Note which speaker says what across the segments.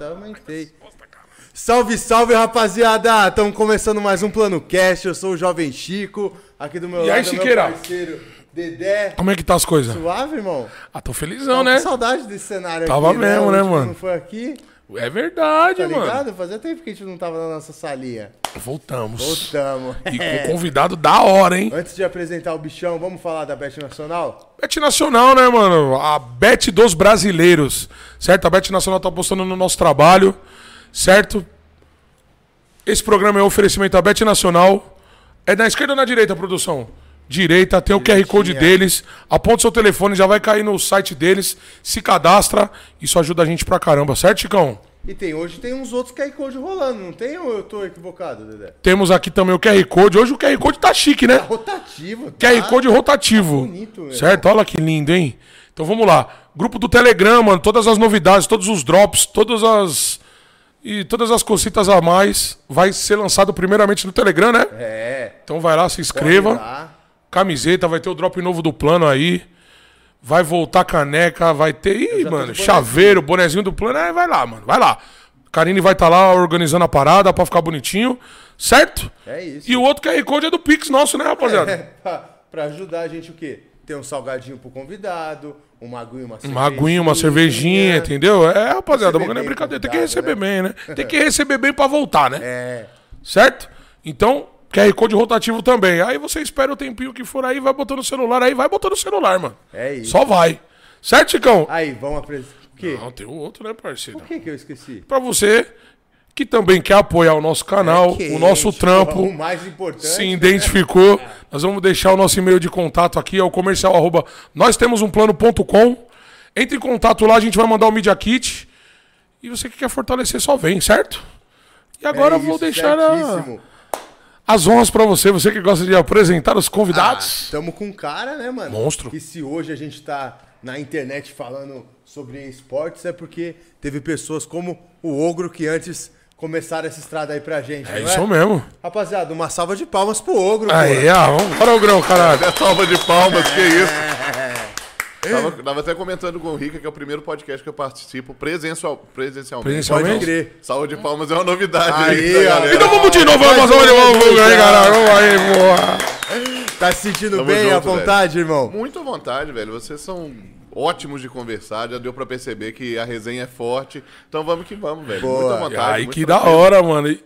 Speaker 1: Eu aumentei. Salve, salve, rapaziada! Estamos começando mais um Plano Cast. Eu sou o Jovem Chico, aqui do meu
Speaker 2: E
Speaker 1: lado,
Speaker 2: aí, Chiqueira?
Speaker 1: meu parceiro Dedé.
Speaker 2: Como é que tá as coisas?
Speaker 1: Suave, irmão?
Speaker 2: Ah, tô
Speaker 1: Tava
Speaker 2: felizão,
Speaker 1: com
Speaker 2: né?
Speaker 1: saudade desse cenário
Speaker 2: Tava
Speaker 1: aqui,
Speaker 2: mesmo,
Speaker 1: O
Speaker 2: né,
Speaker 1: último
Speaker 2: mano?
Speaker 1: Não foi aqui,
Speaker 2: É verdade,
Speaker 1: tá
Speaker 2: mano.
Speaker 1: ligado? Fazia tempo que a gente não tava na nossa salinha.
Speaker 2: Voltamos.
Speaker 1: Voltamos. É.
Speaker 2: E com o convidado da hora, hein?
Speaker 1: Antes de apresentar o bichão, vamos falar da Bet Nacional?
Speaker 2: Bet Nacional, né, mano? A Bet dos brasileiros. Certo? A Bet Nacional tá apostando no nosso trabalho. Certo? Esse programa é um oferecimento à Bet Nacional. É na esquerda ou na direita, produção? Direita, tem o QR Code deles. Aponta seu telefone, já vai cair no site deles. Se cadastra. Isso ajuda a gente pra caramba, certo, Chicão?
Speaker 1: E tem hoje tem uns outros QR Code rolando, não tem ou eu tô equivocado, Dedé?
Speaker 2: Temos aqui também o QR Code. Hoje o QR Code tá chique, né?
Speaker 1: Rotativo, tá?
Speaker 2: QR Code rotativo.
Speaker 1: bonito, velho.
Speaker 2: certo? Olha que lindo, hein? Então vamos lá. Grupo do Telegram, mano. Todas as novidades, todos os drops, todas as. E todas as cositas a mais vai ser lançado primeiramente no Telegram, né?
Speaker 1: É. tá.
Speaker 2: Então vai lá, se
Speaker 1: Olha
Speaker 2: inscreva.
Speaker 1: lá.
Speaker 2: Camiseta, vai ter o drop novo do plano aí. Vai voltar caneca, vai ter. Ih,
Speaker 1: já
Speaker 2: mano,
Speaker 1: fiz o
Speaker 2: chaveiro, bonezinho do plano. Aí vai lá, mano. Vai lá. Karine vai estar lá organizando a parada pra ficar bonitinho, certo?
Speaker 1: É isso.
Speaker 2: E o outro QR Code é do Pix nosso, né, rapaziada?
Speaker 1: É, pra, pra ajudar a gente o quê? Ter um salgadinho pro convidado, uma aguinha, uma cervejinha.
Speaker 2: Uma aguinha, uma cervejinha, entendeu? É,
Speaker 1: Receber
Speaker 2: rapaziada, o bagulho não é
Speaker 1: bem
Speaker 2: brincadeira. Tem que
Speaker 1: convidado,
Speaker 2: receber bem, né? Tem que receber bem pra voltar, né?
Speaker 1: É,
Speaker 2: Certo? Então, QR Code rotativo também. Aí você espera o tempinho que for aí, vai botando o celular aí, vai botando o celular, mano.
Speaker 1: é isso.
Speaker 2: Só vai. Certo, Chicão?
Speaker 1: Aí, vamos apresentar. O quê?
Speaker 2: Não, tem o outro, né, parceiro?
Speaker 1: O que que eu esqueci?
Speaker 2: Pra você que também quer apoiar o nosso canal,
Speaker 1: Que
Speaker 2: o nosso
Speaker 1: isso,
Speaker 2: trampo.
Speaker 1: O mais importante. é
Speaker 2: se identificou. Nós vamos deixar o nosso e-mail de contato aqui, é o comercial arroba nós temos um plano.com. Entre em contato lá, a gente vai mandar o Media Kit. E você que quer fortalecer, só vem, certo? E
Speaker 1: É
Speaker 2: agora eu vou
Speaker 1: isso,
Speaker 2: deixar a-
Speaker 1: certíssimo.
Speaker 2: as honras pra você, você que gosta de apresentar os convidados.
Speaker 1: Tamo com um cara, né, mano?
Speaker 2: Monstro.
Speaker 1: Que se hoje a gente tá na internet falando sobre esportes é porque teve pessoas como o Ogro que antes começaram essa estrada aí pra gente.
Speaker 2: é
Speaker 1: não
Speaker 2: isso mesmo.
Speaker 1: Rapaziada, uma salva de palmas pro Ogro,
Speaker 2: Aí,
Speaker 1: pô.
Speaker 2: ah, vamos para o grão, caralho.
Speaker 3: Minha Né, salva de palmas,
Speaker 1: É.
Speaker 3: que isso. Tava, tava até comentando com o Rica que é o primeiro podcast que eu participo presencial, presencialmente.
Speaker 2: Presencialmente?
Speaker 1: Pode crer.
Speaker 3: Então, salva de palmas é uma novidade
Speaker 1: Aí,
Speaker 3: pra
Speaker 1: ó.
Speaker 3: galera.
Speaker 2: Então vamos de novo, vamos
Speaker 1: Mais
Speaker 2: passar
Speaker 1: um,
Speaker 2: o
Speaker 1: mais um,
Speaker 2: grão aí,
Speaker 1: já.
Speaker 2: caralho. Vamos aí, boa.
Speaker 1: Tá se sentindo
Speaker 3: Tamo
Speaker 1: bem
Speaker 3: junto,
Speaker 1: à vontade, irmão?
Speaker 3: Muito à vontade, velho. Vocês são ótimos de conversar. Já deu pra perceber que a resenha é forte. Então vamos que vamos, velho.
Speaker 1: Boa.
Speaker 3: Muito à vontade.
Speaker 2: Aí
Speaker 3: muito
Speaker 2: que da
Speaker 3: tranquilo.
Speaker 2: hora, mano. E-
Speaker 1: Fala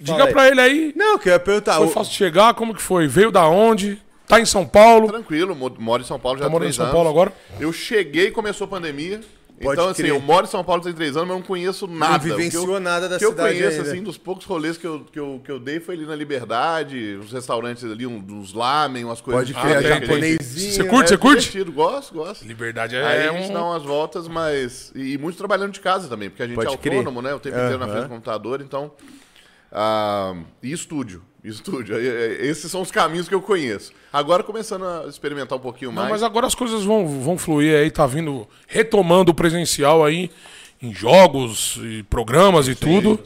Speaker 2: Diga
Speaker 1: aí.
Speaker 2: pra ele aí,
Speaker 1: Não, que eu ia perguntar.
Speaker 2: Foi
Speaker 1: o-
Speaker 2: fácil de chegar? Como que foi? Veio da onde? Tá em São Paulo?
Speaker 3: Tranquilo, mo- moro em São Paulo já
Speaker 2: Tá
Speaker 3: há
Speaker 2: morando
Speaker 3: três
Speaker 2: em São
Speaker 3: anos.
Speaker 2: Paulo agora?
Speaker 3: Eu cheguei e começou a pandemia.
Speaker 1: Pode
Speaker 3: então, assim,
Speaker 1: crer.
Speaker 3: eu moro em São Paulo tem três anos, mas não conheço nada. O que eu-
Speaker 1: vivenciou nada da
Speaker 3: O que eu
Speaker 1: cidade
Speaker 3: conheço,
Speaker 1: ainda.
Speaker 3: assim, dos poucos rolês que eu, que, eu, que eu dei foi ali na Liberdade, os restaurantes ali, um- uns lamen, umas coisas... assim,
Speaker 1: Pode crer,
Speaker 2: Ah, tem,
Speaker 1: japonesinho.
Speaker 2: Você curte? Você
Speaker 3: É
Speaker 2: curte?
Speaker 3: divertido, gosto, gosto.
Speaker 2: Liberdade
Speaker 3: Aí
Speaker 2: é
Speaker 3: a gente tá
Speaker 2: um...
Speaker 3: dá umas voltas, mas. E, e muito trabalhando de casa também, porque a gente
Speaker 1: Pode
Speaker 3: é autônomo, né? O tempo inteiro na
Speaker 1: Aham.
Speaker 3: frente do computador, então. ah, e estúdio. e Estúdio. Aí, é, Esses são os caminhos que eu conheço. Agora começando a experimentar um pouquinho
Speaker 2: Não,
Speaker 3: mais.
Speaker 2: mas agora as coisas vão, vão fluir aí, tá vindo, retomando o presencial aí, em jogos, e programas e tudo.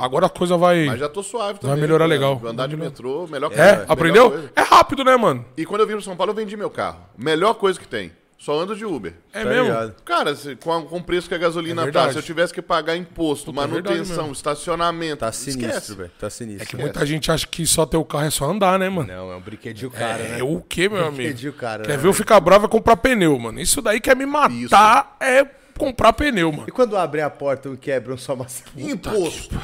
Speaker 2: Agora a coisa vai...
Speaker 3: né? Mas já tô suave também.
Speaker 2: melhorar
Speaker 3: né?
Speaker 2: legal.
Speaker 3: Andar de
Speaker 2: Vai
Speaker 3: metrô, melhor
Speaker 2: É,
Speaker 3: melhor
Speaker 2: aprendeu?
Speaker 3: coisa.
Speaker 2: É rápido, né, mano?
Speaker 3: E quando eu vim para São Paulo, eu vendi meu carro. Melhor coisa que tem. Só ando de Uber.
Speaker 2: É
Speaker 1: Tá
Speaker 2: mesmo?
Speaker 1: ligado.
Speaker 3: Cara, se- com, a- com o preço que a gasolina
Speaker 2: É
Speaker 3: tá,
Speaker 2: verdade.
Speaker 3: se eu tivesse que pagar imposto,
Speaker 2: é verdade
Speaker 3: manutenção,
Speaker 2: mesmo.
Speaker 3: estacionamento.
Speaker 1: Tá
Speaker 3: esquece. É
Speaker 1: sinistro, velho. Tá sinistro.
Speaker 2: Muita gente acha que só ter o carro é só andar, né, mano?
Speaker 1: Não, é um brinquedinho caro,
Speaker 2: É
Speaker 1: né?
Speaker 2: o quê, meu amigo?
Speaker 1: Entendi o cara,
Speaker 2: quer
Speaker 1: né,
Speaker 2: ver eu ficar bravo é comprar pneu, mano. Isso daí quer me matar é comprar pneu, mano.
Speaker 1: E quando abrem a porta e quebram só uma
Speaker 3: Imposto.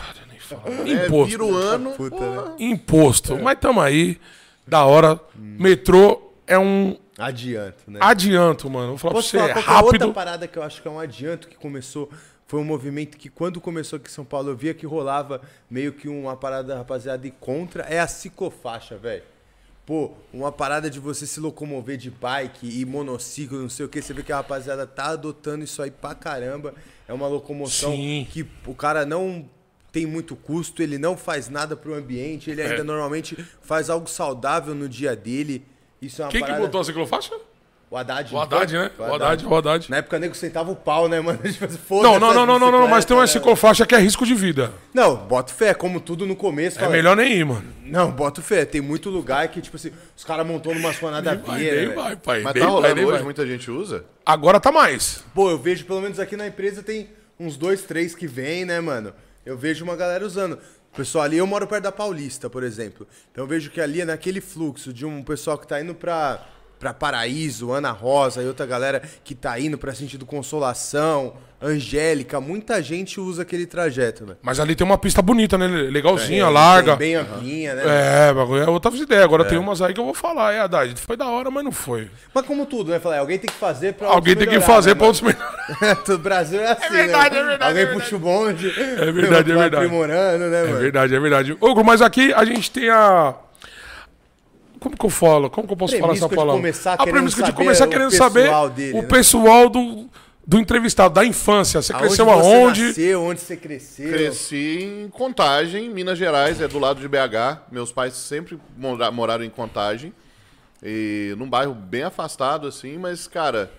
Speaker 3: É,
Speaker 2: Imposto.
Speaker 3: vira o ano.
Speaker 1: Puta,
Speaker 3: pô,
Speaker 1: né?
Speaker 2: imposto. Mas tamo aí, da hora. Metrô é um
Speaker 1: Adianto, né?
Speaker 2: adianto, mano. Vou falar
Speaker 1: Posso
Speaker 2: pra
Speaker 1: falar
Speaker 2: você, é
Speaker 1: qual que é outra
Speaker 2: rápido.
Speaker 1: parada que eu acho que é um adianto que começou. Foi um movimento que quando começou aqui em São Paulo, eu via que rolava meio que uma parada da rapaziada e contra. É a ciclofaixa, velho. Pô, uma parada de você se locomover de bike e monociclo, não sei o que. Você vê que a rapaziada tá adotando isso aí pra caramba. É uma locomoção
Speaker 2: Sim.
Speaker 1: que o cara não tem muito custo, ele não faz nada pro ambiente, ele
Speaker 2: É.
Speaker 1: ainda normalmente faz algo saudável no dia dele. Isso é uma
Speaker 2: Quem que
Speaker 1: parada...
Speaker 2: botou a ciclofaixa?
Speaker 1: O Haddad.
Speaker 2: O
Speaker 1: não
Speaker 2: Haddad,
Speaker 1: foi?
Speaker 2: né?
Speaker 1: Foi
Speaker 2: O Haddad, o Haddad.
Speaker 1: Na época, nego sentava o pau, né, mano? Tipo, foda-se
Speaker 2: Não, não,
Speaker 1: as
Speaker 2: não, não, não, não, mas tem uma
Speaker 1: bicicletas, né?
Speaker 2: ciclofaixa que é risco de vida.
Speaker 1: Não, bota fé, como tudo no começo.
Speaker 2: É
Speaker 1: fala,
Speaker 2: melhor nem ir, mano.
Speaker 1: Não, bota fé. Tem muito lugar que, tipo assim, os caras montou numa sua nada a
Speaker 2: Vai,
Speaker 1: ver,
Speaker 2: nem
Speaker 1: velho.
Speaker 2: vai, pai.
Speaker 3: Mas
Speaker 2: nem
Speaker 3: tá
Speaker 2: vai,
Speaker 3: rolando
Speaker 2: nem
Speaker 3: hoje,
Speaker 2: vai.
Speaker 3: muita gente usa.
Speaker 2: Agora tá mais.
Speaker 1: Pô, eu vejo, pelo menos aqui na empresa, tem uns dois, três que vem, né, mano? Eu vejo uma galera usando. Pessoal, ali eu moro perto da Paulista, por exemplo. Então eu vejo que ali é naquele fluxo de um pessoal que tá indo pra, pra Paraíso, Ana Rosa e outra galera que tá indo pra sentido Consolação, Angélica. Muita gente usa aquele trajeto, né?
Speaker 2: Mas ali tem uma pista bonita, né? Legalzinha,
Speaker 1: É,
Speaker 2: larga.
Speaker 1: tem Bem amplinha, né?
Speaker 2: É, bagulho é outra ideia. Agora tem umas aí que eu vou falar, é, Haddad. Foi da hora, mas não foi.
Speaker 1: Mas como tudo, né? Falar, alguém tem que fazer pra
Speaker 2: Alguém
Speaker 1: outros
Speaker 2: tem que
Speaker 1: melhorar,
Speaker 2: fazer
Speaker 1: né,
Speaker 2: pra
Speaker 1: mano?
Speaker 2: outros melhorar.
Speaker 1: o Brasil é assim,
Speaker 2: verdade,
Speaker 1: né?
Speaker 2: é verdade,
Speaker 1: Alguém
Speaker 2: é verdade.
Speaker 1: puxa o bonde.
Speaker 2: É verdade, é
Speaker 1: vai
Speaker 2: verdade.
Speaker 1: aprimorando, né,
Speaker 2: É
Speaker 1: mano?
Speaker 2: verdade, é verdade. Ogro, mas aqui a gente tem a. Como que eu falo? Como que eu posso falar
Speaker 1: Premisca
Speaker 2: essa
Speaker 1: de
Speaker 2: palavra?
Speaker 1: começar
Speaker 2: a
Speaker 1: querendo
Speaker 2: premissa de
Speaker 1: saber
Speaker 2: começar
Speaker 1: o
Speaker 2: querendo saber
Speaker 1: pessoal dele,
Speaker 2: o
Speaker 1: né?
Speaker 2: pessoal do, do entrevistado, da infância. Você cresceu
Speaker 1: você
Speaker 2: aonde?
Speaker 1: Nasceu, onde você cresceu.
Speaker 3: Cresci em Contagem, Minas Gerais, é do lado de BH. Meus pais sempre mora- moraram em Contagem. E num bairro bem afastado, assim, mas, cara,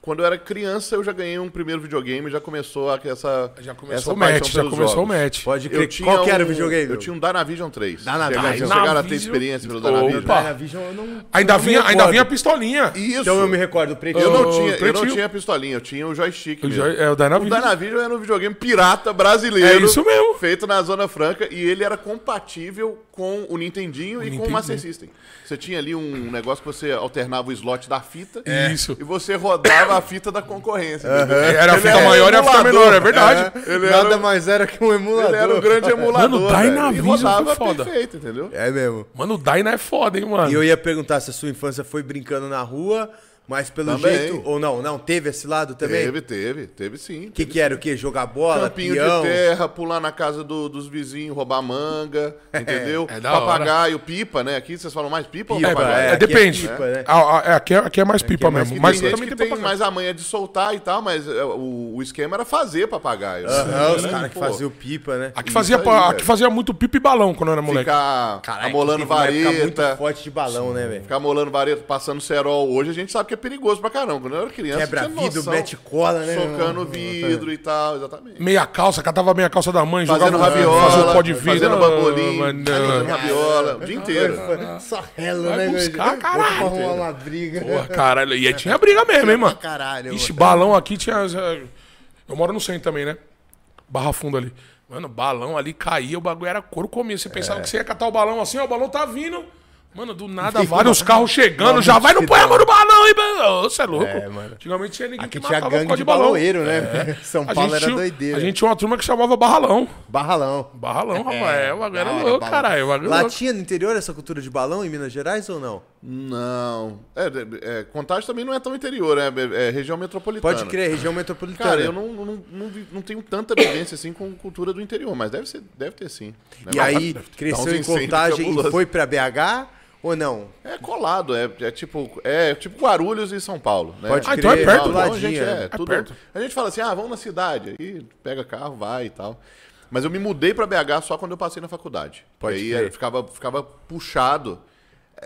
Speaker 3: quando eu era criança eu já ganhei um primeiro videogame, já começou a- essa.
Speaker 2: Já
Speaker 3: essa
Speaker 2: começou o
Speaker 3: paixão
Speaker 2: match, já
Speaker 3: pelos
Speaker 2: começou o
Speaker 3: jogos.
Speaker 2: match.
Speaker 1: Pode
Speaker 3: Eu
Speaker 1: crer.
Speaker 3: tinha
Speaker 1: Qual que era o
Speaker 3: um-
Speaker 1: videogame?
Speaker 3: Eu tinha um Dynavision 3.
Speaker 1: Dynavision.
Speaker 3: Chegaram- Vocês chegaram a ter
Speaker 2: Dynavision.
Speaker 3: experiência pelo Dynavision?
Speaker 2: Opa.
Speaker 1: Dynavision, eu não.
Speaker 2: Ainda
Speaker 1: eu não me
Speaker 2: vinha, ainda
Speaker 1: recordo.
Speaker 2: vinha Ah. a pistolinha.
Speaker 3: Isso.
Speaker 1: Então eu me recordo, o preto.
Speaker 3: Eu não
Speaker 2: Ô,
Speaker 3: tinha, eu não
Speaker 2: pretinho.
Speaker 3: tinha pistolinha, eu tinha o joystick.
Speaker 2: O
Speaker 3: mesmo.
Speaker 2: joy- é, o Dynavision.
Speaker 3: O Dynavision era um videogame pirata brasileiro.
Speaker 2: É isso mesmo.
Speaker 3: Feito na Zona Franca e ele era compatível com o Nintendinho e com o
Speaker 2: Nintendinho.
Speaker 3: Master System. Você tinha ali um negócio que você alternava o slot da fita.
Speaker 2: É. Isso.
Speaker 3: E você rodava a fita da concorrência. entendeu?
Speaker 2: Era a
Speaker 3: Ele
Speaker 2: fita
Speaker 3: era um
Speaker 2: maior e a fita
Speaker 3: emulador.
Speaker 2: menor, é verdade.
Speaker 3: Ele
Speaker 1: Nada
Speaker 3: era-
Speaker 1: mais era que um emulador.
Speaker 3: Ele era um grande emulador.
Speaker 2: Mano,
Speaker 3: velho, E
Speaker 2: Dynavision foi
Speaker 3: rodava
Speaker 2: foda.
Speaker 3: perfeito, entendeu?
Speaker 1: É mesmo.
Speaker 2: Mano, o Dyna é foda, hein,
Speaker 1: E
Speaker 2: mano.
Speaker 1: eu ia perguntar se a sua infância foi brincando na rua, mas pelo
Speaker 3: Também.
Speaker 1: jeito. Ou não, não, teve esse lado também?
Speaker 3: Teve, teve, teve sim.
Speaker 1: O que, que era o quê? Jogar bola?
Speaker 3: Campinho
Speaker 1: peão?
Speaker 3: de terra, pular na casa do- dos vizinhos, roubar manga, entendeu?
Speaker 2: é da hora.
Speaker 3: papagaio, pipa, né? Aqui vocês falam mais pipa,
Speaker 1: Pipa,
Speaker 3: ou papagaio?
Speaker 2: É,
Speaker 1: aqui é
Speaker 2: depende.
Speaker 1: pipa, né?
Speaker 2: Ah, ah, é, aqui, é, aqui é mais pipa
Speaker 1: mais
Speaker 2: mesmo.
Speaker 3: Que
Speaker 2: Mas
Speaker 3: tem gente
Speaker 2: também
Speaker 3: que
Speaker 2: tem
Speaker 3: tem
Speaker 2: papagaio.
Speaker 3: mais a manha de soltar e tal, mas é, o, o esquema era fazer papagaio.
Speaker 1: Aham, os
Speaker 3: Né?
Speaker 1: caras que
Speaker 3: Pô,
Speaker 1: faziam pipa, né?
Speaker 2: Aqui
Speaker 3: Isso
Speaker 2: fazia,
Speaker 3: aí,
Speaker 2: pa- aqui
Speaker 3: velho.
Speaker 2: fazia muito pipa e balão quando eu era moleque.
Speaker 3: Ficar amolando
Speaker 1: teve uma época
Speaker 3: vareta,
Speaker 1: muito forte de balão, né, velho?
Speaker 3: ficar amolando vareta, passando cerol. Hoje a gente sabe que é perigoso pra caramba. Quando eu era criança,
Speaker 1: Quebra
Speaker 3: eu tinha
Speaker 1: vidro,
Speaker 3: noção.
Speaker 1: mete cola, né?
Speaker 3: Socando
Speaker 1: mano?
Speaker 3: vidro e tal, exatamente.
Speaker 2: Meia calça, catava meia calça da mãe,
Speaker 3: Fazendo
Speaker 2: jogava
Speaker 3: raviola,
Speaker 2: fazia um pó de vidro.
Speaker 3: fazendo
Speaker 2: Ah,
Speaker 3: bambolim,
Speaker 2: mano,
Speaker 3: fazendo
Speaker 2: ah,
Speaker 3: rabiola, o dia inteiro.
Speaker 1: Só rela,
Speaker 2: Vai
Speaker 1: né, velho?
Speaker 2: buscar,
Speaker 1: Vou
Speaker 2: caralho.
Speaker 1: arrumar uma briga.
Speaker 2: Porra, caralho. E aí tinha briga mesmo, hein, mano?
Speaker 1: Caralho,
Speaker 2: Ixi,
Speaker 1: mano.
Speaker 2: balão aqui tinha. eh, Eu moro no centro também, né? Barra Funda ali. Mano, balão ali caía, o bagulho era couro comia. Você pensava que você ia catar o balão assim, ó, o balão tá vindo. Mano, do nada, vários carros chegando, já vai, não põe a mão no balão, hein, mano? Ô, Você é louco.
Speaker 1: É, mano.
Speaker 2: Antigamente tinha ninguém
Speaker 1: Aqui
Speaker 2: que
Speaker 1: tinha
Speaker 2: matava por
Speaker 1: gangue
Speaker 2: causa
Speaker 1: de
Speaker 2: de balão.
Speaker 1: baloeiro, né?
Speaker 3: É.
Speaker 1: São
Speaker 2: A
Speaker 1: Paulo
Speaker 2: gente,
Speaker 1: era
Speaker 2: tinha, um,
Speaker 1: doideira.
Speaker 2: a gente tinha uma turma que chamava Barralão.
Speaker 1: Barralão.
Speaker 2: Barralão, rapaz. É, o bagulho era
Speaker 1: Da hora,
Speaker 2: louco,
Speaker 1: balão.
Speaker 2: caralho. o bagulho é
Speaker 1: Lá
Speaker 2: louco.
Speaker 1: tinha no interior essa cultura de balão em Minas Gerais ou não?
Speaker 3: Não. É, de- é, Contagem também não é tão interior, né? É, é região metropolitana.
Speaker 1: Pode crer, região metropolitana.
Speaker 3: Cara, eu não, não, não, vi- não tenho tanta vivência assim com cultura do interior, mas deve, ser, deve ter sim. né?
Speaker 1: E
Speaker 3: Mas
Speaker 1: aí
Speaker 3: dá uns
Speaker 1: cresceu em
Speaker 3: incêndios
Speaker 1: contagem e
Speaker 3: cabulosos.
Speaker 1: foi pra BH ou não?
Speaker 3: É colado, é, é tipo é tipo Guarulhos e São Paulo. Né?
Speaker 1: Pode
Speaker 2: Ah, então é
Speaker 1: crer,
Speaker 2: perto,
Speaker 1: do
Speaker 3: Então, a
Speaker 1: ladinho.
Speaker 3: gente,
Speaker 1: né?
Speaker 3: é, tudo-
Speaker 2: perto.
Speaker 3: a gente fala assim, ah, vamos na cidade. Aí pega carro, vai e tal. Mas eu me mudei pra BH só quando eu passei na faculdade.
Speaker 1: Pode
Speaker 3: e aí
Speaker 1: crer.
Speaker 3: é, ficava, ficava puxado.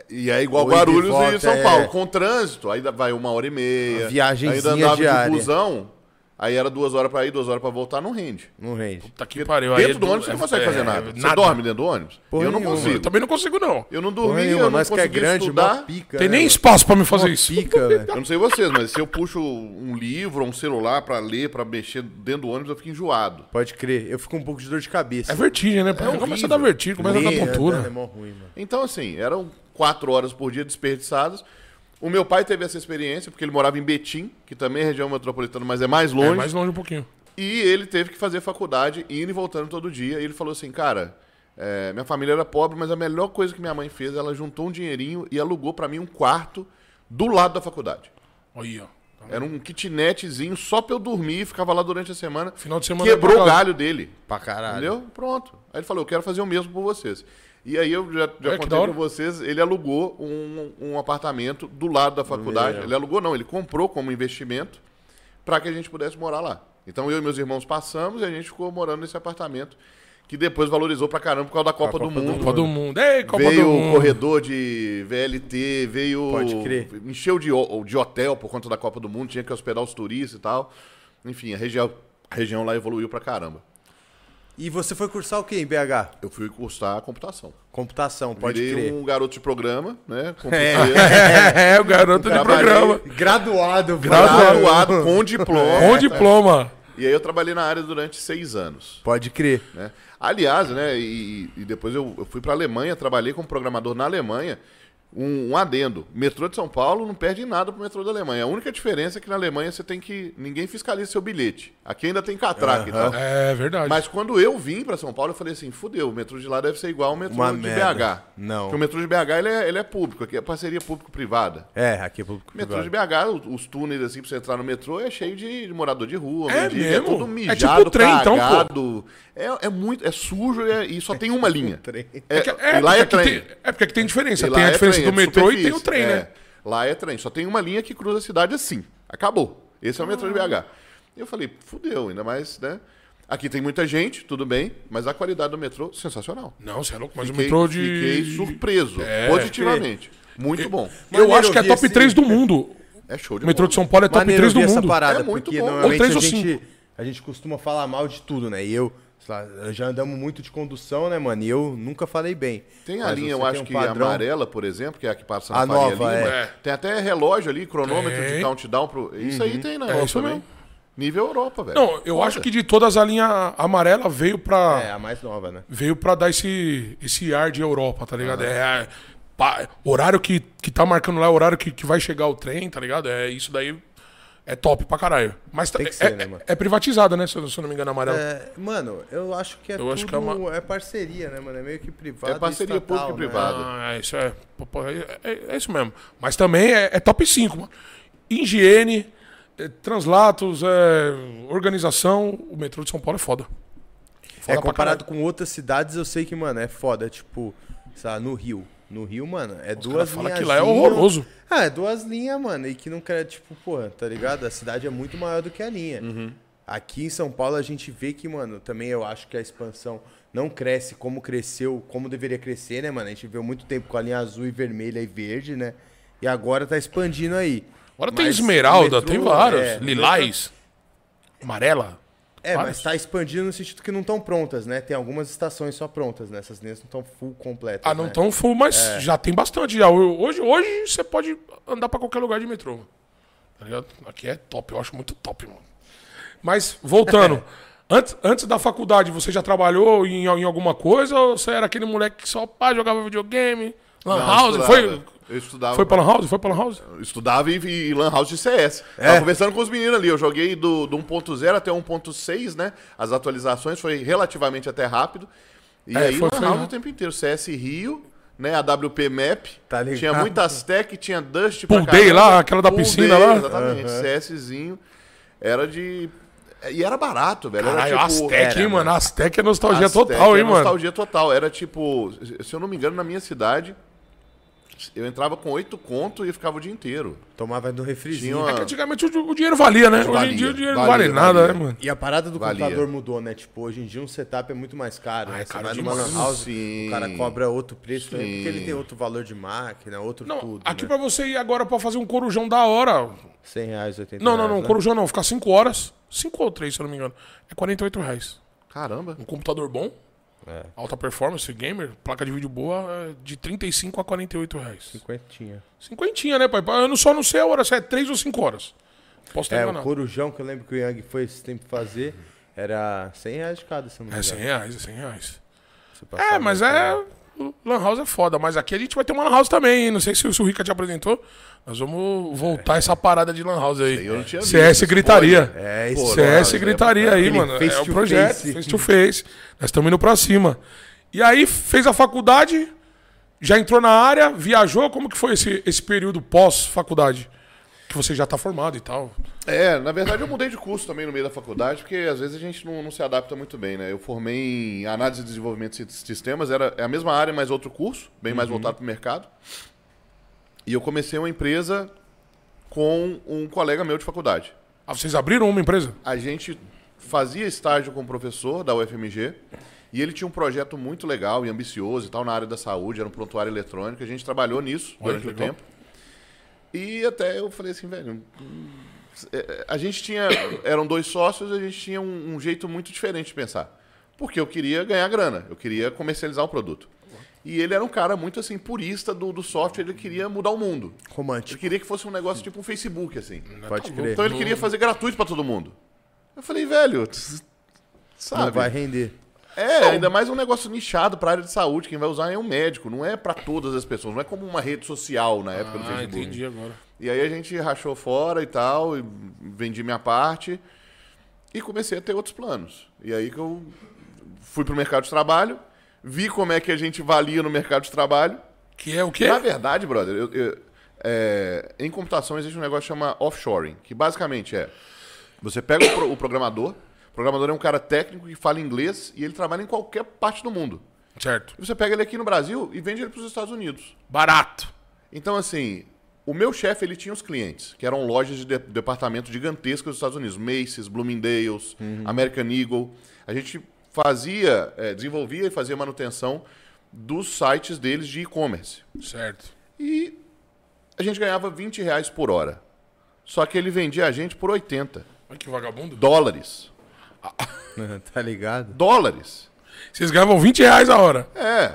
Speaker 3: E é igual
Speaker 1: Oi, de
Speaker 3: Guarulhos
Speaker 1: volta,
Speaker 3: e São
Speaker 1: é.
Speaker 3: Paulo. Com trânsito, aí dá- vai uma hora e meia.
Speaker 1: Uma viagenzinha
Speaker 3: Ainda andava
Speaker 1: diária.
Speaker 3: de busão, aí era duas horas pra ir, duas horas pra voltar, não rende.
Speaker 1: Não rende.
Speaker 2: Tá que pariu. aí
Speaker 3: Dentro
Speaker 2: é
Speaker 3: do
Speaker 2: du-
Speaker 3: ônibus você não consegue
Speaker 2: é,
Speaker 3: fazer nada. Você dorme dentro do ônibus?
Speaker 1: Porra
Speaker 3: eu não
Speaker 1: nenhuma.
Speaker 2: Eu
Speaker 3: consigo.
Speaker 2: também não consigo, não.
Speaker 3: Eu não
Speaker 1: Porra
Speaker 3: dormi,
Speaker 1: nenhuma,
Speaker 3: eu não
Speaker 1: nós que é
Speaker 3: consegui
Speaker 1: grande, mó
Speaker 3: estudar.
Speaker 1: pica.
Speaker 2: Tem
Speaker 1: né,
Speaker 2: nem
Speaker 1: mano?
Speaker 2: espaço pra me fazer
Speaker 1: Mó
Speaker 2: isso.
Speaker 1: Pica, velho.
Speaker 3: Eu não sei vocês, mas se eu puxo um livro, um celular pra ler, pra mexer dentro do ônibus, eu fico enjoado.
Speaker 1: Pode crer, eu fico um pouco de dor de cabeça.
Speaker 2: É vertigem, né? Porque começa a dar
Speaker 3: horrível.
Speaker 2: vertigem, começa a dar
Speaker 1: Ler, andando É
Speaker 2: tontura.
Speaker 1: mó ruim, mano.
Speaker 3: Então, assim, eram quatro horas por dia desperdiçadas. O meu pai teve essa experiência, porque ele morava em Betim, que também é região metropolitana, mas é mais longe.
Speaker 2: É mais longe um pouquinho.
Speaker 3: E ele teve que fazer faculdade, indo e voltando todo dia. E ele falou assim, cara, é, minha família era pobre, mas a melhor coisa que minha mãe fez, ela juntou um dinheirinho e alugou pra mim um quarto do lado da faculdade.
Speaker 2: Aí, ó.
Speaker 3: Era um kitnetezinho só pra eu dormir, ficava lá durante a semana.
Speaker 2: Final de semana é
Speaker 3: Quebrou
Speaker 2: pra
Speaker 3: o
Speaker 2: casa.
Speaker 3: galho dele.
Speaker 1: Pra
Speaker 2: Ah,
Speaker 1: caralho.
Speaker 3: Entendeu?
Speaker 2: é.
Speaker 3: Pronto. Aí ele falou, eu quero fazer o mesmo por vocês. E aí eu já, já
Speaker 2: Olha que da
Speaker 3: contei
Speaker 2: hora.
Speaker 3: pra vocês, ele alugou um, um apartamento do lado da faculdade. Ele alugou não, ele comprou como investimento para que a gente pudesse morar lá. Então eu e meus irmãos passamos e a gente ficou morando nesse apartamento, que depois valorizou pra caramba por causa da Copa, do, Mundo.
Speaker 2: Copa do Mundo. Ei, Copa do
Speaker 3: Veio o
Speaker 2: Mundo.
Speaker 3: corredor de VLT, veio.
Speaker 1: Pode crer.
Speaker 3: Encheu de, ho- de hotel por conta da Copa do Mundo, tinha que hospedar os turistas e tal. Enfim, a região, a região lá evoluiu pra caramba.
Speaker 1: E você foi cursar o quê em BH?
Speaker 3: Eu fui cursar computação.
Speaker 1: Computação, pode
Speaker 3: Virei
Speaker 1: crer.
Speaker 3: um garoto de programa, né?
Speaker 2: É, o garoto de
Speaker 3: Trabalhei.
Speaker 2: programa.
Speaker 1: Graduado,
Speaker 3: Graduado com diploma. É.
Speaker 2: Com diploma.
Speaker 3: E aí eu trabalhei na área durante seis anos.
Speaker 1: Pode crer.
Speaker 3: né? Aliás, né, e, e depois eu, eu fui para a Alemanha, trabalhei como programador na Alemanha. Um, um adendo, metrô de São Paulo não perde em nada pro metrô da Alemanha. A única diferença é que na Alemanha você tem que ninguém fiscaliza seu bilhete. Aqui ainda tem catraca,
Speaker 1: Aham.
Speaker 3: tá?
Speaker 2: É verdade.
Speaker 3: Mas quando eu vim pra São Paulo, eu falei assim, fudeu, o metrô de lá deve ser igual ao metrô
Speaker 1: Uma
Speaker 3: de
Speaker 1: merda.
Speaker 3: BH.
Speaker 1: Não.
Speaker 3: Porque o metrô de BH ele é, ele é público, aqui é parceria público-privada.
Speaker 1: É, aqui é público.
Speaker 3: O metrô de
Speaker 1: privado.
Speaker 3: BH, os, os túneis assim pra você entrar no metrô é cheio de de morador de rua,
Speaker 2: É
Speaker 3: mendigo,
Speaker 2: mesmo?
Speaker 3: é tudo
Speaker 2: É
Speaker 3: mijado,
Speaker 2: tipo trem, então, pô. tipo
Speaker 3: cagado. É, é muito, é sujo e, é- e só tem uma linha.
Speaker 1: trem.
Speaker 3: É,
Speaker 2: que-
Speaker 3: e lá é
Speaker 2: porque aqui
Speaker 3: trem.
Speaker 2: Tem, é porque aqui tem diferença.
Speaker 3: E lá
Speaker 2: tem a
Speaker 3: é
Speaker 2: diferença
Speaker 3: trem, é
Speaker 2: do
Speaker 3: de
Speaker 2: metrô e tem o
Speaker 3: superfície,
Speaker 2: trem,
Speaker 3: é.
Speaker 2: né?
Speaker 3: Lá é trem, só tem uma linha que cruza a cidade assim. Acabou. Esse é o metrô de BH. E eu falei, fudeu, ainda mais, né? Aqui tem muita gente, tudo bem, mas a qualidade do metrô, sensacional.
Speaker 2: Não, você é louco, mas
Speaker 3: Fiquei-
Speaker 2: o metrô de.
Speaker 3: Fiquei surpreso, positivamente. Muito bom.
Speaker 2: Eu
Speaker 1: Maneiro,
Speaker 2: acho que é
Speaker 1: eu vi
Speaker 2: top
Speaker 1: esse-
Speaker 2: 3 do mundo.
Speaker 3: É show de
Speaker 2: O metrô
Speaker 3: bola.
Speaker 2: de São Paulo é top
Speaker 1: Maneiro
Speaker 2: 3 do
Speaker 1: ouvir essa
Speaker 2: mundo.
Speaker 1: parada,
Speaker 3: É muito
Speaker 1: porque
Speaker 3: bom. Ou
Speaker 1: normalmente
Speaker 2: três
Speaker 1: a,
Speaker 2: ou
Speaker 1: gente,
Speaker 2: cinco.
Speaker 1: a gente costuma falar mal de tudo, né? E eu, sei lá, já andamos muito de condução, né, mano? E eu nunca falei bem.
Speaker 3: Tem a
Speaker 1: Mas
Speaker 3: linha,
Speaker 1: você
Speaker 3: eu
Speaker 1: tem
Speaker 3: acho
Speaker 1: um
Speaker 3: que
Speaker 1: padrão.
Speaker 3: amarela, por exemplo, que é a que passa na
Speaker 1: A
Speaker 3: Faria
Speaker 1: nova,
Speaker 3: Lima.
Speaker 1: é.
Speaker 3: Tem até relógio ali, cronômetro
Speaker 2: Tem. Uhum. É
Speaker 3: de countdown. Pro... Isso aí tem na Europa
Speaker 2: isso
Speaker 3: também.
Speaker 2: mesmo.
Speaker 3: Nível Europa, velho.
Speaker 2: Não, eu acho que de todas a linha amarela veio pra.
Speaker 1: É, a mais nova, né?
Speaker 2: veio pra dar esse, esse ar de Europa, tá ligado? É, pá, horário que, que tá marcando lá, é o horário que, que vai chegar o trem, tá ligado? É isso daí. É top pra caralho. Mas tá-
Speaker 1: Tem que
Speaker 2: é,
Speaker 1: ser, né,
Speaker 2: é-
Speaker 1: mano?
Speaker 2: é privatizada, né? Se eu, se eu não me engano, a amarela.
Speaker 1: É, mano, eu acho que é
Speaker 2: Eu acho
Speaker 1: tudo-
Speaker 2: que é uma-
Speaker 1: é parceria, né, mano? É meio que privado.
Speaker 3: É parceria
Speaker 1: e estatal,
Speaker 3: público e
Speaker 1: né?
Speaker 3: privado.
Speaker 2: Ah, é isso é, pô, pô, é, é- é isso mesmo. Mas também é, é top 5, mano. Higiene, é, translatos, é, organização. O metrô de São Paulo é foda.
Speaker 1: É,
Speaker 2: pra
Speaker 1: comparado com outras cidades, eu sei que, mano, é foda. É Tipo, sei lá, no Rio. No Rio, mano, é duas
Speaker 2: fala
Speaker 1: linhas.
Speaker 2: que lá é horroroso.
Speaker 1: Ah, é duas linhas, mano. E que não quer, tipo, porra, tá ligado? A cidade é muito maior do que a linha.
Speaker 2: Uhum.
Speaker 1: Aqui em São Paulo a gente vê que, mano, também eu acho que a expansão não cresce como cresceu, como deveria crescer, né, mano? A gente viveu muito tempo com a linha azul e vermelha e verde, né? E agora tá expandindo aí.
Speaker 2: Agora tem
Speaker 1: Mas o
Speaker 2: esmeralda, tem
Speaker 1: metrô,
Speaker 2: vários.
Speaker 1: é,
Speaker 2: lilás, amarela.
Speaker 1: É,
Speaker 2: Várias.
Speaker 1: mas tá expandindo no sentido que não estão prontas, né? Tem algumas estações só prontas, né? Essas linhas não estão full completas.
Speaker 2: Ah, não
Speaker 1: né?
Speaker 3: é.
Speaker 2: tão full, mas já tem bastante. Já. Hoje, hoje você pode andar pra qualquer lugar de metrô. mano. Tá ligado? Aqui é top, eu acho muito top, mano. Mas, voltando. antes, antes da faculdade, você já trabalhou em, em alguma coisa? Ou você era aquele moleque que só pá, jogava videogame? Lan
Speaker 3: Não,
Speaker 2: House?
Speaker 3: eu
Speaker 2: Foi,
Speaker 3: estudava. Eu estudava.
Speaker 2: foi pra Lan House? Foi pra Lan House?
Speaker 3: Eu Estudava e, e Lan House de CS.
Speaker 2: É.
Speaker 3: Tava conversando com os meninos ali. Eu joguei do, do 1.0 até 1.6, né? As atualizações foi relativamente até rápido. E
Speaker 2: É,
Speaker 3: aí
Speaker 2: foi-
Speaker 3: Lan
Speaker 2: foi
Speaker 3: House
Speaker 2: rápido.
Speaker 3: o tempo inteiro. CS Rio, né? A WP Map.
Speaker 1: Tá ligado.
Speaker 3: Tinha muitas tech, tinha Dust
Speaker 2: Pool Day
Speaker 3: caramba.
Speaker 2: lá, aquela da piscina lá.
Speaker 3: Exatamente. CSzinho. Era de... E era barato, velho.
Speaker 2: Caralho,
Speaker 3: era tipo...
Speaker 2: Aztec, hein, mano? Aztec é nostalgia
Speaker 3: Aztec,
Speaker 2: total,
Speaker 3: é
Speaker 2: hein, mano?
Speaker 3: Nostalgia total. Era tipo, se eu não me engano, na minha cidade, eu entrava com oito conto e ficava o dia inteiro.
Speaker 1: Tomava no
Speaker 3: Tinha
Speaker 1: refrizinho.
Speaker 3: uma-
Speaker 2: É Que Antigamente o, o dinheiro valia, né? Hoje em
Speaker 3: Valia,
Speaker 2: dia o dinheiro não vale
Speaker 3: valia,
Speaker 2: nada,
Speaker 3: valia.
Speaker 2: né, mano?
Speaker 1: E a parada do
Speaker 3: Valia.
Speaker 1: computador mudou, né? Tipo, hoje em dia um setup é muito mais caro.
Speaker 2: Ah,
Speaker 1: né?
Speaker 2: é
Speaker 1: Você
Speaker 2: caro
Speaker 1: vai numa
Speaker 2: demais.
Speaker 1: lan house,
Speaker 3: Sim.
Speaker 1: o cara cobra outro preço também, porque
Speaker 3: Sim.
Speaker 1: ele tem outro valor de máquina, outro
Speaker 2: Não,
Speaker 1: tudo.
Speaker 2: aqui
Speaker 1: né?
Speaker 2: pra você ir agora pra fazer um corujão da hora,
Speaker 1: 100 reais, 80
Speaker 2: Não, não, não.
Speaker 1: reais, né?
Speaker 2: Corujão não. Ficar 5 horas. 5 ou 3, se eu não me engano. É 48 reais.
Speaker 3: Caramba.
Speaker 2: Um computador bom,
Speaker 1: É.
Speaker 2: alta performance, gamer, placa de vídeo boa, é de 35 a 48 reais.
Speaker 1: né? Cinquentinha.
Speaker 2: Cinquentinha, né, pai? Eu não só não sei a hora, se é 3 ou 5 horas. Posso ter
Speaker 1: É, o
Speaker 2: enganado.
Speaker 1: corujão que eu lembro que o Yang foi esse tempo fazer, era 100 reais de cada, se eu não me
Speaker 2: É 100
Speaker 1: engano.
Speaker 2: reais, é 100 reais.
Speaker 1: Você
Speaker 2: É,
Speaker 1: passava
Speaker 2: mas
Speaker 1: isso,
Speaker 2: é...
Speaker 1: né?
Speaker 2: Lan House é foda, mas aqui a gente vai ter uma Lan House também, hein? Não sei se o se o Rica te apresentou. Nós vamos voltar essa parada de Lan House aí.
Speaker 3: eu não tinha
Speaker 2: CS
Speaker 3: visto,
Speaker 2: gritaria.
Speaker 3: spoiler.
Speaker 1: É, isso
Speaker 3: Pô,
Speaker 2: CS
Speaker 3: Nossa,
Speaker 2: gritaria aí,
Speaker 1: Aquele
Speaker 2: mano.
Speaker 1: face
Speaker 2: é o
Speaker 1: to
Speaker 2: projeto,
Speaker 1: face.
Speaker 2: face to face. Nós estamos indo pra cima. E aí fez a faculdade, já entrou na área, viajou. Como que foi esse, esse período pós-faculdade? Que você já tá formado e tal.
Speaker 3: É, na verdade eu mudei de curso também no meio da faculdade, porque às vezes a gente não, não se adapta muito bem, né? Eu formei em análise e desenvolvimento de sis- sistemas, era é a mesma área, mas outro curso, bem
Speaker 2: Uhum.
Speaker 3: mais voltado para o mercado. E eu comecei uma empresa com um colega meu de faculdade.
Speaker 2: Ah, vocês abriram uma empresa?
Speaker 3: a gente fazia estágio com um professor da UFMG e ele tinha um projeto muito legal e ambicioso e tal na área da saúde, era um prontuário eletrônico, a gente trabalhou nisso
Speaker 2: Olha
Speaker 3: durante
Speaker 2: que
Speaker 3: o
Speaker 2: legal.
Speaker 3: tempo. E até eu falei assim, velho, hum, é, a gente tinha, eram dois sócios, a gente tinha um, um jeito muito diferente de pensar. Porque eu queria ganhar grana, eu queria comercializar um produto. E ele era um cara muito assim purista do, do software, ele queria mudar o mundo. Ele
Speaker 1: Romântico,
Speaker 2: é
Speaker 3: queria que fosse um negócio tipo um Facebook assim.
Speaker 1: pode crer.
Speaker 3: Então ele queria fazer gratuito pra todo mundo. Eu falei, velho, tss, sabe?
Speaker 1: Não vai render.
Speaker 3: É, ainda mais um negócio nichado pra área de saúde. Quem vai usar é um médico, não é pra todas as pessoas. Não é como uma rede social na época do
Speaker 2: Ah,
Speaker 3: Facebook.
Speaker 2: entendi agora.
Speaker 3: E aí a gente rachou fora e tal, e vendi minha parte e comecei a ter outros planos. E aí que eu fui pro mercado de trabalho, vi como é que a gente valia no mercado de trabalho.
Speaker 2: Que é o quê?
Speaker 3: Na verdade, brother, eu- eu- é, em computação existe um negócio que chama offshoring, que basicamente é você pega o, pro- o programador, o programador é um cara técnico que fala inglês e ele trabalha em qualquer parte do mundo.
Speaker 2: Certo.
Speaker 3: E você pega ele aqui no Brasil e vende ele para os Estados Unidos.
Speaker 2: Barato.
Speaker 3: Então, assim, o meu chefe, ele tinha os clientes, que eram lojas de, de departamento gigantescas dos Estados Unidos. Macy's, Bloomingdale's, American Eagle. A gente fazia, eh, desenvolvia e fazia manutenção dos sites deles de e-commerce.
Speaker 2: Certo.
Speaker 3: E a gente ganhava 20 reais por hora. Só que ele vendia a gente por 80
Speaker 2: Olha que vagabundo.
Speaker 3: dólares.
Speaker 1: tá ligado?
Speaker 3: Dólares.
Speaker 2: Vocês ganhavam 20 reais a hora.
Speaker 3: É.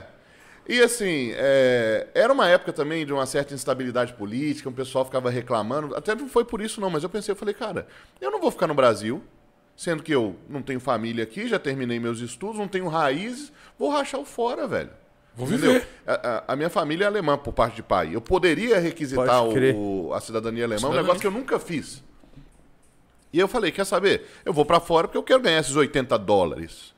Speaker 3: E assim, é, era uma época também de uma certa instabilidade política, o pessoal ficava reclamando. Até não foi por isso, não, mas eu pensei, eu falei, cara, eu não vou ficar no Brasil, sendo que eu não tenho família aqui, já terminei meus estudos, não tenho raízes, vou rachar o fora, velho.
Speaker 2: Vou
Speaker 3: Entendeu?
Speaker 2: viver.
Speaker 3: A, a- a minha família é alemã por parte de pai. Eu poderia requisitar
Speaker 1: Pode crer.
Speaker 3: o- o- a cidadania alemã, um
Speaker 2: Cidadania.
Speaker 3: negócio que eu nunca fiz. E eu falei, quer saber? Eu vou pra fora porque eu quero ganhar esses 80 dólares.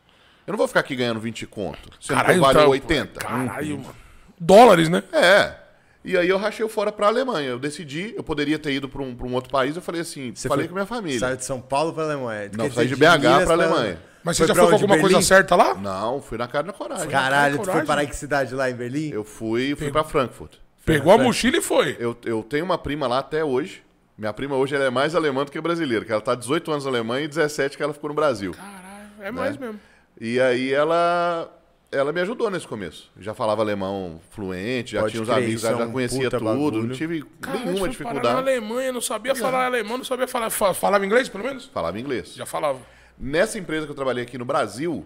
Speaker 3: Eu não vou ficar aqui ganhando 20 conto, sendo que eu valho
Speaker 1: então,
Speaker 2: tá-
Speaker 3: 80.
Speaker 2: Caralho, mano. Dólares, né?
Speaker 3: É. E aí eu rachei o fora pra Alemanha. Eu decidi, eu poderia ter ido pra um, pra um outro país, eu falei assim, falei
Speaker 1: foi-
Speaker 3: com minha família.
Speaker 1: Saiu de São Paulo pra Alemanha.
Speaker 3: Não,
Speaker 1: Quer
Speaker 3: saí
Speaker 1: dizer,
Speaker 3: de BH
Speaker 1: Minas
Speaker 3: pra Alemanha.
Speaker 2: Mas
Speaker 1: Foi
Speaker 2: você já
Speaker 1: pra
Speaker 2: foi com
Speaker 1: onde?
Speaker 2: alguma coisa
Speaker 1: Berlim?
Speaker 2: certa lá?
Speaker 3: Não, fui na cara e na coragem.
Speaker 1: Caralho, tu foi
Speaker 2: Coragem.
Speaker 1: parar em que cidade lá em Berlim?
Speaker 3: Eu fui, fui pra Frankfurt.
Speaker 2: Pegou a mochila e foi.
Speaker 3: Eu, eu tenho uma prima lá até hoje. Minha prima hoje ela é mais alemã do que brasileira, que ela tá 18 anos na Alemanha e 17 que ela ficou no Brasil.
Speaker 2: Caralho, é mais mesmo.
Speaker 3: E aí ela ela me ajudou nesse começo. Já falava alemão fluente, já
Speaker 1: Pode
Speaker 3: tinha uns
Speaker 1: crer,
Speaker 3: amigos,
Speaker 1: isso
Speaker 3: já,
Speaker 1: é
Speaker 3: já
Speaker 1: um
Speaker 3: conhecia
Speaker 1: puta
Speaker 3: tudo, não
Speaker 1: bagulho.
Speaker 3: tive
Speaker 2: Caralho,
Speaker 3: nenhuma
Speaker 2: foi parar Na
Speaker 3: dificuldade. é.
Speaker 2: Alemanha, não sabia falar alemão, não sabia falar. fa- Falava inglês, pelo menos?
Speaker 3: Falava inglês.
Speaker 2: Já falava.
Speaker 3: Nessa empresa que eu trabalhei aqui no Brasil,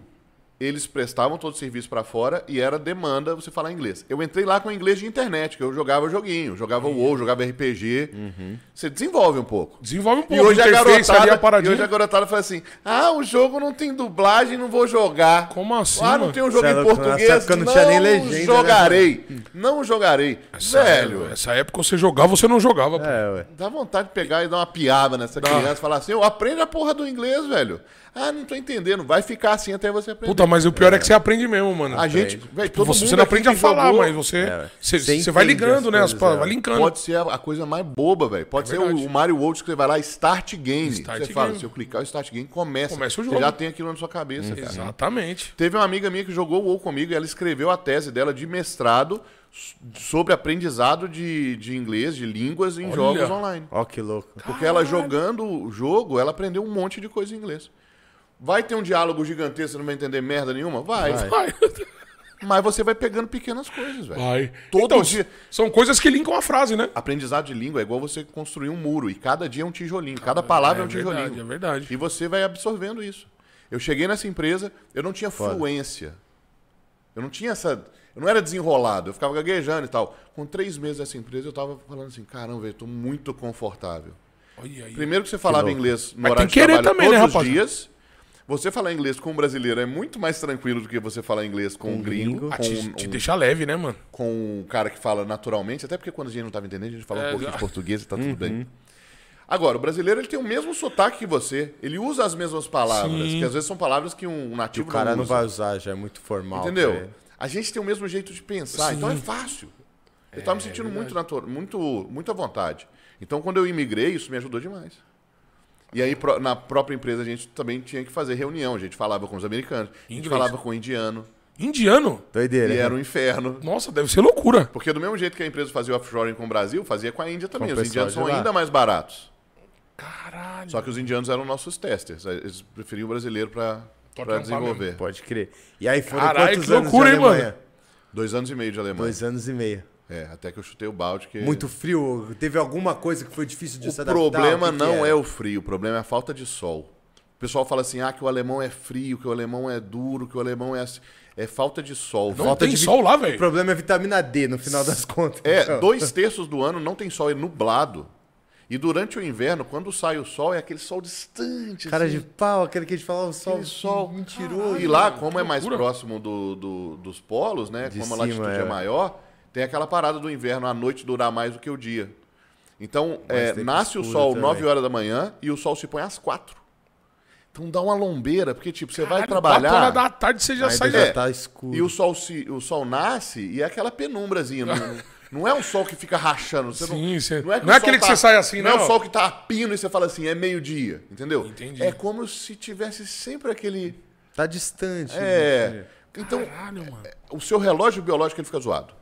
Speaker 3: eles prestavam todo o serviço pra fora e era demanda você falar inglês. Eu entrei lá com inglês de internet, que eu jogava joguinho, jogava WoW, jogava RPG. Você desenvolve um pouco.
Speaker 2: Desenvolve um pouco.
Speaker 3: E hoje, a
Speaker 2: interface ali,
Speaker 3: garotada,
Speaker 2: a paradinha.
Speaker 3: e hoje a garotada fala assim: ah, o jogo não tem dublagem, não vou jogar.
Speaker 2: Como assim,
Speaker 3: Ah, não
Speaker 2: mano?
Speaker 3: tem um jogo
Speaker 1: Cê é
Speaker 3: em
Speaker 1: louco, nessa
Speaker 3: português.
Speaker 1: época
Speaker 3: não
Speaker 1: não tinha nem legenda, né?
Speaker 3: jogarei. Não jogarei.
Speaker 2: Essa- é
Speaker 3: Velho,
Speaker 2: Essa época você jogava, você não jogava. pô.
Speaker 1: É, ué.
Speaker 3: dá vontade de pegar e dar uma piada nessa criança e falar assim: "Ô, aprende a porra do inglês, velho. Ah, não tô entendendo. Vai ficar assim até você aprender.
Speaker 2: Puta, mas o pior é que você aprende mesmo, mano.
Speaker 3: a gente. velho, todo
Speaker 2: você,
Speaker 3: mundo
Speaker 2: você não
Speaker 3: aqui
Speaker 2: aprende a
Speaker 3: que
Speaker 2: falar,
Speaker 3: jogou, É,
Speaker 2: mas você,
Speaker 1: velho.
Speaker 2: você,
Speaker 1: Você
Speaker 2: você vai
Speaker 1: entende
Speaker 2: ligando,
Speaker 1: as
Speaker 2: né? As
Speaker 1: coisas,
Speaker 2: palavras, vai
Speaker 1: é.
Speaker 2: linkando.
Speaker 3: Pode ser a, a coisa mais boba, velho. Pode ser o,
Speaker 2: verdade.
Speaker 3: o Mario World que você vai lá, Start Game.
Speaker 2: Start
Speaker 3: você fala,
Speaker 2: Game.
Speaker 3: se eu clicar o Start Game, começa.
Speaker 2: Começa o
Speaker 3: Você
Speaker 2: jogo.
Speaker 3: já tem aquilo na sua cabeça, cara.
Speaker 2: Exatamente.
Speaker 3: Teve uma amiga minha que jogou WoW comigo e ela escreveu a tese dela de mestrado so- sobre aprendizado de, de inglês, de línguas em
Speaker 2: Olha.
Speaker 3: jogos online.
Speaker 1: Ó, que louco.
Speaker 3: Porque ela jogando o jogo, ela aprendeu um monte de coisa em inglês. Vai ter um diálogo gigantesco, você não vai entender merda nenhuma? Vai.
Speaker 2: Vai.
Speaker 3: Mas você vai pegando pequenas coisas, velho.
Speaker 2: Vai.
Speaker 3: Todo
Speaker 2: então,
Speaker 3: dia-
Speaker 2: São coisas que linkam a frase, né?
Speaker 3: Aprendizado de língua é igual você construir um muro e cada dia é um tijolinho, cada palavra é, um tijolinho.
Speaker 2: verdade, é verdade.
Speaker 3: E você vai absorvendo isso. Eu cheguei nessa empresa, eu não tinha fluência. Eu não tinha essa. Eu não era desenrolado, eu ficava gaguejando e tal. Com três meses dessa empresa, eu tava falando assim: caramba, eu tô muito confortável.
Speaker 2: Olha aí.
Speaker 3: Primeiro que você falava
Speaker 1: louco.
Speaker 3: inglês no
Speaker 2: Mas
Speaker 3: horário
Speaker 2: tem que
Speaker 3: de
Speaker 2: querer
Speaker 3: trabalho
Speaker 2: também, né,
Speaker 3: todos os
Speaker 2: rapaz?
Speaker 3: dias. Você falar inglês com um brasileiro é muito mais tranquilo do que você falar inglês com um gringo,
Speaker 2: Ah,
Speaker 3: com,
Speaker 2: te, te
Speaker 3: um,
Speaker 2: deixa leve, né, mano?
Speaker 3: com um cara que fala naturalmente, até porque quando a gente não tava entendendo, a gente fala um
Speaker 2: É,
Speaker 3: pouquinho de
Speaker 2: já.
Speaker 3: português e tá tudo bem. Agora, o brasileiro ele tem o mesmo sotaque que você, ele usa as mesmas palavras,
Speaker 2: Sim.
Speaker 3: que às vezes são palavras que um
Speaker 1: Que o
Speaker 3: nativo
Speaker 1: cara não
Speaker 3: usa.
Speaker 1: vai usar, já é muito formal.
Speaker 3: Entendeu?
Speaker 1: velho.
Speaker 3: A gente tem o mesmo jeito de pensar, então é fácil. Eu
Speaker 1: É,
Speaker 3: tava me sentindo muito, natu- muito, muito à vontade. Então, quando eu imigrei, isso me ajudou demais. E aí, pro- na própria empresa, a gente também tinha que fazer reunião. A gente falava com os americanos, a gente
Speaker 2: Inglês.
Speaker 3: falava com o indiano.
Speaker 2: Indiano?
Speaker 1: Doideira.
Speaker 3: E
Speaker 1: né?
Speaker 3: era um inferno.
Speaker 2: Nossa, deve ser loucura.
Speaker 3: Porque do mesmo jeito que a empresa fazia offshoring com o Brasil, fazia com a Índia também.
Speaker 1: Com o
Speaker 3: Os
Speaker 1: pessoal
Speaker 3: indianos são
Speaker 1: de lá.
Speaker 3: ainda mais baratos.
Speaker 2: Caralho.
Speaker 3: Só que os indianos eram nossos testers. Eles preferiam o brasileiro
Speaker 2: Pra
Speaker 3: para
Speaker 2: trampar
Speaker 3: desenvolver.
Speaker 1: Pode crer. E aí foram
Speaker 2: Caralho,
Speaker 1: quantos
Speaker 2: que
Speaker 1: anos
Speaker 2: loucura,
Speaker 1: de
Speaker 2: hein, mano?
Speaker 1: Alemanha?
Speaker 3: Dois anos e meio de Alemanha.
Speaker 1: Dois anos e meio.
Speaker 3: É, até que eu chutei o balde. Que...
Speaker 1: Muito frio. Teve alguma coisa que foi difícil de se
Speaker 3: É. O
Speaker 1: adaptar?
Speaker 3: problema
Speaker 1: O que que
Speaker 3: não
Speaker 1: era?
Speaker 3: é o frio, o problema é a falta de sol. O pessoal fala assim, ah, que o alemão é frio, que o alemão é duro, que o alemão é assim. É falta de sol.
Speaker 2: Não
Speaker 3: falta
Speaker 2: tem
Speaker 3: de...
Speaker 2: sol lá,
Speaker 1: O
Speaker 2: velho.
Speaker 1: problema é vitamina D, no final das contas.
Speaker 3: É,
Speaker 1: Então,
Speaker 3: dois terços do ano não tem sol, é nublado. E durante o inverno, quando sai o sol, é aquele sol distante.
Speaker 1: Cara
Speaker 3: assim.
Speaker 1: de pau, aquele que a gente fala, o sol,
Speaker 3: Aquele sol.
Speaker 1: mentiroso.
Speaker 3: E lá, como é mais próximo do, do- dos polos, né?
Speaker 1: De
Speaker 3: como
Speaker 1: cima,
Speaker 3: a latitude é.
Speaker 1: é.
Speaker 3: maior, tem aquela parada do inverno, a noite durar mais do que o dia. Então,
Speaker 1: Mas
Speaker 3: é,
Speaker 1: tem
Speaker 3: nasce o
Speaker 1: escuro
Speaker 3: sol
Speaker 1: também.
Speaker 3: 9 horas da manhã e o sol se põe às 4. Então dá uma lombeira, porque tipo, você vai
Speaker 2: Quatro
Speaker 3: trabalhar
Speaker 2: horas da tarde você já
Speaker 1: Ainda
Speaker 2: sai.
Speaker 1: já
Speaker 2: É.
Speaker 1: tá escuro.
Speaker 3: e o sol, se, o sol nasce e é aquela penumbrazinha. Não, não é um sol que fica rachando. Você
Speaker 2: Sim,
Speaker 3: não,
Speaker 2: você-
Speaker 3: o
Speaker 2: não é
Speaker 3: sol
Speaker 2: aquele que você sai assim,
Speaker 3: não.
Speaker 2: né,
Speaker 3: é
Speaker 2: ó.
Speaker 3: o sol que tá a pino e você fala assim, é meio-dia, entendeu?
Speaker 2: Entendi.
Speaker 3: É como se tivesse sempre aquele...
Speaker 1: Tá distante.
Speaker 3: É. Então,
Speaker 2: Caralho, mano.
Speaker 3: o seu relógio biológico ele fica zoado.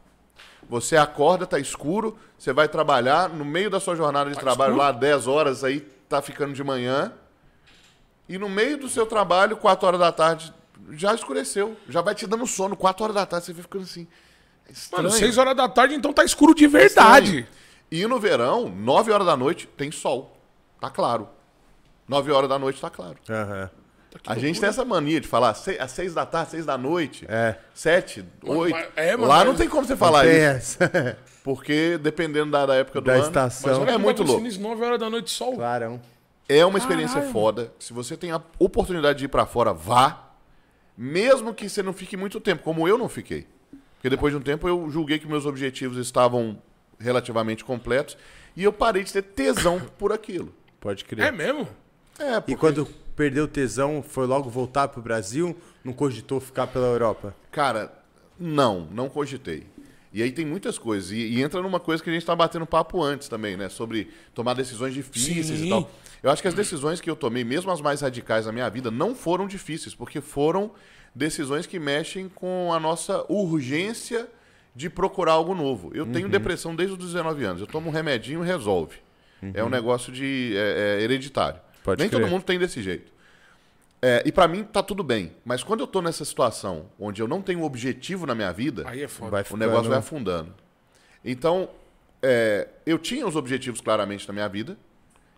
Speaker 3: Você acorda, tá escuro, você vai trabalhar, no meio da sua jornada de trabalho,
Speaker 2: Tá escuro?
Speaker 3: lá 10 horas, aí tá ficando de manhã. E no meio do seu trabalho, 4 horas da tarde, já escureceu. Já vai te dando sono. 4 horas da tarde, você fica ficando assim. é Estranho.
Speaker 2: Mano, 6 horas da tarde, então tá escuro de
Speaker 3: é estranho.
Speaker 2: verdade.
Speaker 3: E no verão, 9 horas da noite, tem sol. Tá claro. 9 horas da noite tá claro.
Speaker 1: Aham.
Speaker 3: a gente tem essa mania de falar "Sei- às 6 da tarde, 6 da noite.
Speaker 1: É.
Speaker 3: Sete, oito.
Speaker 2: mas- é, mano,
Speaker 3: Lá
Speaker 2: mas-
Speaker 3: não tem como você falar
Speaker 1: Tem
Speaker 3: isso.
Speaker 1: essa.
Speaker 3: Porque dependendo da, da época do
Speaker 1: Da
Speaker 3: ano.
Speaker 1: estação.
Speaker 3: Mas é muito louco.
Speaker 2: 9 horas da noite, sol.
Speaker 1: Clarão.
Speaker 3: É uma experiência
Speaker 2: Caralho.
Speaker 3: foda. Se você tem a oportunidade de ir pra fora, vá. Mesmo que você não fique muito tempo, como eu não fiquei. Porque depois de um tempo eu julguei que meus objetivos estavam relativamente completos e eu parei de ter tesão por aquilo.
Speaker 1: Pode crer.
Speaker 2: É mesmo?
Speaker 3: É,
Speaker 1: E
Speaker 3: porque,
Speaker 1: quando perdeu o tesão, foi logo voltar pro Brasil? Não cogitou ficar pela Europa?
Speaker 3: cara, não, não cogitei. E aí tem muitas coisas. E, e entra numa coisa que a gente tá batendo papo antes também, né? Sobre tomar decisões difíceis
Speaker 2: Sim.
Speaker 3: e tal. Eu acho que as decisões que eu tomei, mesmo as mais radicais na minha vida, não foram difíceis, porque foram decisões que mexem com a nossa urgência de procurar algo novo. Eu
Speaker 1: Uhum.
Speaker 3: tenho depressão desde os 19 anos. Eu tomo um remedinho e resolve. É um negócio de é, é, hereditário.
Speaker 1: Uhum. Pode
Speaker 3: Nem
Speaker 1: crer.
Speaker 3: todo mundo tem desse jeito. É, e pra mim tá tudo bem. Mas quando eu tô nessa situação onde eu não tenho um objetivo na minha vida,
Speaker 2: Aí é foda.
Speaker 1: Vai
Speaker 3: o
Speaker 1: ficando-
Speaker 3: negócio vai afundando. Então, é, eu tinha os objetivos claramente na minha vida.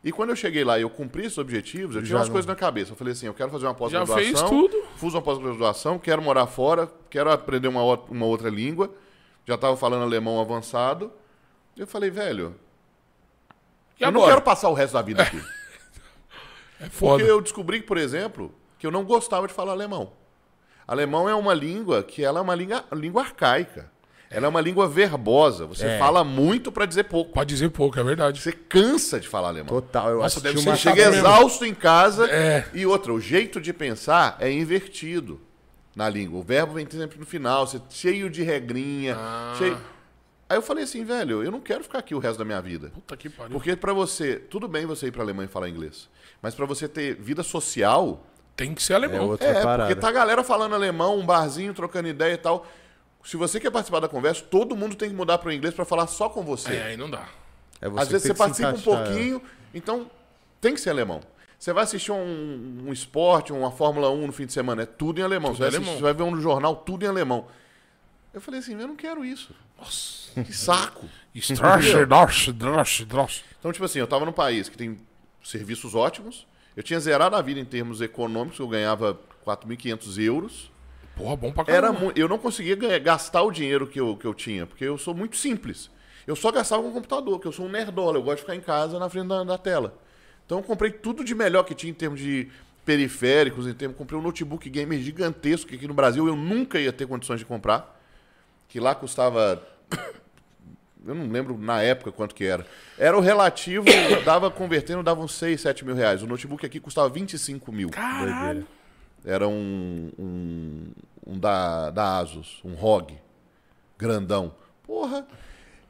Speaker 3: E quando eu cheguei lá e eu cumpri esses objetivos, eu tinha
Speaker 1: Já
Speaker 3: umas
Speaker 1: não-
Speaker 3: coisas na cabeça. Eu falei assim, eu quero fazer uma
Speaker 2: Já
Speaker 3: pós-graduação.
Speaker 2: fez tudo.
Speaker 3: Fiz uma pós-graduação, quero morar fora, quero aprender uma, o- uma outra língua. Já tava falando alemão avançado. Eu falei, velho,
Speaker 2: E
Speaker 3: eu não
Speaker 2: agora?
Speaker 3: quero passar o resto da vida aqui.
Speaker 2: É foda.
Speaker 3: Porque eu descobri, por exemplo, que eu não gostava de falar alemão. Alemão é uma língua que ela é uma língua, língua arcaica. Ela é uma língua verbosa. Você fala muito pra dizer pouco.
Speaker 2: Pode dizer pouco, é verdade.
Speaker 3: Você cansa de falar alemão.
Speaker 1: Total, eu
Speaker 2: Nossa,
Speaker 1: assisti
Speaker 2: deve ser
Speaker 1: uma
Speaker 2: chato
Speaker 3: Chega
Speaker 2: mesmo.
Speaker 3: exausto em casa.
Speaker 2: É.
Speaker 3: E outra, o jeito de pensar é invertido na língua. O verbo vem sempre no final, você é cheio de regrinha. cheio- Aí eu falei assim, velho, eu não quero ficar aqui o resto da minha vida.
Speaker 2: Puta que pariu.
Speaker 3: Porque pra você, tudo bem você ir pra Alemanha e falar inglês, mas pra você ter vida social,
Speaker 2: Tem que ser alemão.
Speaker 1: É outra
Speaker 3: é,
Speaker 1: parada.
Speaker 3: porque tá a galera falando alemão, um barzinho trocando ideia e tal. Se você quer participar da conversa, todo mundo tem que mudar pro inglês pra falar só com você.
Speaker 2: É, aí não dá.
Speaker 1: É você
Speaker 3: Às vezes
Speaker 1: tem
Speaker 3: você
Speaker 1: que se
Speaker 3: participa um
Speaker 1: encaixar, é.
Speaker 3: pouquinho, então tem que ser alemão. Você vai assistir um, um esporte, uma Fórmula 1 no fim de semana, é tudo em alemão. você,
Speaker 2: em
Speaker 3: vai assistir-
Speaker 2: alemão.
Speaker 3: você vai ver um no jornal, tudo em alemão. Eu falei assim, eu não quero isso.
Speaker 2: Nossa.
Speaker 3: Que saco.
Speaker 2: Strache, droche, droche, droche.
Speaker 3: Então, tipo assim, eu tava num país que tem serviços ótimos, eu tinha zerado a vida em termos econômicos, eu ganhava 4.500 euros.
Speaker 2: Porra, bom pra caramba.
Speaker 3: Era mu- eu não conseguia ganhar- gastar o dinheiro que eu, que eu tinha, porque eu sou muito simples. Eu só gastava com o computador, porque eu sou um nerdola, eu gosto de ficar em casa na frente da, da tela. Então eu comprei tudo de melhor que tinha em termos de periféricos, em termos, comprei um notebook gamer gigantesco que aqui no Brasil eu nunca ia ter condições de comprar, que lá custava eu não lembro na época quanto que era. Era o relativo, dava convertendo, dava uns 6, 7 mil reais. O notebook aqui custava 25 mil.
Speaker 2: Caralho.
Speaker 3: Era um, um, um da, da Asus, um ROG. Grandão. Porra.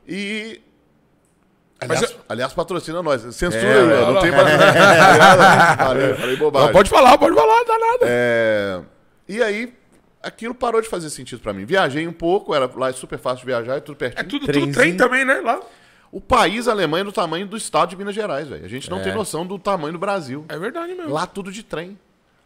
Speaker 3: E. Aliás,
Speaker 2: Mas é- eu-
Speaker 3: aliás, patrocina nós. Censura,
Speaker 1: É,
Speaker 3: Ian,
Speaker 2: não,
Speaker 3: não tem
Speaker 2: não.
Speaker 3: patrocínio. Falei, falei bobagem.
Speaker 2: Não, pode falar, pode falar, não dá nada.
Speaker 3: É, E aí, aquilo parou de fazer sentido pra mim. Viajei um pouco, era lá é super fácil de viajar, é tudo pertinho.
Speaker 2: É tudo, tudo
Speaker 1: Trenzinho.
Speaker 2: trem também, né? Lá.
Speaker 3: O país Alemanha é do tamanho do estado de Minas Gerais, velho. A gente não tem noção do tamanho do Brasil.
Speaker 2: É verdade mesmo.
Speaker 3: Lá tudo de trem.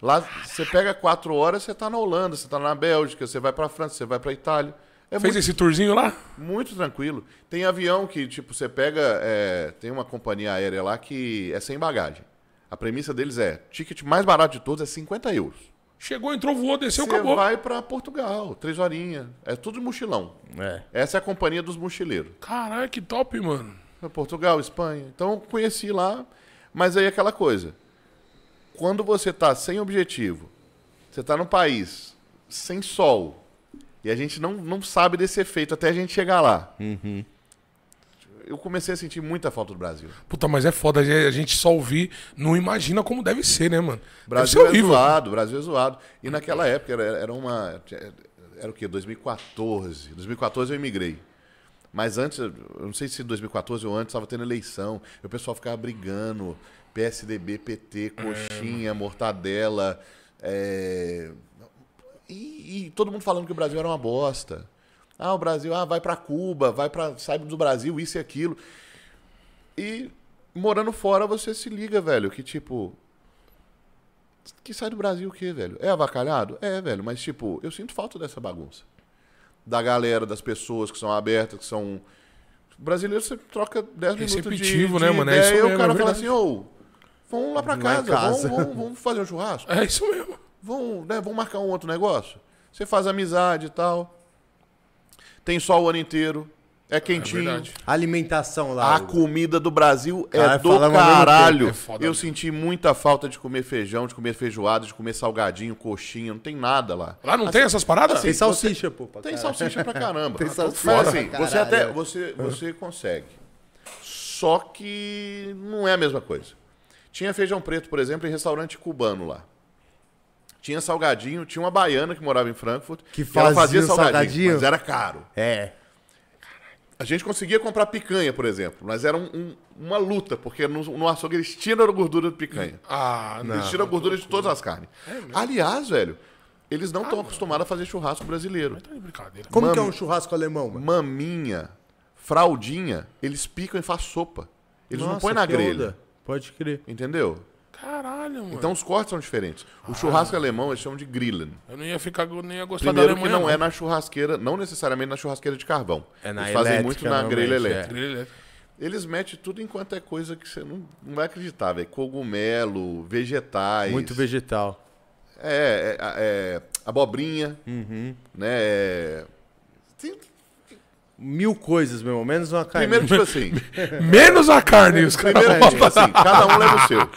Speaker 3: Lá você pega quatro horas, você tá na Holanda, você tá na Bélgica, você vai pra França, você vai pra Itália. É
Speaker 2: Fez
Speaker 3: muito,
Speaker 2: esse tourzinho lá?
Speaker 3: muito tranquilo. Tem avião que, tipo, você pega. é, tem uma companhia aérea lá que é sem bagagem. A premissa deles é: ticket mais barato de todos é 50 euros.
Speaker 2: Chegou, entrou, voou, desceu,
Speaker 3: Você
Speaker 2: Então acabou.
Speaker 3: vai pra Portugal, três horinhas. É tudo de mochilão.
Speaker 1: É.
Speaker 3: Essa é a companhia dos mochileiros.
Speaker 2: Caralho, que top, mano.
Speaker 3: Né, Portugal, Espanha. Então eu conheci lá, mas aí aquela coisa. Quando você tá sem objetivo, você tá num país sem sol, e a gente não, não sabe desse efeito até a gente chegar lá. Eu comecei a sentir muita falta do Brasil.
Speaker 2: Puta, mas é foda. A gente só ouvir, não imagina como deve ser, né, mano?
Speaker 3: Brasil
Speaker 2: deve ser
Speaker 3: é
Speaker 2: horrível.
Speaker 3: zoado, Brasil é zoado. E naquela época era, era uma. Era o quê? 2014. 2014 eu imigrei. Mas antes, eu não sei se 2014 ou antes, estava tendo eleição. E o pessoal ficava brigando. PSDB, PT, coxinha, mortadela. é, E, e todo mundo falando que o Brasil era uma bosta. Ah, o Brasil, ah, vai para Cuba, vai para sai do Brasil, isso e aquilo. E morando fora você se liga, velho, que tipo, que sai do Brasil o quê, velho? É avacalhado? É, velho, mas tipo, eu sinto falta dessa bagunça. Da galera, das pessoas que são abertas, que são. Brasileiro, você troca 10 minutos de,
Speaker 2: Receptivo,
Speaker 3: de
Speaker 2: né, mano? É
Speaker 3: ideia,
Speaker 2: isso
Speaker 3: e
Speaker 2: mesmo,
Speaker 3: o cara
Speaker 2: é
Speaker 3: fala
Speaker 2: verdade.
Speaker 3: assim, ô, vamos lá pra
Speaker 1: Vamos lá
Speaker 3: casa,
Speaker 1: em casa."
Speaker 3: Vamos, vamos- vamos fazer um churrasco,
Speaker 2: É isso mesmo.
Speaker 3: vamos, né, vamos marcar um outro negócio. Você faz amizade e tal. Tem sol o ano inteiro, é quentinho.
Speaker 2: verdade.
Speaker 1: Alimentação lá.
Speaker 3: A comida do Brasil
Speaker 1: Cara,
Speaker 3: é do
Speaker 1: falamos ao mesmo tempo.
Speaker 3: caralho.
Speaker 2: É foda
Speaker 3: eu
Speaker 2: mesmo.
Speaker 3: senti muita falta de comer feijão, de comer feijoada, de comer salgadinho, coxinha, não tem nada lá.
Speaker 2: Lá não tem essas paradas?
Speaker 3: assim,
Speaker 1: tem salsicha, pô. pra
Speaker 3: Tem
Speaker 1: caralho.
Speaker 3: salsicha pra caramba.
Speaker 1: Tem
Speaker 3: Mas,
Speaker 1: salsicha pra
Speaker 3: assim,
Speaker 1: caralho.
Speaker 3: você até você, você consegue. Só que não é a mesma coisa. Tinha feijão preto, por exemplo, em restaurante cubano lá. Tinha salgadinho, tinha uma baiana que morava em Frankfurt.
Speaker 1: Que
Speaker 3: e ela
Speaker 1: fazia
Speaker 3: fazia
Speaker 1: o
Speaker 3: salgadinho,
Speaker 1: salgadinho?
Speaker 3: mas era caro.
Speaker 1: É.
Speaker 3: A gente conseguia comprar picanha, por exemplo, mas era um- um- uma luta, porque no, no açougue eles tiram a gordura de picanha.
Speaker 2: Ah, não.
Speaker 3: eles tiram a gordura de todas as carnes.
Speaker 1: É
Speaker 3: Aliás, velho, eles não estão acostumados a fazer churrasco brasileiro.
Speaker 2: Tá de brincadeira.
Speaker 1: Como
Speaker 3: Mami.
Speaker 1: que é um churrasco alemão, mano?
Speaker 3: Maminha, fraldinha, eles picam e fazem sopa. Eles não
Speaker 1: Nossa,
Speaker 3: põem na
Speaker 1: que
Speaker 3: grelha. É
Speaker 1: onda. Pode crer.
Speaker 3: Entendeu?
Speaker 2: Caralho, mano.
Speaker 3: Então os cortes são diferentes. O
Speaker 1: Ah.
Speaker 3: churrasco alemão eles chamam de grillen.
Speaker 2: Eu não ia ficar, não ia gostar da
Speaker 3: Primeiro que
Speaker 2: Alemanha,
Speaker 3: não é na churrasqueira, não necessariamente na churrasqueira de carvão.
Speaker 1: É na
Speaker 3: eles fazem
Speaker 1: elétrica,
Speaker 3: muito na grelha
Speaker 1: normalmente, é.
Speaker 3: elétrica.
Speaker 2: Ele é-
Speaker 3: Eles metem tudo enquanto é coisa que você não, não vai acreditar, velho. Cogumelo, vegetais.
Speaker 1: Muito
Speaker 3: vegetal.
Speaker 1: vegetal.
Speaker 3: É, é, é, abobrinha.
Speaker 2: Uhum.
Speaker 3: Né? É... Tem-
Speaker 1: Mil coisas, meu. Menos uma
Speaker 2: É.
Speaker 1: carne.
Speaker 3: Primeiro, tipo assim.
Speaker 2: Menos a carne, os caras.
Speaker 3: primeiro, tipo assim, cada um leva o seu.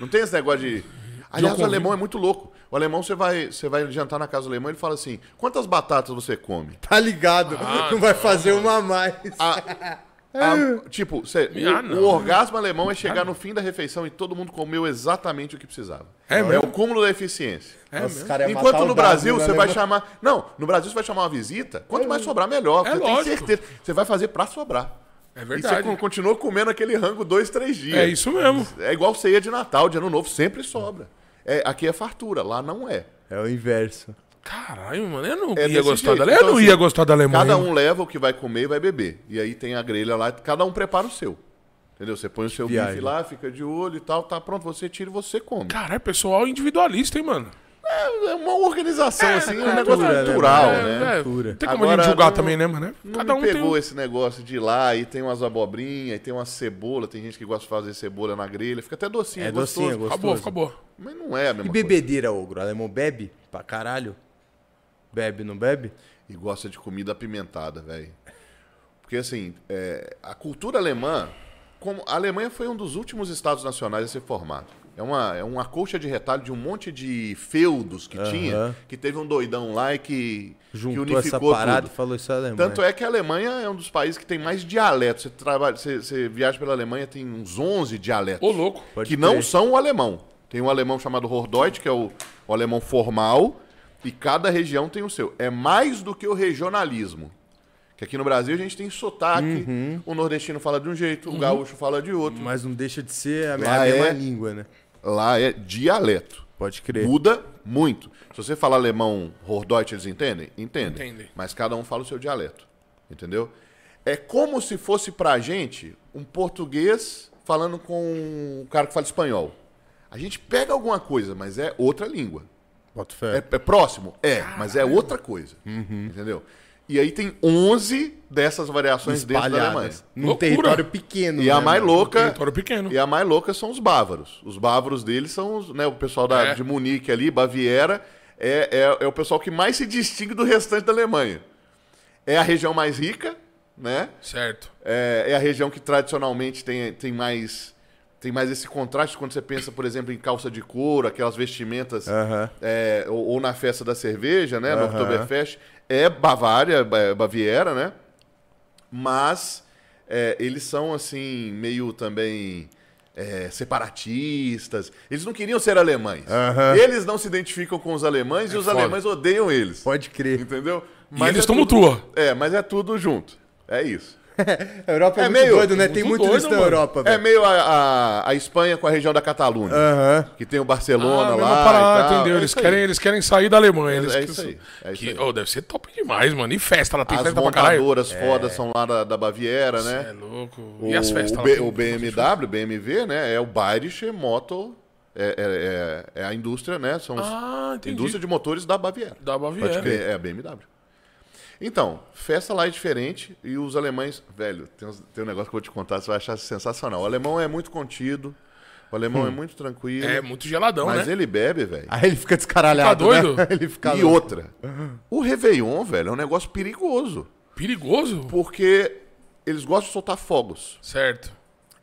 Speaker 3: Não tem esse negócio de. Aliás, o
Speaker 2: convido.
Speaker 3: alemão é muito louco. O alemão, você vai, você vai jantar na casa do alemão e ele fala assim: quantas batatas você come?
Speaker 1: Tá ligado? não vai fazer uma a mais.
Speaker 3: Ah, tipo, cê-
Speaker 2: É. Ah,
Speaker 3: o,
Speaker 2: não. Ah,
Speaker 3: o orgasmo alemão é chegar no fim da refeição e todo mundo comeu exatamente o que precisava.
Speaker 2: É mesmo?
Speaker 3: o cúmulo da eficiência.
Speaker 1: Nossa, os cara ia matar
Speaker 3: Enquanto
Speaker 1: o
Speaker 3: no
Speaker 1: Davi,
Speaker 3: Brasil
Speaker 1: né,
Speaker 3: você vai
Speaker 1: né?
Speaker 3: chamar. Não, no Brasil você vai chamar uma visita, quanto mais sobrar, melhor.
Speaker 2: É
Speaker 3: você
Speaker 2: lógico.
Speaker 3: tem certeza. Você vai fazer pra sobrar.
Speaker 2: É
Speaker 3: E você
Speaker 2: verdade.
Speaker 3: con- continua comendo aquele rango dois, três dias.
Speaker 2: É isso mesmo.
Speaker 3: É igual ceia de Natal, de Ano Novo, sempre sobra. É, aqui é fartura, lá não é.
Speaker 1: É o inverso.
Speaker 2: Caralho, mano. Eu não ia
Speaker 3: É desse
Speaker 2: gostar
Speaker 3: jeito.
Speaker 2: da Alemanha. Eu
Speaker 3: Então,
Speaker 2: não
Speaker 3: assim,
Speaker 2: ia gostar da Alemanha.
Speaker 3: Cada um leva o que vai comer e vai beber. E aí tem a grelha lá, cada um prepara o seu. Entendeu? Você põe o seu
Speaker 1: Viagem.
Speaker 3: bife lá, fica de olho e tal, tá pronto, você tira e você come.
Speaker 2: Caralho, pessoal individualista, hein, mano.
Speaker 3: É é uma organização, assim, é um
Speaker 1: cultura,
Speaker 3: negócio
Speaker 1: né,
Speaker 3: cultural,
Speaker 1: mano?
Speaker 3: né?
Speaker 2: É,
Speaker 1: Cultura.
Speaker 2: Não tem como a
Speaker 3: Agora,
Speaker 2: gente julgar
Speaker 3: não-
Speaker 2: também, né, mano?
Speaker 3: Não
Speaker 2: Cada
Speaker 3: me
Speaker 2: um tem.
Speaker 3: pegou
Speaker 2: um-
Speaker 3: esse negócio de ir lá e tem umas abobrinhas, e tem uma cebola, tem gente que gosta de fazer cebola na grelha, fica até docinho,
Speaker 1: É
Speaker 3: gostoso.
Speaker 1: docinho, é gostoso.
Speaker 2: Acabou, acabou.
Speaker 3: Mas não é a
Speaker 1: E
Speaker 3: mesma coisa.
Speaker 1: bebedeira, ogro? O alemão bebe? Pra caralho. Bebe, não bebe?
Speaker 3: E gosta de comida apimentada, velho. Porque assim, é, a cultura alemã, como a Alemanha foi um dos últimos estados nacionais a ser formado. É uma, é uma colcha de retalho de um monte de feudos que tinha, que teve um doidão lá e que, que
Speaker 1: Juntou essa
Speaker 3: unificou
Speaker 1: parada
Speaker 3: tudo.
Speaker 1: e falou isso é alemão.
Speaker 3: Tanto é que a Alemanha é um dos países que tem mais dialetos. Você, trabalha, você, você viaja pela Alemanha, tem uns 11 dialetos.
Speaker 2: Ô, louco.
Speaker 1: Pode
Speaker 3: que
Speaker 1: crer.
Speaker 3: não são o alemão. Tem um alemão chamado Hordeutsch, que é o, o alemão formal, e cada região tem o seu. É mais do que o regionalismo. Que aqui no Brasil a gente tem sotaque,
Speaker 1: Uhum.
Speaker 3: o nordestino fala de um jeito, o gaúcho fala de outro.
Speaker 1: Mas não deixa de ser a, a
Speaker 3: Lá
Speaker 1: mesma
Speaker 3: é-
Speaker 1: língua, né?
Speaker 3: Lá é dialeto.
Speaker 1: Pode crer.
Speaker 3: Muda muito. Se você falar alemão Hordeutsch, eles entendem? Entendem.
Speaker 2: Entendem.
Speaker 3: Mas cada um fala o seu dialeto. Entendeu? É como se fosse pra gente um português falando com um cara que fala espanhol. A gente pega alguma coisa, mas é outra língua.
Speaker 1: Bota
Speaker 3: É,
Speaker 1: fé.
Speaker 3: é próximo? É, mas é outra coisa. Entendeu? E aí tem 11 dessas variações dentro da Alemanha.
Speaker 1: Espalhadas. Num
Speaker 2: Loucura.
Speaker 1: território pequeno.
Speaker 3: E a
Speaker 1: né,
Speaker 3: mais
Speaker 1: mano?
Speaker 3: louca
Speaker 2: Território pequeno.
Speaker 3: e a mais louca são os bávaros. Os bávaros deles são os, né, o pessoal da,
Speaker 2: É.
Speaker 3: de Munique ali, Baviera, é, é, é o pessoal que mais se distingue do restante da Alemanha. É a região mais rica, né?
Speaker 2: Certo.
Speaker 3: É, é a região que tradicionalmente tem, tem mais tem mais esse contraste quando você pensa, por exemplo, em calça de couro, aquelas vestimentas,
Speaker 1: Aham.
Speaker 3: é, ou, ou na festa da cerveja, né? No
Speaker 1: Aham.
Speaker 3: Oktoberfest. É Bavária, Ba- Baviera, né? Mas é, eles são, assim, meio também é, separatistas. Eles não queriam ser alemães.
Speaker 1: Aham.
Speaker 3: Eles não se identificam com os alemães e os
Speaker 2: É foda.
Speaker 3: alemães odeiam eles.
Speaker 1: Pode crer.
Speaker 3: Entendeu?
Speaker 2: e eles
Speaker 3: é
Speaker 2: tomam
Speaker 3: tudo-
Speaker 2: tua.
Speaker 3: É, mas é tudo junto. É isso.
Speaker 1: A Europa é,
Speaker 3: É
Speaker 1: muito
Speaker 3: meio-
Speaker 1: doido, né? Tem
Speaker 2: muito
Speaker 1: muito isso
Speaker 2: doido,
Speaker 1: na
Speaker 2: mano.
Speaker 1: Europa,
Speaker 3: É
Speaker 1: velho.
Speaker 3: meio a, a, a Espanha com a região da Catalunha.
Speaker 1: Aham.
Speaker 3: Que tem o Barcelona
Speaker 2: Ah, mesma
Speaker 3: lá.
Speaker 2: parada,
Speaker 3: e tal.
Speaker 2: entendeu?
Speaker 3: É
Speaker 2: Eles
Speaker 3: isso aí.
Speaker 2: querem, eles querem sair da Alemanha. Eles
Speaker 3: É
Speaker 2: que-
Speaker 3: isso aí, é isso
Speaker 2: que-
Speaker 3: aí.
Speaker 2: oh, deve ser top demais, mano. E festa, ela tem
Speaker 3: As
Speaker 2: festa pra caralho.
Speaker 3: montadoras fodas são lá da, da Baviera,
Speaker 2: É
Speaker 3: né?
Speaker 2: louco.
Speaker 3: O,
Speaker 2: e as festas? um
Speaker 3: o,
Speaker 2: lá?
Speaker 3: B- o BMW, BMV, né? É o Bayerische Motor. É, é- é- é a indústria, né? São os-
Speaker 2: Ah, entendi.
Speaker 3: indústria de motores da Baviera.
Speaker 2: Da Baviera.
Speaker 3: Pode crer, é a BMW. Então, festa lá é diferente e os alemães. Velho, tem, uns- tem um negócio que eu vou te contar, você vai achar sensacional. O alemão é muito contido, o alemão é muito tranquilo.
Speaker 2: Hum. É muito geladão,
Speaker 3: mas
Speaker 2: né?
Speaker 3: ele bebe, velho.
Speaker 1: Aí ele fica descaralhado,
Speaker 2: Fica doido?
Speaker 1: né? Ele fica
Speaker 3: E
Speaker 1: louco.
Speaker 3: outra. O Réveillon, velho, é um negócio perigoso.
Speaker 2: Perigoso.
Speaker 3: Porque eles gostam de soltar fogos.
Speaker 2: Certo.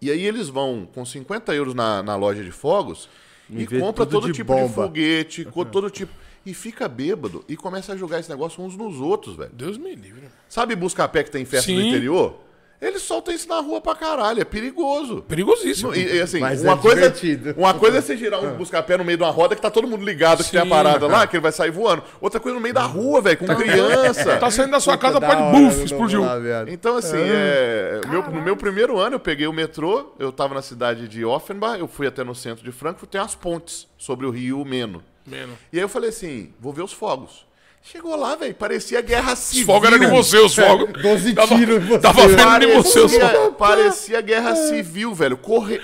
Speaker 3: E aí eles vão com 50 euros na, na loja de fogos e,
Speaker 1: vê
Speaker 3: compra
Speaker 1: tudo
Speaker 3: todo
Speaker 1: de
Speaker 3: tipo de
Speaker 1: bomba.
Speaker 3: foguete, co- todo tipo. E fica bêbado e começa a jogar esse negócio uns nos outros, velho.
Speaker 2: Deus me livre.
Speaker 3: Sabe busca-pé que tem festa no
Speaker 2: Sim.
Speaker 3: interior? Eles soltam isso na rua pra caralho, é perigoso.
Speaker 2: Perigosíssimo.
Speaker 3: E, e, assim,
Speaker 1: Mas
Speaker 3: uma,
Speaker 1: é
Speaker 3: coisa,
Speaker 1: divertido. Ah.
Speaker 3: uma coisa é você girar um busca-pé no meio de uma roda que tá todo mundo ligado que tem a
Speaker 2: Sim.
Speaker 3: parada lá, que ele vai sair voando. Outra coisa é no meio da rua, velho, com criança.
Speaker 2: Tá saindo da sua casa,
Speaker 1: Da
Speaker 2: pode.
Speaker 1: hora,
Speaker 2: Buf,
Speaker 1: meu
Speaker 2: explodiu.
Speaker 1: novo lá, viado.
Speaker 3: Então, assim,
Speaker 2: Ah.
Speaker 3: é, meu- no meu primeiro ano eu peguei o metrô, eu tava na cidade de Offenbach, eu fui até no centro de Frankfurt, tem as pontes sobre o rio Meno.
Speaker 2: Mano.
Speaker 3: E aí eu falei assim, vou ver os fogos. Chegou lá, velho, parecia guerra
Speaker 2: Os
Speaker 3: civil.
Speaker 2: fogos eram de você, os fogos.
Speaker 1: 12
Speaker 2: Tava-
Speaker 1: tiros, você.
Speaker 2: Tava vendo de você, os fogos.
Speaker 3: Parecia, parecia
Speaker 2: É.
Speaker 3: guerra civil, velho. Corre,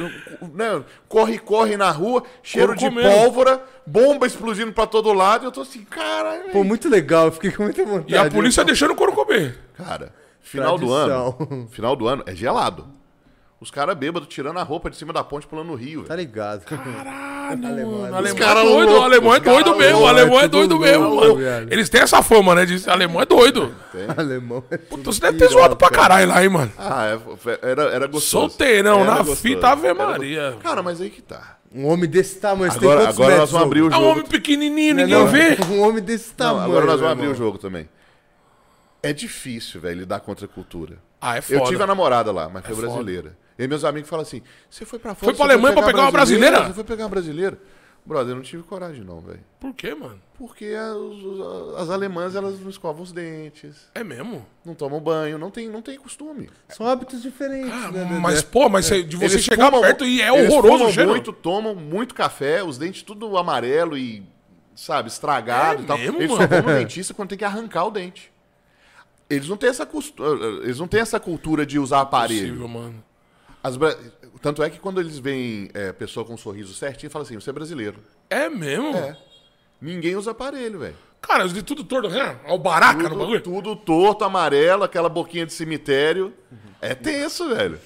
Speaker 3: né, corre, corre na rua, cheiro
Speaker 2: Corre
Speaker 3: de
Speaker 2: comendo.
Speaker 3: pólvora, bomba explodindo pra todo lado. E eu tô assim, caralho.
Speaker 1: Pô,
Speaker 3: velho.
Speaker 1: muito legal. Eu fiquei com muita vontade.
Speaker 3: tá
Speaker 2: E a polícia deixando o couro comer.
Speaker 3: Cara, final do
Speaker 1: Tradição.
Speaker 3: ano. Final do ano é gelado. Os caras bêbados tirando a roupa de cima da ponte pulando no rio,
Speaker 1: Tá
Speaker 3: velho.
Speaker 1: ligado. Caralho.
Speaker 2: O
Speaker 1: Alemão.
Speaker 2: alemão
Speaker 3: cara
Speaker 2: é doido, o
Speaker 3: louco,
Speaker 2: alemão é
Speaker 3: os cara
Speaker 2: doido mesmo, o
Speaker 3: louco,
Speaker 2: alemão
Speaker 1: é
Speaker 2: é doido
Speaker 1: tudo
Speaker 2: mesmo,
Speaker 1: louco,
Speaker 2: mano.
Speaker 1: viado.
Speaker 2: Eles têm essa fama, né? De alemão é doido.
Speaker 1: Alemão. é tudo
Speaker 2: Então você deve ter
Speaker 1: piroca.
Speaker 2: zoado pra caralho lá, hein, mano.
Speaker 3: Ah, é- era, era gostoso.
Speaker 2: Solteirão,
Speaker 3: Era
Speaker 2: na
Speaker 3: gostoso.
Speaker 2: fita Ave
Speaker 3: Era
Speaker 2: Maria.
Speaker 3: gostoso. Cara, mas aí que tá.
Speaker 1: Um homem desse tamanho. você tem
Speaker 3: Agora,
Speaker 1: quantos
Speaker 3: agora nós
Speaker 1: metros,
Speaker 3: vamos
Speaker 1: ô?
Speaker 3: abrir o
Speaker 2: É um
Speaker 3: jogo.
Speaker 2: homem pequenininho,
Speaker 1: Não é
Speaker 2: ninguém
Speaker 1: não?
Speaker 2: vê.
Speaker 1: Um homem desse
Speaker 3: Não,
Speaker 1: tamanho.
Speaker 3: agora nós
Speaker 1: meu
Speaker 3: vamos abrir
Speaker 1: irmão.
Speaker 3: o jogo também. É difícil, velho, lidar contra a cultura.
Speaker 2: Ah, é
Speaker 3: Eu tive a
Speaker 2: foda.
Speaker 3: namorada lá, mas foi brasileira. E meus amigos falam assim: você foi pra fora.
Speaker 2: Foi pra
Speaker 3: você
Speaker 2: Alemanha pra pegar uma brasileira?
Speaker 3: Você foi pegar uma brasileira? Brother, eu não tive coragem, não, velho.
Speaker 2: Por quê, mano?
Speaker 3: Porque as, os- as alemãs, elas não escovam os dentes,
Speaker 2: É mesmo?
Speaker 3: não tomam banho, não tem, não tem costume.
Speaker 1: São hábitos diferentes,
Speaker 2: Ah,
Speaker 1: né, Dedé?
Speaker 2: mas, pô, mas cê- de você
Speaker 3: é. Eles
Speaker 2: chegar
Speaker 3: fumam-
Speaker 2: perto e é
Speaker 3: eles
Speaker 2: horroroso o
Speaker 3: fumam
Speaker 2: cheiro.
Speaker 3: muito, tomam muito café, os dentes tudo amarelo e, sabe, estragado
Speaker 2: É
Speaker 3: e tal.
Speaker 2: mesmo,
Speaker 3: eles só
Speaker 2: mano?
Speaker 3: vão no dentista quando tem que arrancar o dente. Eles não têm essa, costu- eles não têm essa cultura de usar aparelho.
Speaker 2: É Possível, mano.
Speaker 3: As bra- Tanto é que quando eles veem é, pessoa com um sorriso certinho, fala assim, você é brasileiro.
Speaker 2: É mesmo?
Speaker 3: É. Ninguém usa aparelho, velho.
Speaker 2: Cara, os de tudo torto, né? Olha o baraca no
Speaker 3: Tudo,
Speaker 2: bagulho.
Speaker 3: tudo torto, amarelo, aquela boquinha de cemitério. É tenso, velho.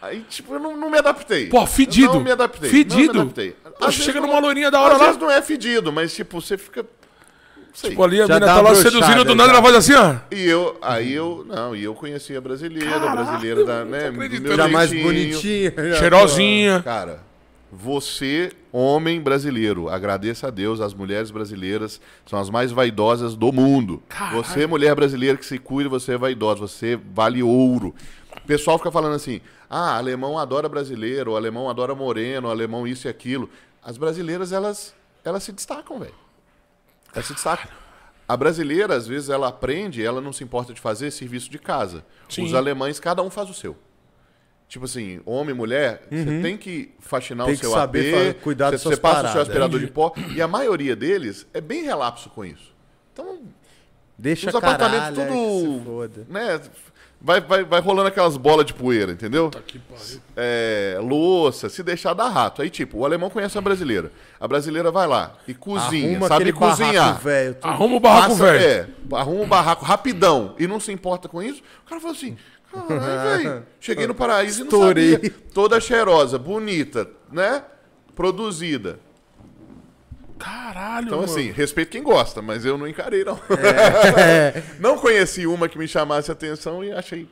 Speaker 3: Aí, tipo, eu não, não me adaptei.
Speaker 2: Pô, fedido.
Speaker 3: Eu Não me adaptei. Não me
Speaker 2: Fedido.
Speaker 3: adaptei.
Speaker 2: Pô,
Speaker 3: Às
Speaker 2: chega
Speaker 3: vezes
Speaker 2: numa
Speaker 3: não-
Speaker 2: lourinha da hora
Speaker 3: Às
Speaker 2: lá.
Speaker 3: vezes não é fedido, mas, tipo, você fica... não sei.
Speaker 2: Pô, ali a
Speaker 1: Já dá
Speaker 2: mina tá
Speaker 1: uma
Speaker 2: lá
Speaker 1: broxada,
Speaker 2: seduzindo do
Speaker 1: já.
Speaker 2: nada, ela faz assim, ó.
Speaker 3: E eu, aí eu, não, e eu conhecia a brasileira, a brasileira da,
Speaker 2: não
Speaker 3: né,
Speaker 2: tô acreditando.
Speaker 3: meu
Speaker 1: Já mais
Speaker 3: jeitinho.
Speaker 1: bonitinho. já-
Speaker 2: Cheirosinha.
Speaker 3: Cara, você, homem brasileiro, agradeça a Deus, as mulheres brasileiras são as mais vaidosas do mundo. Você, mulher brasileira que se cuida, você é vaidosa, você vale ouro. O pessoal fica falando assim: ah, alemão adora brasileiro, o alemão adora moreno, o alemão isso e aquilo. As brasileiras, elas, elas se destacam, velho. Elas se destacam. A brasileira, às vezes, ela aprende, ela não se importa de fazer serviço de casa.
Speaker 2: Sim.
Speaker 3: Os alemães, cada um faz o seu. Tipo assim, homem, mulher, você tem que faxinar
Speaker 1: Uhum. Tem
Speaker 3: o
Speaker 1: que
Speaker 3: seu
Speaker 1: saber
Speaker 3: AP,
Speaker 1: fa- cuidar das
Speaker 3: você,
Speaker 1: suas
Speaker 3: você passa o seu
Speaker 1: paradas.
Speaker 3: aspirador de pó. E a maioria deles é bem relapso com isso. Então,
Speaker 1: Deixa
Speaker 3: os apartamentos
Speaker 1: caralho, é, que se
Speaker 3: tudo.
Speaker 1: foda.
Speaker 3: Né, vai, vai, vai rolando aquelas bolas de poeira, entendeu?
Speaker 2: Que pariu.
Speaker 3: É, louça, se deixar dá rato. Aí, tipo, o alemão conhece a brasileira. A brasileira vai lá e cozinha,
Speaker 1: Arruma
Speaker 3: sabe
Speaker 1: aquele
Speaker 3: cozinhar.
Speaker 1: barraco, velho. tudo.
Speaker 2: Arruma o barraco,
Speaker 3: Passa-
Speaker 2: velho.
Speaker 3: É, arruma um barraco rapidão e não se importa com isso. O cara falou assim: caralho, velho, cheguei no paraíso e
Speaker 1: Estourei.
Speaker 3: não sabia. Toda cheirosa, bonita, né? Produzida.
Speaker 2: Caralho,
Speaker 3: Então,
Speaker 2: mano.
Speaker 3: assim, respeito quem gosta,
Speaker 2: É.
Speaker 3: É. mas eu não encarei, não. não conheci uma que me chamasse a atenção e achei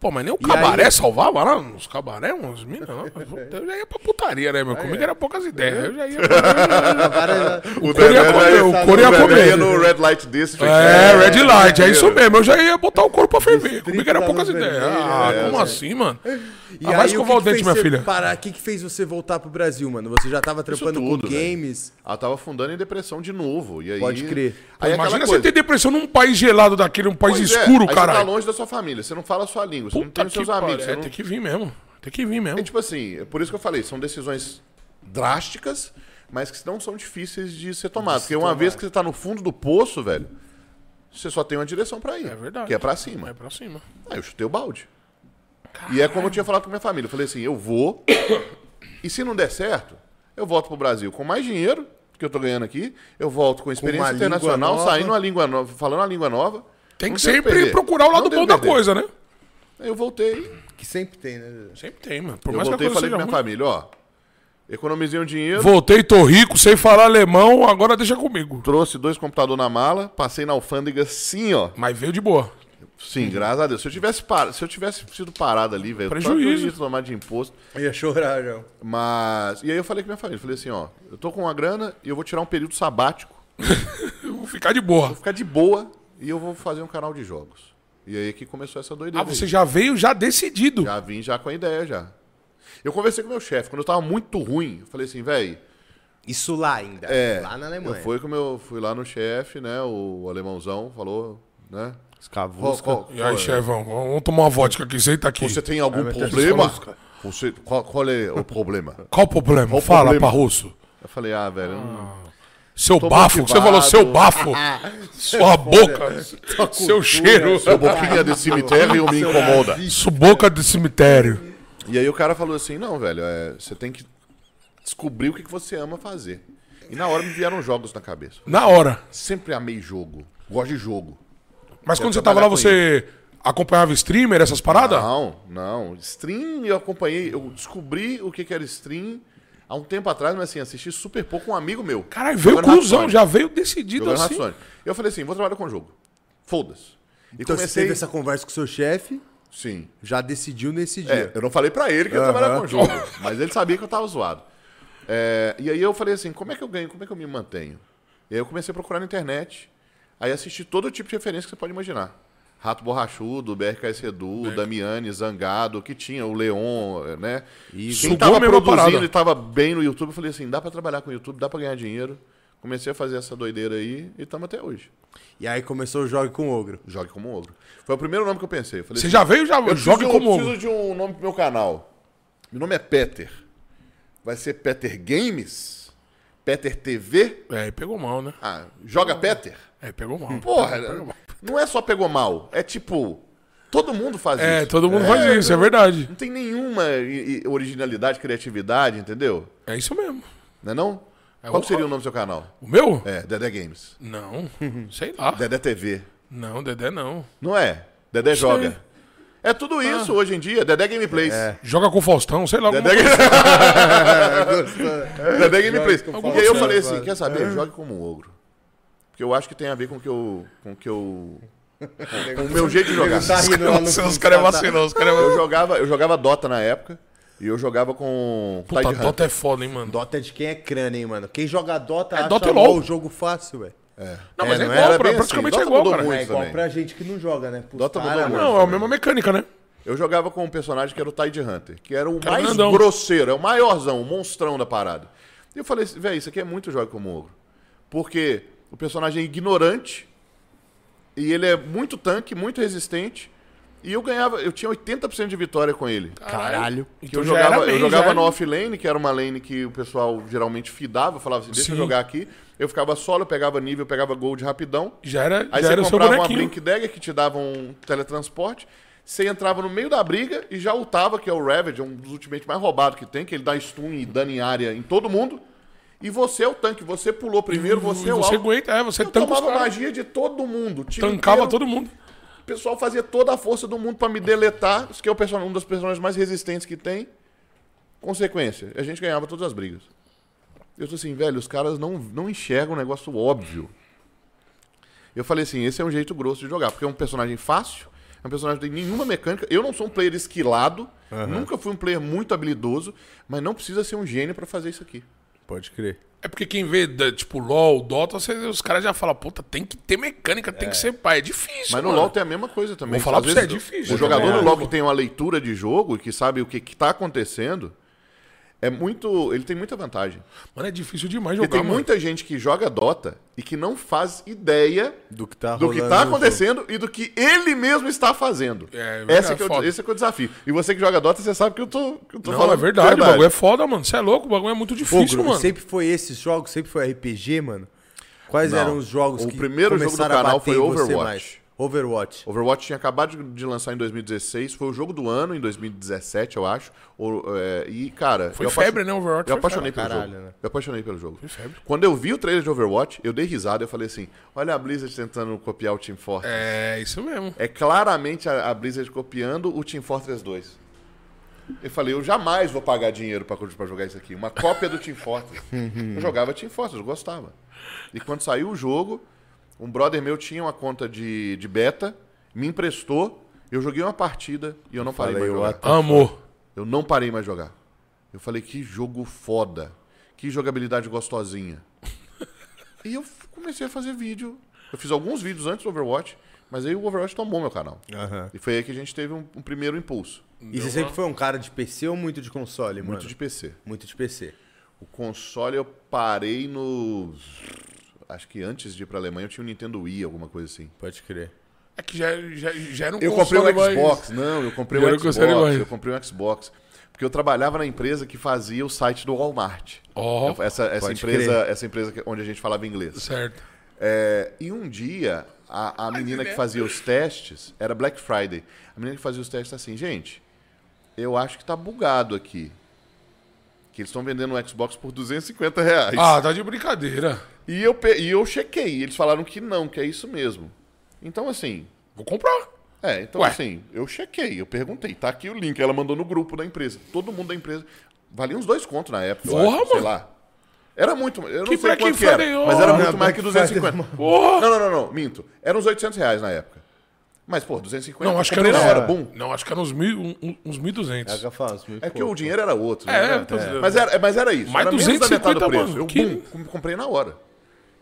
Speaker 2: Pô, mas nem o
Speaker 1: E
Speaker 2: cabaré
Speaker 1: aí-
Speaker 2: salvava lá, uns cabaré, uns minas, não. Eu já ia pra putaria, né, meu?
Speaker 3: É.
Speaker 2: Comigo era poucas ideias. Eu já ia pra...
Speaker 1: Agora,
Speaker 3: O
Speaker 2: Coreia
Speaker 3: Dedé
Speaker 2: comeu,
Speaker 3: já-
Speaker 2: o Coreia
Speaker 3: Dedé
Speaker 2: comeu.
Speaker 3: ia no Red Light District.
Speaker 2: É, Red Light, é isso mesmo. Eu já ia botar o corpo pra ferver.
Speaker 1: Distrito
Speaker 2: Comigo era
Speaker 1: da
Speaker 2: poucas
Speaker 1: Luz
Speaker 2: ideias.
Speaker 1: Vermelha,
Speaker 2: Ah,
Speaker 1: é,
Speaker 2: como
Speaker 1: é.
Speaker 2: assim, mano?
Speaker 1: E
Speaker 2: Ah, vai
Speaker 1: aí, o
Speaker 2: escovar
Speaker 1: que
Speaker 2: o dente,
Speaker 1: que fez
Speaker 2: minha
Speaker 1: você
Speaker 2: filha.
Speaker 1: Parar, o que, que fez você voltar pro Brasil, mano? Você já tava trampando
Speaker 3: tudo,
Speaker 1: com
Speaker 3: velho.
Speaker 1: games.
Speaker 3: Ela tava afundando em depressão de novo. E aí,
Speaker 1: Pode crer.
Speaker 3: Aí é
Speaker 2: Imagina
Speaker 3: aquela
Speaker 2: você
Speaker 3: coisa.
Speaker 2: ter depressão num país gelado daquele, um país
Speaker 3: Pois é,
Speaker 2: escuro,
Speaker 3: aí Você tá
Speaker 2: caralho.
Speaker 3: longe da sua família, você não fala a sua língua, você não
Speaker 2: Puta
Speaker 3: tem os
Speaker 2: que
Speaker 3: seus
Speaker 2: pariu.
Speaker 3: amigos. Você
Speaker 2: É,
Speaker 3: não...
Speaker 2: tem que vir mesmo. Tem que vir mesmo.
Speaker 3: É tipo assim, é por isso que eu falei, são decisões drásticas, mas que não são difíceis de ser tomadas. Porque uma vez que você tá no fundo do poço, velho, você só tem uma direção pra ir.
Speaker 2: É verdade.
Speaker 3: Que é pra cima.
Speaker 2: É pra cima.
Speaker 3: Aí eu chutei o balde. E é como eu tinha falado com a minha família. Eu falei assim, eu vou. e se não der certo, eu volto pro Brasil com mais dinheiro que eu tô ganhando aqui. Eu volto com experiência
Speaker 1: língua
Speaker 3: internacional,
Speaker 1: nova.
Speaker 3: saindo uma língua nova, falando uma língua nova.
Speaker 2: Tem
Speaker 3: Não
Speaker 2: que
Speaker 3: tenho
Speaker 2: sempre
Speaker 3: perder.
Speaker 2: procurar o
Speaker 3: Não
Speaker 2: lado
Speaker 3: tenho
Speaker 2: bom da
Speaker 3: perder.
Speaker 2: coisa, né?
Speaker 3: Aí eu voltei.
Speaker 1: Que sempre tem, né?
Speaker 2: Sempre tem, mano. Por
Speaker 3: Eu
Speaker 2: mais que a
Speaker 3: voltei e
Speaker 2: coisa seja
Speaker 3: falei pra minha
Speaker 2: ruim.
Speaker 3: família, ó. Economizei um dinheiro,
Speaker 2: Voltei, tô rico, sei falar alemão, agora deixa comigo.
Speaker 3: trouxe dois computadores na mala, passei na alfândega sim, ó.
Speaker 2: Mas veio de boa.
Speaker 3: Sim, graças a Deus. Se eu tivesse, par... Se eu tivesse sido parado ali, velho, só que eu
Speaker 2: Prejuízo.
Speaker 3: ia tomar de imposto.
Speaker 1: Eu ia chorar, João.
Speaker 3: Mas. E aí eu falei com minha família, falei assim, ó, eu tô com uma grana e eu vou tirar um período sabático,
Speaker 2: Eu vou ficar de boa.
Speaker 3: vou ficar de boa e eu vou fazer um canal de jogos. E aí é que começou essa doideira.
Speaker 2: Ah, você
Speaker 3: aí.
Speaker 2: já veio já decidido.
Speaker 3: Já vim já com a ideia já. Eu conversei com meu chefe, quando eu tava muito ruim, eu falei assim, velho,
Speaker 1: Isso lá ainda.
Speaker 3: É.
Speaker 1: Lá na
Speaker 3: Eu
Speaker 1: Alemanha.
Speaker 3: fui, como eu fui lá no chefe, né? O alemãozão falou, né?
Speaker 1: Escavusca.
Speaker 3: Qual- qual- é?
Speaker 2: E aí, chefão, vamos tomar uma vodka aqui, senta aqui.
Speaker 3: Você tá- tem algum problema?
Speaker 2: escavusca.
Speaker 3: Você, qual, qual é o problema?
Speaker 2: Qual o problema?
Speaker 3: Qual o
Speaker 2: Fala,
Speaker 3: problema?
Speaker 2: Parrusso.
Speaker 3: Eu falei, ah, velho, eu não-
Speaker 2: Seu
Speaker 3: Tô
Speaker 2: bafo, que você falou seu
Speaker 3: motivado.
Speaker 2: bafo, sua boca, seu cheiro,
Speaker 3: seu boquinha um de cemitério um me incomoda.
Speaker 2: sua boca de cemitério.
Speaker 3: E aí o cara falou assim, não, velho, é, você tem que descobrir o que que você ama fazer. E na hora me vieram jogos na cabeça.
Speaker 2: Na hora.
Speaker 3: Sempre amei jogo. Gosto de jogo.
Speaker 2: Mas quando você tava
Speaker 3: trabalhar
Speaker 2: lá,
Speaker 3: com
Speaker 2: você acompanhava streamer, essas paradas?
Speaker 3: Não, não. Stream eu acompanhei, eu descobri o que que era stream há um tempo atrás, mas assim, assisti super pouco um amigo meu.
Speaker 2: Caralho, veio
Speaker 3: Jogando
Speaker 2: cruzão,
Speaker 3: Hearthstone.
Speaker 2: já veio decidido
Speaker 3: Jogando
Speaker 2: assim.
Speaker 3: Hearthstone. Eu falei assim, vou trabalhar com jogo. Foda-se. E
Speaker 1: Então você
Speaker 3: comecei...
Speaker 1: teve essa conversa com o seu chefe,
Speaker 3: Sim.
Speaker 1: já decidiu nesse
Speaker 3: É,
Speaker 1: dia.
Speaker 3: eu não falei pra ele que eu ia trabalhar
Speaker 1: Aham.
Speaker 3: com jogo, mas ele sabia que eu tava zoado. É, e aí eu falei assim, como é que eu ganho, como é que eu me mantenho? E aí eu comecei a procurar na internet, aí assisti todo tipo de referência que você pode imaginar. Rato Borrachudo, BRKS Edu, Damiani, Zangado, que tinha o Leon, né? E quem
Speaker 2: Sugou
Speaker 3: tava
Speaker 2: mesmo a
Speaker 3: produzindo
Speaker 2: parada.
Speaker 3: e tava bem no YouTube, eu falei assim, dá pra trabalhar com o YouTube, dá pra ganhar dinheiro. Comecei a fazer essa doideira aí e tamo até hoje.
Speaker 1: E aí começou o jogo com o ogro.
Speaker 3: Jogue como ogro. Foi o primeiro nome que eu pensei. Eu falei
Speaker 2: Você
Speaker 3: assim,
Speaker 2: já veio, já
Speaker 3: eu
Speaker 2: joga
Speaker 3: preciso,
Speaker 2: como.
Speaker 3: eu preciso de um nome pro meu canal. Meu nome é Peter. Vai ser Peter Games? Peter TV?
Speaker 2: É, pegou mal, né?
Speaker 3: Ah, joga Peter?
Speaker 2: É, pegou mal.
Speaker 3: Porra, não é só pegou mal. É tipo, todo mundo faz
Speaker 2: É,
Speaker 3: isso.
Speaker 2: todo mundo faz isso, é verdade.
Speaker 3: Não tem nenhuma i- i- originalidade, criatividade, entendeu?
Speaker 2: É isso mesmo.
Speaker 3: Não é não? Qual seria o nome do seu canal?
Speaker 2: O meu?
Speaker 3: É, Dedé Games.
Speaker 2: Não, sei lá.
Speaker 3: Dedé TV.
Speaker 2: Não, Dedé não.
Speaker 3: Não é? Dedé Joga. É tudo isso hoje em dia. Dedé Gameplays.
Speaker 2: Joga com o Faustão, sei lá. alguma
Speaker 3: Dedé Gameplays.
Speaker 1: Gostou?
Speaker 3: Ainda bem gameplays.
Speaker 1: Jogue com
Speaker 3: E aí eu
Speaker 2: força.
Speaker 3: falei assim, quer saber? Jogue como um ogro. Porque eu acho que tem a ver com o que eu. com o que eu. com o meu jeito de jogar.
Speaker 1: Tá rindo lá no
Speaker 2: coisa. Os
Speaker 1: fundo,
Speaker 2: caras
Speaker 1: tá-
Speaker 2: vacilam, os caras
Speaker 3: Eu
Speaker 2: vacilam.
Speaker 3: jogava, eu jogava Dota na época e eu jogava com
Speaker 2: Puta,
Speaker 3: Tide Hunter.
Speaker 2: Dota é foda, hein, mano.
Speaker 1: Dota é de quem é crânio, hein, mano? Quem joga Dota
Speaker 2: É
Speaker 1: acha
Speaker 2: Dota e
Speaker 1: LOL
Speaker 2: LOL.
Speaker 1: o jogo fácil, velho.
Speaker 2: Não, mas
Speaker 1: É,
Speaker 2: é,
Speaker 1: não
Speaker 2: igual,
Speaker 3: era
Speaker 2: pra-
Speaker 3: bem assim.
Speaker 2: praticamente é
Speaker 3: Dota
Speaker 2: igual,
Speaker 3: mudou
Speaker 2: cara.
Speaker 3: muito.
Speaker 1: É igual
Speaker 3: também.
Speaker 1: pra gente que não joga, né? Pros
Speaker 3: Dota mudou
Speaker 1: caras,
Speaker 3: muito.
Speaker 1: mano.
Speaker 2: Não, é a mesma mecânica, né?
Speaker 3: Eu jogava com um personagem que era o Tide Hunter, que era o
Speaker 2: Cara
Speaker 3: mais
Speaker 2: grandão.
Speaker 3: grosseiro, é o maiorzão, o monstrão da parada. E eu falei, assim, velho, isso aqui é muito jogo como ogro. Porque o personagem é ignorante e ele é muito tanque, muito resistente. E eu ganhava, eu tinha 80% de vitória com ele.
Speaker 2: Caralho.
Speaker 3: Que
Speaker 2: Então
Speaker 3: eu
Speaker 2: já
Speaker 3: jogava,
Speaker 2: era
Speaker 3: eu
Speaker 2: bem,
Speaker 3: jogava
Speaker 2: já.
Speaker 3: na offlane, que era uma lane que o pessoal geralmente fidava, falava assim, deixa eu
Speaker 2: Sim.
Speaker 3: jogar aqui. Eu ficava solo, eu pegava nível, eu pegava gold rapidão.
Speaker 2: Já era,
Speaker 3: Aí
Speaker 2: já
Speaker 3: você
Speaker 2: era o seu
Speaker 3: comprava uma
Speaker 2: bonequinho.
Speaker 3: Blink Dagger que te dava um teletransporte. Você entrava no meio da briga e já ultava, que é o Ravage, é um dos ultimates mais roubados que tem, que ele dá stun e dano em área em todo mundo. E você é o tanque, você pulou primeiro, você
Speaker 2: E
Speaker 3: é o
Speaker 2: você
Speaker 3: alvo.
Speaker 2: aguenta, é, você
Speaker 3: Eu
Speaker 2: tanca os
Speaker 3: tomava
Speaker 2: caras.
Speaker 3: magia de todo mundo. o time
Speaker 2: Tancava
Speaker 3: inteiro.
Speaker 2: todo mundo.
Speaker 3: O pessoal fazia toda a força do mundo pra me deletar, isso que é o person- um dos personagens mais resistentes que tem. Consequência, a gente ganhava todas as brigas. Eu tô assim, velho, os caras não, não enxergam um negócio óbvio. Eu falei assim, esse é um jeito grosso de jogar, porque é um personagem fácil, É um personagem que não tem nenhuma mecânica. Eu não sou um player esquilado, nunca fui um player muito habilidoso, mas não precisa ser um gênio pra fazer isso aqui.
Speaker 1: Pode crer.
Speaker 2: É porque quem vê, da- tipo, LOL, Dota, você- os caras já falam, puta, tem que ter mecânica, tem que ser pai. É difícil,
Speaker 3: Mas no
Speaker 2: mano.
Speaker 3: LoL tem a mesma coisa também.
Speaker 2: Vou falar
Speaker 3: Às
Speaker 2: pra você,
Speaker 3: vezes,
Speaker 2: é difícil.
Speaker 3: O jogador
Speaker 2: É.
Speaker 3: no LoL que tem uma leitura de jogo e que sabe o que, que tá acontecendo, é muito. Ele tem muita vantagem.
Speaker 2: Mano, é difícil demais
Speaker 3: Porque
Speaker 2: jogar,
Speaker 3: tem
Speaker 2: mano.
Speaker 3: muita gente que joga Dota e que não faz ideia
Speaker 1: Do que tá
Speaker 3: do que
Speaker 1: rolando
Speaker 3: tá
Speaker 1: no
Speaker 3: acontecendo e do que ele mesmo está fazendo.
Speaker 2: É,
Speaker 3: Essa
Speaker 2: é
Speaker 3: que é o,
Speaker 2: foda.
Speaker 3: esse é que é o desafio. E você que joga Dota, você sabe que eu tô, que eu tô
Speaker 2: Não,
Speaker 3: falando.
Speaker 2: é verdade, o bagulho é foda, mano. Você é louco, o bagulho é muito
Speaker 1: Pô,
Speaker 2: difícil,
Speaker 1: Bruno,
Speaker 2: mano.
Speaker 1: sempre foi esses jogos? Sempre foi RPG, mano? Quais
Speaker 3: Não.
Speaker 1: eram os jogos
Speaker 3: O
Speaker 1: que
Speaker 3: primeiro jogo do
Speaker 1: começaram a
Speaker 3: canal
Speaker 1: bater
Speaker 3: foi
Speaker 1: em você
Speaker 3: Overwatch.
Speaker 1: mais? Overwatch.
Speaker 3: Overwatch tinha acabado de- de lançar em 2016, foi o jogo do ano em 2017, eu acho. Ou, é, e, cara.
Speaker 2: Foi
Speaker 3: eu apaixon-
Speaker 2: febre, né, Overwatch
Speaker 3: Eu
Speaker 2: foi
Speaker 3: apaixonei
Speaker 1: febre.
Speaker 3: pelo
Speaker 1: Caralho,
Speaker 3: jogo.
Speaker 1: né?
Speaker 3: Eu apaixonei pelo jogo.
Speaker 2: febre.
Speaker 3: Quando eu vi o trailer de Overwatch, eu dei risada, eu falei assim: olha a Blizzard tentando copiar o Team Fortress. É,
Speaker 2: É, isso mesmo.
Speaker 3: claramente a, a Blizzard copiando o Team Fortress 2. Eu falei, eu jamais vou pagar dinheiro pra, pra jogar isso aqui. Uma cópia do Team Fortress.
Speaker 1: Uhum.
Speaker 3: eu jogava Team Fortress, eu gostava. E quando saiu o jogo, um brother meu tinha uma conta de, de beta, me emprestou, eu joguei uma partida e eu não parei
Speaker 1: Falei,
Speaker 3: mais de
Speaker 1: what
Speaker 3: jogar.
Speaker 2: Amor.
Speaker 3: Eu não parei mais de jogar. Eu falei, que jogo foda. Que jogabilidade gostosinha. e eu f- comecei a fazer vídeo. Eu fiz alguns vídeos antes do Overwatch, mas aí o Overwatch tomou meu canal.
Speaker 1: Aham.
Speaker 3: E foi aí que a gente teve um, um primeiro impulso.
Speaker 1: E você sempre foi um cara de PC ou muito de console, mano?
Speaker 3: Muito de PC.
Speaker 1: Muito de PC.
Speaker 3: O console eu parei no. Acho que antes de ir pra Alemanha eu tinha um Nintendo Wii, alguma coisa assim.
Speaker 1: Pode crer.
Speaker 2: É que já, já, já era um
Speaker 3: Eu comprei
Speaker 2: console
Speaker 3: um
Speaker 2: mais-
Speaker 3: Xbox, não, eu comprei
Speaker 2: Eu
Speaker 3: um
Speaker 2: não console
Speaker 3: Xbox,
Speaker 2: mais.
Speaker 3: eu comprei um Xbox. Porque eu trabalhava na empresa que fazia o site do Walmart.
Speaker 2: Ó,
Speaker 3: Eu- essa, essa
Speaker 1: Pode
Speaker 3: empresa,
Speaker 1: crer.
Speaker 3: essa empresa que- onde a gente falava inglês.
Speaker 2: certo.
Speaker 3: É, e um dia, a, a menina que fazia os testes, era Black Friday, a menina que fazia os testes assim, gente, eu acho que tá bugado aqui. Que eles estão vendendo um Xbox por 250 reais.
Speaker 2: Ah, tá de brincadeira.
Speaker 3: E, eu, pe- e eu chequei, e eles falaram que não, que é isso mesmo. Então, assim,
Speaker 2: Vou comprar.
Speaker 3: é, então
Speaker 2: Ué.
Speaker 3: assim, eu chequei, eu perguntei, tá aqui o link, ela mandou no grupo da empresa, todo mundo da empresa. Valia uns dois contos na época, eu
Speaker 2: Porra,
Speaker 3: acho, sei
Speaker 2: mano.
Speaker 3: lá. Era muito, eu
Speaker 2: Que
Speaker 3: não sei
Speaker 2: Black
Speaker 3: quanto que
Speaker 2: Friday,
Speaker 3: era,
Speaker 2: ó.
Speaker 3: mas era
Speaker 2: Não,
Speaker 3: muito
Speaker 1: Black
Speaker 3: mais que
Speaker 1: Friday,
Speaker 3: 250.
Speaker 1: mano.
Speaker 2: Porra.
Speaker 3: Não, não, não, não, minto. Era uns 800 reais na época. Mas, pô, 250.
Speaker 2: Não, acho que
Speaker 3: comprei
Speaker 2: era um uns...
Speaker 3: na hora, boom.
Speaker 2: Não, acho que era uns, mil, um- um- uns 1.200.
Speaker 1: É o que eu falo, muito
Speaker 3: É que
Speaker 1: pouco.
Speaker 3: o dinheiro era outro,
Speaker 2: É,
Speaker 3: né?
Speaker 2: é, tô dizendo.
Speaker 3: Mas, era, mas era isso.
Speaker 2: Mais
Speaker 3: era menos da metade
Speaker 2: 250,
Speaker 3: do preço.
Speaker 2: mano,
Speaker 3: Eu
Speaker 2: que-
Speaker 3: boom, comprei na hora.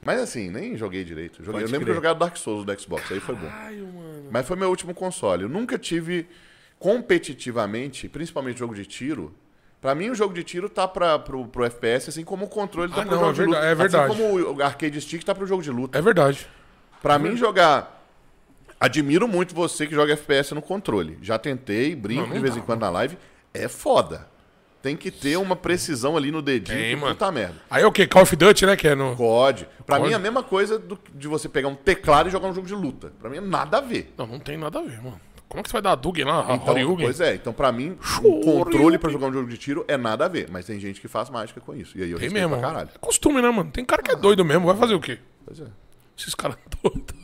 Speaker 3: Mas assim, nem joguei direito. Joguei- eu
Speaker 1: Pode
Speaker 3: lembro que
Speaker 1: crer.
Speaker 3: eu jogava Dark Souls do Xbox, aí foi bom.
Speaker 2: Caralho, mano.
Speaker 3: Mas foi meu último console. Eu nunca tive competitivamente, principalmente jogo de tiro. Pra mim, o jogo de tiro tá pra, pro, pro FPS, assim como o controle tá
Speaker 2: Ah,
Speaker 3: pro
Speaker 2: não,
Speaker 3: jogo
Speaker 2: é
Speaker 3: de luta.
Speaker 2: verdade, é verdade.
Speaker 3: Assim como o arcade stick tá pro jogo de luta.
Speaker 2: É verdade.
Speaker 3: Pra mim, jogar. Admiro muito você que joga FPS no controle. Já tentei, brinco
Speaker 2: Não, não
Speaker 3: de vez
Speaker 2: dá,
Speaker 3: em quando na live. É foda. Tem que ter uma precisão ali no dedinho.
Speaker 2: Tem,
Speaker 3: que
Speaker 2: mano.
Speaker 3: Puta merda.
Speaker 2: Aí é o quê? Call of Duty, né? Que é no...
Speaker 3: COD. Pra
Speaker 2: COD.
Speaker 3: mim é a mesma coisa do- de você pegar um teclado e jogar um jogo de luta. Pra mim é nada a ver.
Speaker 2: Não, não tem nada a ver, mano. Como é que você vai dar Dug lá? a
Speaker 3: Então,
Speaker 2: Horyugen?
Speaker 3: pois é, então pra mim,
Speaker 2: Shoryuken.
Speaker 3: um controle pra jogar um jogo de tiro é nada a ver. Mas tem gente que faz mágica com isso. E aí eu
Speaker 2: Tem
Speaker 3: respeito
Speaker 2: mesmo.
Speaker 3: pra caralho.
Speaker 2: É costume, né, mano? Tem cara que é doido mesmo. Vai fazer o quê?
Speaker 3: Pois é.
Speaker 2: Esses caras doidos.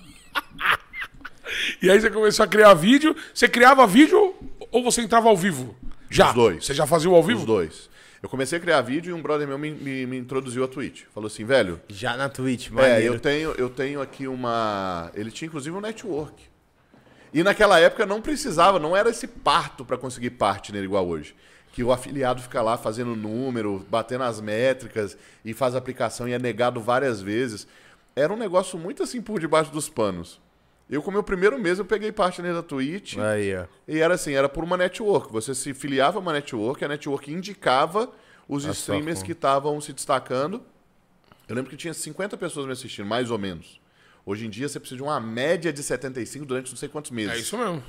Speaker 2: e aí você começou a criar vídeo. Você criava vídeo ou você entrava ao vivo? Já.
Speaker 3: Os dois.
Speaker 2: Você já fazia o ao
Speaker 3: Os
Speaker 2: vivo?
Speaker 3: dois. Eu comecei a criar vídeo e um brother meu me, me- me introduziu a Twitch. Falou assim, velho,
Speaker 1: Já na Twitch, mano.
Speaker 3: É, eu tenho, eu tenho aqui uma. Ele tinha inclusive um network. E naquela época não precisava, não era esse parto pra conseguir partner igual hoje. Que o afiliado fica lá fazendo número, batendo as métricas e faz aplicação e é negado várias vezes. Era um negócio muito assim por debaixo dos panos. Eu, com o meu primeiro mês, eu peguei partner da Twitch.
Speaker 1: Aí, ó.
Speaker 3: E era assim, era por uma network. Você se filiava a uma network, a network indicava os streamers que estavam se destacando. Eu lembro que tinha 50 pessoas me assistindo, mais ou menos. Hoje em dia você precisa de uma média de 75 durante não sei quantos meses.
Speaker 2: É isso mesmo.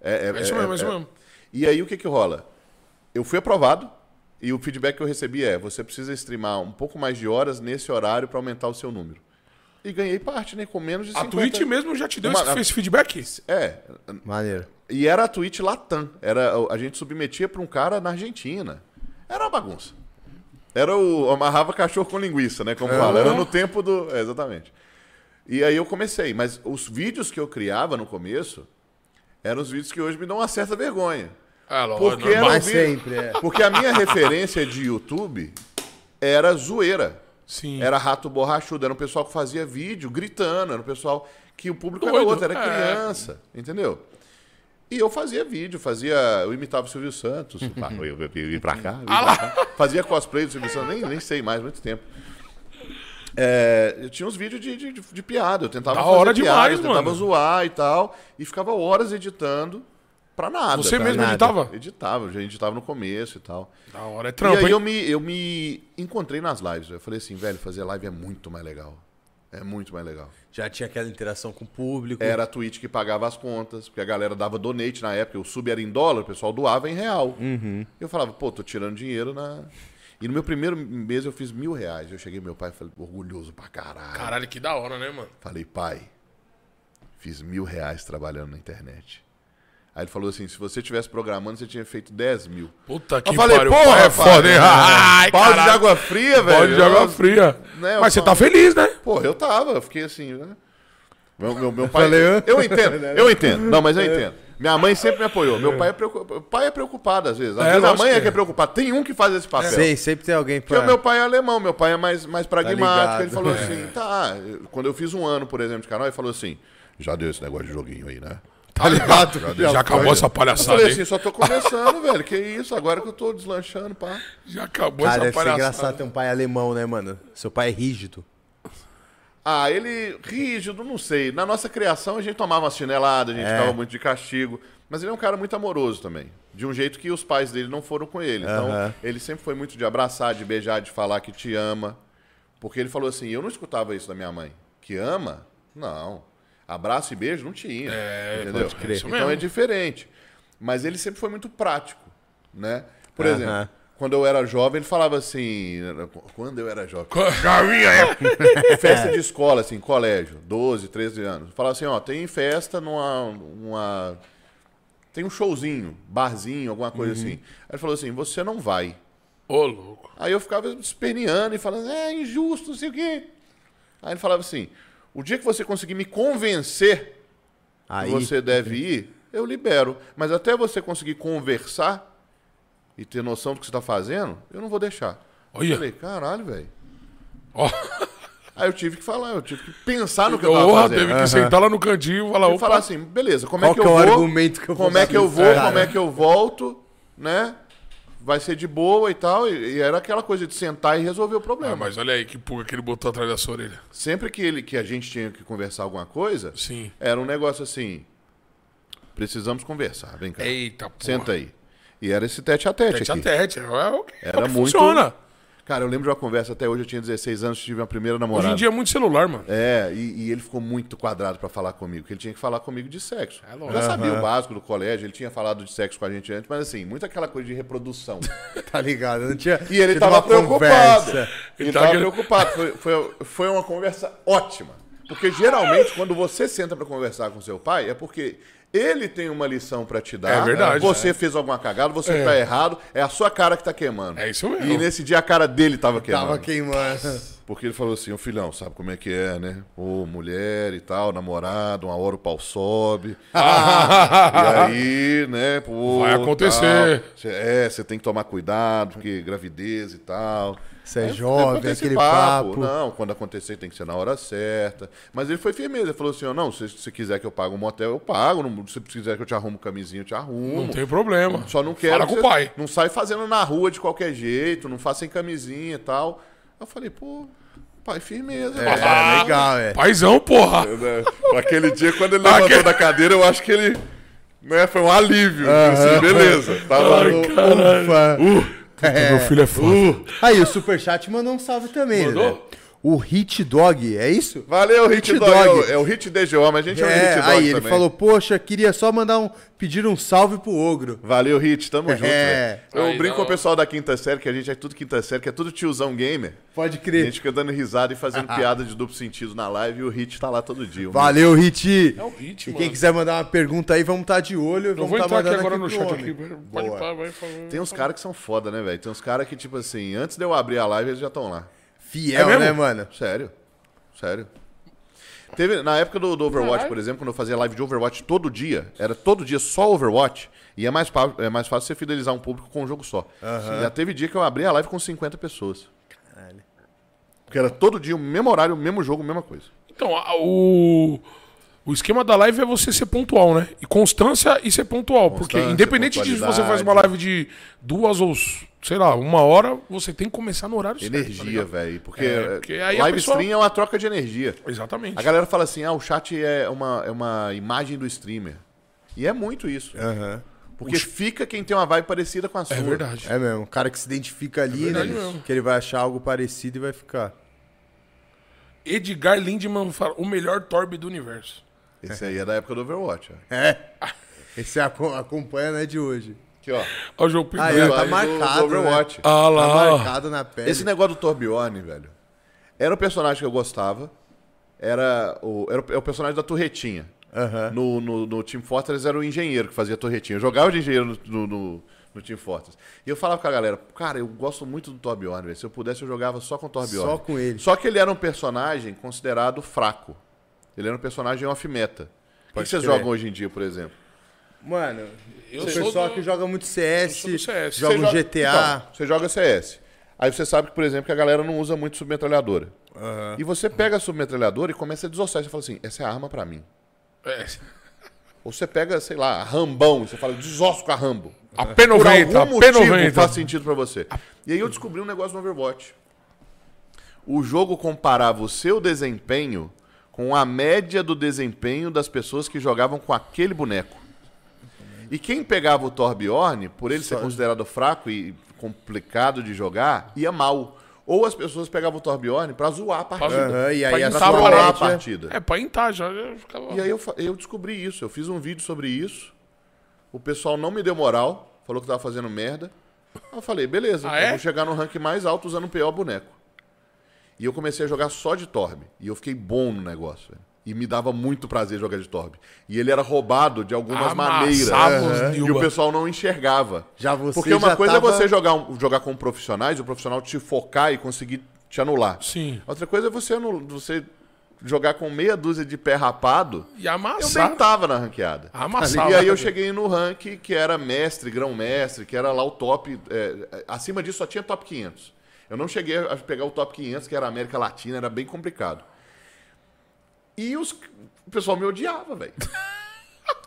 Speaker 3: É,
Speaker 2: É isso mesmo, é isso mesmo.
Speaker 3: E aí o que que rola? Eu fui aprovado e o feedback que eu recebi é: você precisa streamar um pouco mais de horas nesse horário para aumentar o seu número. E ganhei parte, né? Com menos de
Speaker 2: A
Speaker 3: 50.
Speaker 2: Twitch mesmo já te deu
Speaker 3: Uma-
Speaker 2: esse, esse feedback?
Speaker 3: É,
Speaker 1: Maneiro.
Speaker 3: E era a Twitch Latam. Era, a gente submetia pra um cara na Argentina. Era uma bagunça. Era o. Amarrava cachorro com linguiça, né? Como fala. Era no tempo do. é, exatamente. E aí eu comecei. Mas os vídeos que eu criava no começo eram os vídeos que hoje me dão uma certa vergonha.
Speaker 2: Ah, lógico.
Speaker 3: Porque era
Speaker 1: Mas
Speaker 3: um vídeo-
Speaker 1: sempre, é.
Speaker 3: Porque a minha referência de YouTube era zoeira.
Speaker 2: Sim.
Speaker 3: Era rato borrachudo, era um pessoal que fazia vídeo gritando, era um pessoal que o público era
Speaker 2: Doido,
Speaker 3: outro, era
Speaker 2: é.
Speaker 3: criança, entendeu? E eu fazia vídeo, fazia. Eu imitava o Silvio Santos. pá, eu, eu, eu, eu ia pra cá, eu ia
Speaker 2: Ah
Speaker 3: pra cá. Fazia cosplay do Silvio Santos, nem, nem sei mais, muito tempo. É, eu tinha uns vídeos de, de, de piada, eu tentava
Speaker 2: Da
Speaker 3: fazer
Speaker 2: hora
Speaker 3: piada,
Speaker 2: demais,
Speaker 3: eu tentava
Speaker 2: mano.
Speaker 3: zoar e tal, e ficava horas editando pra nada.
Speaker 2: Você
Speaker 3: pra
Speaker 2: mesmo
Speaker 3: nada.
Speaker 2: editava?
Speaker 3: Editava, eu já editava no começo e tal.
Speaker 2: Da hora é trampo,
Speaker 3: e aí
Speaker 2: hein?
Speaker 3: eu me, eu me encontrei nas lives. Eu falei assim, velho, fazer live é muito mais legal. É muito mais legal.
Speaker 1: Já tinha aquela interação com o público.
Speaker 3: Era a Twitch que pagava as contas, porque a galera dava donate na época, o sub era em dólar, o pessoal doava em real.
Speaker 2: Uhum.
Speaker 3: Eu falava, pô, tô tirando dinheiro na. E no meu primeiro mês eu fiz mil reais. Eu cheguei meu pai e falei, orgulhoso pra caralho.
Speaker 2: Caralho, que da hora, né, mano?
Speaker 3: Falei, pai, fiz mil reais trabalhando na internet. Aí ele falou assim: se você tivesse programando, você tinha feito 10 mil.
Speaker 2: Puta que
Speaker 3: Eu falei,
Speaker 2: pariu.
Speaker 3: porra,
Speaker 2: é foda, hein? Ai,
Speaker 3: Balde de
Speaker 2: caralho.
Speaker 3: água fria, velho.
Speaker 2: Balde de água fria.
Speaker 3: Né, eu
Speaker 2: Mas você
Speaker 3: falo-
Speaker 2: tá feliz, né?
Speaker 3: Porra, eu tava, eu fiquei assim, né? Meu, meu, meu pai.
Speaker 1: Falei, hã?
Speaker 3: eu entendo, eu entendo. Não, mas eu entendo. Minha mãe sempre me apoiou. Meu pai é, preocu- pai é preocupado, às vezes. Às
Speaker 2: É,
Speaker 3: vezes a
Speaker 2: lógico
Speaker 3: mãe é
Speaker 2: que
Speaker 3: que é
Speaker 2: é.
Speaker 3: preocupada. Tem um que faz esse papel.
Speaker 1: Sei, sempre tem alguém
Speaker 3: Porque
Speaker 1: pra...
Speaker 3: o meu pai é alemão, meu pai é mais, mais pragmático.
Speaker 1: ligado.
Speaker 3: ele falou assim, tá. eu- Quando eu fiz um ano, por exemplo, de canal, ele falou assim: já deu esse negócio de joguinho aí, né?
Speaker 2: Tá ligado? Já,
Speaker 3: foi.
Speaker 2: acabou essa
Speaker 3: Eu
Speaker 2: palhaçada,
Speaker 3: falei
Speaker 2: hein?
Speaker 3: assim, só tô começando, velho. Que isso, agora que eu tô deslanchando, pá.
Speaker 2: Já acabou
Speaker 1: Cara,
Speaker 2: essa
Speaker 3: é
Speaker 1: deve ser
Speaker 2: palhaçada.
Speaker 1: engraçado ter um pai alemão, né, mano? Seu pai é rígido.
Speaker 3: Ah, ele rígido, não sei. Na nossa criação a gente tomava umas chineladas,
Speaker 1: É.
Speaker 3: a gente ficava muito de castigo. Mas ele é um cara muito amoroso também. De um jeito que os pais dele não foram com ele. Então,
Speaker 1: Aham.
Speaker 3: ele sempre foi muito de abraçar, de beijar, de falar que te ama. Porque ele falou assim: eu não escutava isso da minha mãe. Que ama? Não. Abraço e beijo não tinha. É, entendeu?
Speaker 2: pode crer. Isso
Speaker 3: Então
Speaker 2: mesmo.
Speaker 3: é diferente. Mas ele sempre foi muito prático, né? Por
Speaker 1: Aham.
Speaker 3: exemplo, quando eu era jovem, ele falava assim. Quando eu era jovem
Speaker 2: Gavinha, é.
Speaker 3: festa de escola, assim, colégio, 12, 13 anos. Fala assim, ó, tem festa numa. uma- tem um showzinho, barzinho, alguma coisa
Speaker 2: Uhum.
Speaker 3: assim. Aí ele falou assim, você não vai.
Speaker 2: Ô, louco.
Speaker 3: Aí eu ficava esperneando e falando, é injusto, não sei o quê. Aí ele falava assim, o dia que você conseguir me convencer
Speaker 1: Aí,
Speaker 3: que você deve ir, eu libero. Mas até você conseguir conversar e ter noção do que você tá fazendo, eu não vou deixar. Eu
Speaker 2: Olha.
Speaker 3: falei, caralho, velho.
Speaker 2: Ó,
Speaker 3: Aí eu tive que falar, eu tive que pensar no que eu tava
Speaker 2: Porra,
Speaker 3: fazendo.
Speaker 2: teve que sentar lá no cantinho e falar,
Speaker 3: Eu falar
Speaker 2: opa,
Speaker 3: assim, beleza, como
Speaker 1: Qual
Speaker 3: é que eu
Speaker 1: que é
Speaker 3: vou?
Speaker 1: o argumento que eu vou
Speaker 3: Como é que eu
Speaker 1: usar?
Speaker 3: vou?
Speaker 1: É.
Speaker 3: Como é que eu volto, né? Vai ser de boa e tal. E, e era aquela coisa de sentar e resolver o
Speaker 2: Ah,
Speaker 3: problema.
Speaker 2: mas olha aí que pulga que ele botou atrás da sua orelha.
Speaker 3: Sempre que ele, que a gente tinha que conversar alguma coisa,
Speaker 2: Sim.
Speaker 3: era um negócio assim. Precisamos conversar, vem cá.
Speaker 2: Eita, porra.
Speaker 3: Senta aí. E era esse tete a tete,
Speaker 2: Tete a
Speaker 3: aqui.
Speaker 2: tete. É o que, é o
Speaker 3: Era
Speaker 2: que
Speaker 3: muito-
Speaker 2: funciona.
Speaker 3: Cara, eu lembro de uma conversa até hoje, eu tinha 16 anos, tive a primeira namorada.
Speaker 2: Hoje em dia é muito celular, mano.
Speaker 3: É, e, e ele ficou muito quadrado pra falar comigo, que ele tinha que falar comigo de sexo.
Speaker 2: É
Speaker 3: eu
Speaker 2: lógico.
Speaker 3: já sabia o básico do colégio, ele tinha falado de sexo com a gente antes, mas assim, muito aquela coisa de reprodução.
Speaker 1: tá ligado? Eu Não tinha
Speaker 3: E ele
Speaker 1: tido
Speaker 3: tava
Speaker 1: uma
Speaker 3: preocupado.
Speaker 1: conversa.
Speaker 3: Ele
Speaker 2: Ele
Speaker 3: tava
Speaker 2: tava-
Speaker 3: preocupado. Foi, foi, foi uma conversa ótima. Porque geralmente, quando você senta pra conversar com seu pai, é porque ele tem uma lição pra te dar.
Speaker 2: É verdade,
Speaker 3: Você fez alguma cagada, você
Speaker 2: É.
Speaker 3: tá errado, é a sua cara que tá queimando.
Speaker 2: É isso mesmo.
Speaker 3: E nesse dia a cara dele tava queimando.
Speaker 1: Tava queimando.
Speaker 3: Porque ele falou assim, ô filhão, sabe como é que é, né? Ô, mulher e tal, namorado, uma hora o pau sobe. e aí, né? pô,
Speaker 2: Ah. Vai acontecer.
Speaker 3: tal. Cê- é, você tem que tomar cuidado, porque gravidez e tal.
Speaker 1: Você é
Speaker 3: Aí eu
Speaker 1: jovem,
Speaker 3: botei esse
Speaker 1: aquele papo.
Speaker 3: Não, quando acontecer tem que ser na hora certa. Mas ele foi firmeza, ele falou assim, ó, não, se você quiser que eu pague um motel, eu pago. Não, se quiser que eu te arrumo camisinha, eu te arrumo.
Speaker 2: Não tem problema.
Speaker 3: Só não quero.
Speaker 2: Fala
Speaker 3: que
Speaker 2: com
Speaker 3: você-
Speaker 2: o pai.
Speaker 3: Não sai fazendo na rua de qualquer jeito, não faça sem camisinha e tal. Eu falei, pô, pai, firmeza.
Speaker 1: É,
Speaker 3: pai.
Speaker 1: era legal, é.
Speaker 2: Paizão, porra.
Speaker 3: né? Aquele dia, quando ele
Speaker 2: levantou
Speaker 3: da cadeira, eu acho que ele. Né, foi um alívio. beleza. Tava
Speaker 2: Ai, caralho.
Speaker 1: Ufa.
Speaker 2: Puta, Meu filho é foda.
Speaker 1: Aí, o Superchat mandou um salve também,
Speaker 2: Mandou?
Speaker 1: né? O Hit Dog, é isso?
Speaker 3: Valeu, Hit,
Speaker 1: Hit
Speaker 3: Dog.
Speaker 1: Dog.
Speaker 3: É o Hit DGO, mas a gente é, o
Speaker 1: É,
Speaker 3: Hit Dog
Speaker 1: aí ele
Speaker 3: também.
Speaker 1: falou, poxa, queria só mandar um, pedir um salve pro Ogro.
Speaker 3: Valeu, Hit, tamo
Speaker 1: É.
Speaker 3: junto. velho. Eu
Speaker 2: Aí,
Speaker 3: brinco
Speaker 2: da
Speaker 3: com o
Speaker 2: hora.
Speaker 3: pessoal da quinta série, que a gente é tudo quinta série, que é tudo tiozão gamer.
Speaker 1: Pode
Speaker 3: A
Speaker 1: crer.
Speaker 3: gente fica dando risada e fazendo piada de duplo sentido na live e o Hit tá lá todo dia.
Speaker 1: Valeu, Hit.
Speaker 2: É o Hit,
Speaker 1: E
Speaker 2: mano.
Speaker 1: quem quiser mandar uma pergunta aí, vamos estar de olho.
Speaker 2: Eu
Speaker 1: Vamos
Speaker 2: vou
Speaker 1: tá
Speaker 2: entrar aqui
Speaker 1: mandando
Speaker 2: agora no
Speaker 1: pro
Speaker 2: chat
Speaker 1: homem.
Speaker 2: aqui. Pode
Speaker 1: Boa.
Speaker 2: pá, vai falando.
Speaker 3: Tem uns caras que são foda, né, velho? Tem uns caras que, tipo assim, antes de eu abrir a live, eles já estão lá.
Speaker 2: É
Speaker 1: Fiel,
Speaker 2: mesmo?
Speaker 1: né, mano?
Speaker 3: Sério. Sério. Teve, na época do, do Overwatch, por exemplo, quando eu fazia live de Overwatch todo dia, era todo dia só Overwatch, e é mais, fa- é mais fácil você fidelizar um público com um jogo só. Já teve dia que eu abri a live com 50 pessoas.
Speaker 1: Caralho.
Speaker 3: Porque era todo dia o mesmo horário, o mesmo jogo, a mesma coisa.
Speaker 2: Então, a- o. O esquema da live é você ser pontual, né? E constância e ser pontual. porque
Speaker 3: Constância,
Speaker 2: independente de se você faz uma live de duas ou, sei lá, uma hora, você tem que começar no horário certo, tá
Speaker 3: Energia,
Speaker 2: ligado?
Speaker 3: velho. Porque,
Speaker 2: É, porque aí a
Speaker 3: live
Speaker 2: pessoa-
Speaker 3: stream é uma troca de energia.
Speaker 2: Exatamente.
Speaker 3: A galera fala assim: ah, o chat é uma, é uma imagem do streamer. E é muito isso.
Speaker 1: Aham.
Speaker 3: Porque fica quem tem uma vibe parecida com a sua.
Speaker 2: É verdade.
Speaker 1: É mesmo, o cara que se identifica ali, né?
Speaker 2: É verdade mesmo.
Speaker 1: Que ele vai achar algo parecido e vai ficar.
Speaker 2: Edgar Lindman fala, o melhor Torb do universo.
Speaker 3: Esse aí é da época do Overwatch. ó.
Speaker 1: É. Esse aco- acompanha, né, de hoje.
Speaker 3: Aqui, ó.
Speaker 2: Ó, o João Pedro.
Speaker 1: Aí, ó, tá
Speaker 3: Live do-
Speaker 1: marcado.
Speaker 3: do Overwatch.
Speaker 1: Né?
Speaker 2: Ah lá,
Speaker 1: Tá
Speaker 2: ó.
Speaker 1: marcado na pele.
Speaker 3: Esse é negócio do Torbjorn, velho. Era o personagem que eu gostava. Era o, era o, é o personagem da Torretinha.
Speaker 1: Aham.
Speaker 3: No, no, no Team Fortress era o engenheiro que fazia a Torretinha. Eu jogava de engenheiro no, no, no- no Team Fortress. E eu falava com a galera, cara, eu gosto muito do Torbjorn, velho. Se eu pudesse, eu jogava só com o Torbjorn.
Speaker 1: Só com ele.
Speaker 3: Só que ele era um personagem considerado fraco. Ele era um personagem off-meta. O que
Speaker 1: Pode
Speaker 3: que vocês
Speaker 1: crer.
Speaker 3: jogam hoje em dia, por exemplo?
Speaker 1: Mano,
Speaker 2: Eu
Speaker 1: o
Speaker 2: sou
Speaker 1: pessoal
Speaker 2: do-
Speaker 1: que joga muito CS,
Speaker 2: eu sou do CS.
Speaker 1: joga
Speaker 3: Você
Speaker 1: um
Speaker 3: joga-
Speaker 1: GTA.
Speaker 3: Então, você joga CS. Aí você sabe que, por exemplo, que a galera não usa muito submetralhadora. E você pega a submetralhadora e começa a desossar. Você fala assim, essa é a arma pra mim.
Speaker 2: É.
Speaker 3: Ou você pega, sei lá, a Rambão. Você fala, desosso com a Rambo.
Speaker 2: A P90, a
Speaker 3: algum motivo faz
Speaker 2: P90.
Speaker 3: sentido pra você. E aí eu descobri um negócio no Overwatch. O jogo comparava o seu desempenho com a média do desempenho das pessoas que jogavam com aquele boneco. E quem pegava o Torbjorn, por ele ser considerado fraco e complicado de jogar, ia mal. Ou as pessoas pegavam o Torbjorn pra zoar a partida.
Speaker 2: zoar.
Speaker 1: Aham, e
Speaker 2: Então, Pra
Speaker 1: aí a
Speaker 2: entrar pra
Speaker 1: sua
Speaker 3: Zoar a
Speaker 2: parede,
Speaker 1: meta-
Speaker 3: partida.
Speaker 2: É, pra entrar já. já ficava-
Speaker 3: E aí eu, fa- eu descobri isso, eu fiz um vídeo sobre isso. O pessoal não me deu moral, falou que tava fazendo merda. Aí Eu falei, beleza,
Speaker 2: Ah,
Speaker 3: eu
Speaker 2: é?
Speaker 3: vou chegar no ranking mais alto usando um PO boneco. E eu comecei a jogar só de Torb. E eu fiquei bom no negócio, velho. E me dava muito prazer jogar de Torb. E ele era roubado de algumas maneiras.
Speaker 2: Amassava os
Speaker 3: E
Speaker 2: Nilba.
Speaker 3: o pessoal não enxergava.
Speaker 1: Já você
Speaker 3: Porque uma
Speaker 1: já
Speaker 3: coisa
Speaker 1: tava-
Speaker 3: é você jogar, um- jogar com profissionais, o profissional te focar e conseguir te anular.
Speaker 2: Sim.
Speaker 3: Outra coisa é você, anu- você jogar com meia dúzia de pé rapado
Speaker 2: E
Speaker 3: eu
Speaker 2: amassava.
Speaker 3: nem tava na ranqueada.
Speaker 2: Amassava.
Speaker 3: E aí eu cheguei no ranking que era mestre, grão-mestre, que era lá o top. é, acima disso só tinha top 500. Eu não cheguei a pegar o top 500, que era América Latina, era bem complicado. E os, o pessoal me odiava, velho.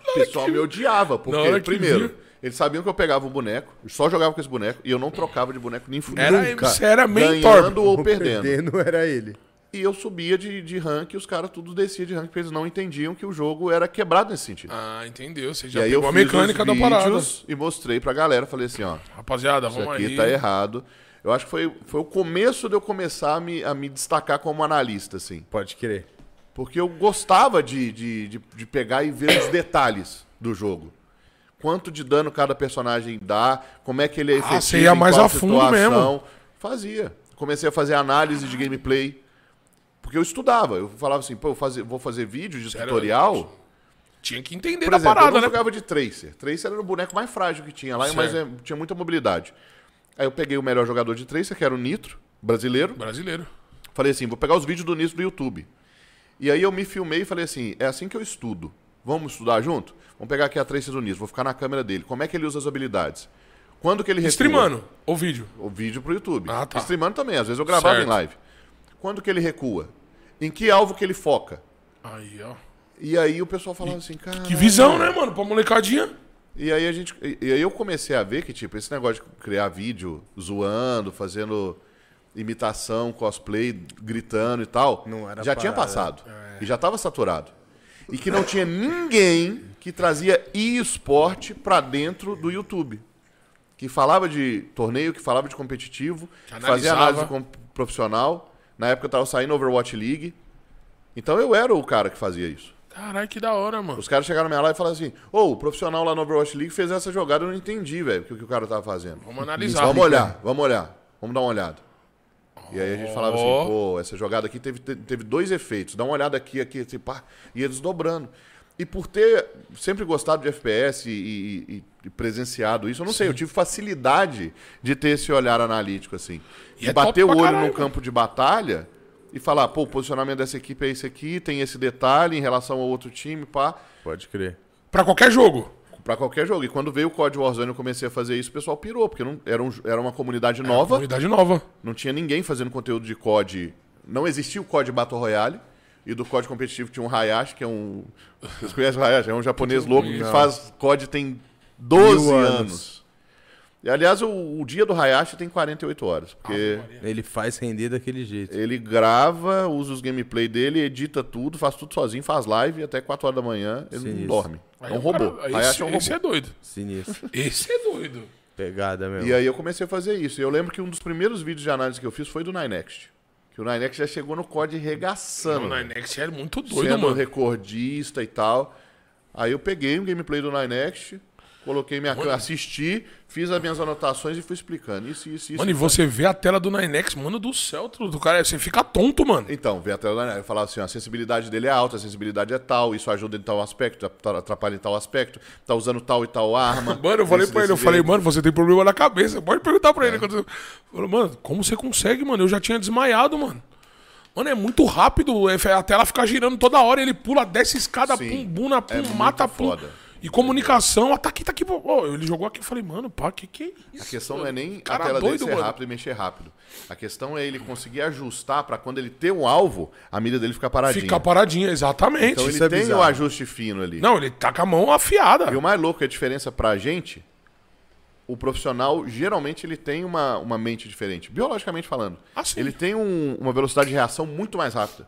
Speaker 3: O pessoal me odiava,
Speaker 2: Na hora
Speaker 3: porque,
Speaker 2: que
Speaker 3: primeiro,
Speaker 2: viu.
Speaker 3: eles sabiam que eu pegava o boneco, eu só jogava com esse boneco, e eu não trocava de boneco nem fudendo.
Speaker 2: Era,
Speaker 3: Nunca.
Speaker 2: você era mentor.
Speaker 3: Ganhando ou
Speaker 1: Ou
Speaker 3: perdendo.
Speaker 1: perdendo era ele.
Speaker 3: E eu subia de, de rank e os caras tudo descia de rank, porque eles não entendiam que o jogo era quebrado nesse sentido.
Speaker 2: Ah, entendeu. Você
Speaker 3: e
Speaker 2: já
Speaker 3: aí eu
Speaker 2: pegou
Speaker 3: fiz
Speaker 2: a mecânica
Speaker 3: os
Speaker 2: da parada.
Speaker 3: vídeos e mostrei pra galera, falei assim, ó,
Speaker 2: Rapaziada,
Speaker 3: isso
Speaker 2: vamos
Speaker 3: aqui
Speaker 2: aí.
Speaker 3: tá errado. Eu acho que foi, foi o começo de eu começar a me, a me destacar como analista, assim.
Speaker 1: Pode crer.
Speaker 3: Porque eu gostava de, de, de, de pegar e ver os detalhes do jogo. Quanto de dano cada personagem dá, como é que ele é efetivo,
Speaker 2: Ah, você ia
Speaker 3: em
Speaker 2: mais
Speaker 3: qual
Speaker 2: a fundo mesmo.
Speaker 3: Fazia. Comecei a fazer análise de gameplay. Porque eu estudava. Eu falava assim, pô, eu fazer, vou fazer vídeo de
Speaker 2: Sério?
Speaker 3: tutorial.
Speaker 2: Tinha que entender
Speaker 3: Por
Speaker 2: da
Speaker 3: exemplo,
Speaker 2: tipo
Speaker 3: eu
Speaker 2: parada,
Speaker 3: não
Speaker 2: né?
Speaker 3: jogava de Tracer. Tracer era o boneco mais frágil que tinha lá, mas
Speaker 2: Certo.
Speaker 3: é, tinha muita mobilidade. Aí eu peguei o melhor jogador de Tracer, que era o Nitro, brasileiro.
Speaker 2: Brasileiro.
Speaker 3: Falei assim, vou pegar os vídeos do Nitro do YouTube. E aí eu me filmei e falei assim, é assim que eu estudo. Vamos estudar junto? Vamos pegar aqui a Tracer do Nitro, vou ficar na câmera dele. Como é que ele usa as habilidades? Quando que ele recua?
Speaker 2: Streamando. O vídeo.
Speaker 3: O vídeo pro YouTube.
Speaker 2: Ah, tá.
Speaker 3: Streamando também, às vezes eu gravava
Speaker 2: Certo.
Speaker 3: em live. Quando que ele recua? Em que alvo que ele foca?
Speaker 2: Aí, ó.
Speaker 3: E aí o pessoal falava assim, cara...
Speaker 2: Que visão, né, mano? Pra molecadinha.
Speaker 3: E aí a gente. E e aí eu comecei a ver que, tipo, esse negócio de criar vídeo zoando, fazendo imitação, cosplay, gritando e tal,
Speaker 1: Não era
Speaker 3: já tinha
Speaker 1: parada. É.
Speaker 3: passado. E já tava saturado. E que não tinha ninguém que trazia e-esporte pra dentro do YouTube. Que falava de torneio, que falava de competitivo,
Speaker 2: Que
Speaker 3: que fazia
Speaker 2: analisava.
Speaker 3: análise com profissional. Na época eu tava saindo Overwatch League. Então eu era o cara que fazia isso.
Speaker 2: Caralho, que da hora, mano.
Speaker 3: Os caras chegaram na minha live e falaram assim: Ô, o profissional lá no Overwatch League fez essa jogada, eu não entendi, velho, o que, o que o cara tava fazendo.
Speaker 2: Vamos analisar.
Speaker 3: Vamos olhar, vamos olhar, vamos dar uma olhada. E aí a gente falava
Speaker 2: Ó.
Speaker 3: assim: pô, essa jogada aqui teve, te- teve dois efeitos, dá uma olhada aqui, aqui, assim, pá, e eles dobrando. E por ter sempre gostado de FPS e, e- e- e presenciado isso, eu não sei, eu tive facilidade de ter esse olhar analítico, assim.
Speaker 2: E
Speaker 3: E,
Speaker 2: é top
Speaker 3: bater o
Speaker 2: pra
Speaker 3: olho
Speaker 2: caralho,
Speaker 3: no
Speaker 2: mano.
Speaker 3: campo de batalha e falar, pô, o posicionamento dessa equipe é esse aqui, tem esse detalhe em relação ao outro time, pá.
Speaker 1: Pode crer.
Speaker 2: Pra qualquer jogo.
Speaker 3: Pra qualquer jogo. E quando veio o COD Warzone eu comecei a fazer isso, o pessoal pirou, porque não, era, um- era uma comunidade nova,
Speaker 2: Comunidade nova.
Speaker 3: não tinha ninguém fazendo conteúdo de COD. Não existia o COD Battle Royale. e do COD competitivo tinha um Hayashi, que é um. Vocês conhecem o Hayashi? É um japonês louco que faz COD tem 12
Speaker 1: Mil anos.
Speaker 3: anos. E, aliás, o, o dia do Hayashi tem 48 horas,
Speaker 2: Ah,
Speaker 3: porque
Speaker 1: Ele faz render daquele jeito.
Speaker 3: ele grava, usa os gameplay dele, edita tudo, faz tudo sozinho, faz live e até 4 horas da manhã ele não
Speaker 1: Sinistro.
Speaker 3: dorme.
Speaker 2: Aí
Speaker 3: é um
Speaker 2: o cara-
Speaker 3: robô.
Speaker 2: aí
Speaker 3: Hayashi
Speaker 2: esse,
Speaker 3: é um robô.
Speaker 2: esse é doido.
Speaker 1: Sinistro.
Speaker 2: Esse é doido.
Speaker 1: Pegada mesmo.
Speaker 3: E aí eu comecei a fazer isso. E Eu lembro que um dos primeiros vídeos de análise que eu fiz foi do Ninext. Que o Ninext já chegou no COD regaçando.
Speaker 2: O Ninex é muito doido,
Speaker 3: sendo
Speaker 2: mano.
Speaker 3: recordista e tal. Aí eu peguei um gameplay do Ninext, coloquei minha câmera, assisti, fiz as minhas anotações e fui explicando. Isso, isso, isso.
Speaker 2: Mano, e você vê a tela do Ninex, mano do céu, tu- do cara, você fica tonto, mano.
Speaker 3: Então, vi a tela do Ninext, falava assim, ó, a sensibilidade dele é alta, a sensibilidade é tal, isso ajuda em tal aspecto, atrapalha em tal aspecto, tá usando tal e tal arma.
Speaker 2: Mano, eu falei
Speaker 3: isso
Speaker 2: pra ele, eu
Speaker 3: desse
Speaker 2: falei,
Speaker 3: jeito. É.
Speaker 2: mano, você tem problema na cabeça. Pode perguntar pra ele. Quando você... Falou, mano, como você consegue, mano? Eu já tinha desmaiado, mano. Mano, é muito rápido, é- a tela fica girando toda hora, ele pula, desce escada,
Speaker 3: Sim,
Speaker 2: pum, buna, pum,
Speaker 3: é muito
Speaker 2: mata, pum.
Speaker 3: foda.
Speaker 2: E comunicação, ó, tá aqui, tá aqui. pô, ó, ele jogou aqui, eu falei, mano, pá, que que é isso?
Speaker 3: A questão não
Speaker 2: mano?
Speaker 3: é nem a
Speaker 2: Cara
Speaker 3: tela
Speaker 2: doido,
Speaker 3: dele ser
Speaker 2: mano.
Speaker 3: rápida e mexer rápido. A questão é ele conseguir ajustar pra quando ele ter um alvo, a mira dele ficar paradinha.
Speaker 2: Fica paradinha, exatamente.
Speaker 3: Então
Speaker 1: Isso
Speaker 3: ele
Speaker 1: é
Speaker 3: tem o
Speaker 1: bizarro.
Speaker 3: ajuste fino ali.
Speaker 2: Não, ele tá com a mão afiada.
Speaker 3: E o mais louco é a diferença pra gente. O profissional, geralmente, ele tem uma, uma mente diferente. Biologicamente falando.
Speaker 2: Ah, sim.
Speaker 3: ele tem um- uma velocidade de reação muito mais rápida.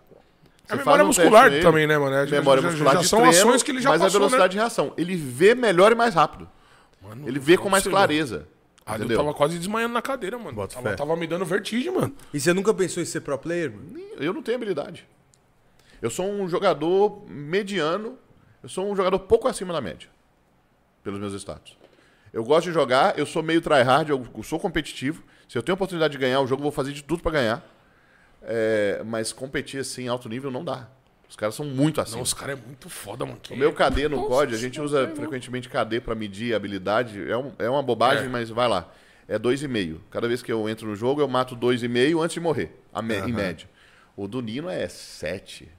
Speaker 2: É
Speaker 3: Você
Speaker 2: memória
Speaker 3: faz um
Speaker 2: muscular
Speaker 3: teste nele,
Speaker 2: também, né, mano? É, já-
Speaker 3: memória
Speaker 2: já- já-
Speaker 3: muscular
Speaker 2: já
Speaker 3: de
Speaker 2: são
Speaker 3: treino,
Speaker 2: ações que ele já
Speaker 3: mas
Speaker 2: passou, né?
Speaker 3: a velocidade de reação. Ele vê melhor e mais rápido. ele vê com mais
Speaker 2: sei,
Speaker 3: clareza.
Speaker 2: Ah, eu
Speaker 3: entendeu?
Speaker 2: tava quase desmaiando na cadeira, mano.
Speaker 1: Bota
Speaker 2: Tava,
Speaker 1: fé.
Speaker 2: tava me dando vertigem, mano.
Speaker 1: E você nunca pensou em ser pro player? mano?
Speaker 3: Eu não tenho habilidade. Eu sou um jogador mediano. Eu sou um jogador pouco acima da média. Pelos meus status. Eu gosto de jogar, eu sou meio tryhard, eu sou competitivo. Se eu tenho a oportunidade de ganhar o jogo, eu vou fazer de tudo pra ganhar. É, mas competir assim em alto nível não dá. Os caras são muito
Speaker 2: Não,
Speaker 3: acima.
Speaker 2: os caras é muito foda, mano. Que
Speaker 3: O meu KD no COD, a gente usa frequentemente KD pra medir habilidade. É, um- é uma bobagem,
Speaker 2: É.
Speaker 3: mas vai lá. É 2,5. Cada vez que eu entro no jogo, eu mato 2,5 antes de morrer, a me- em média. O do Nino é 7.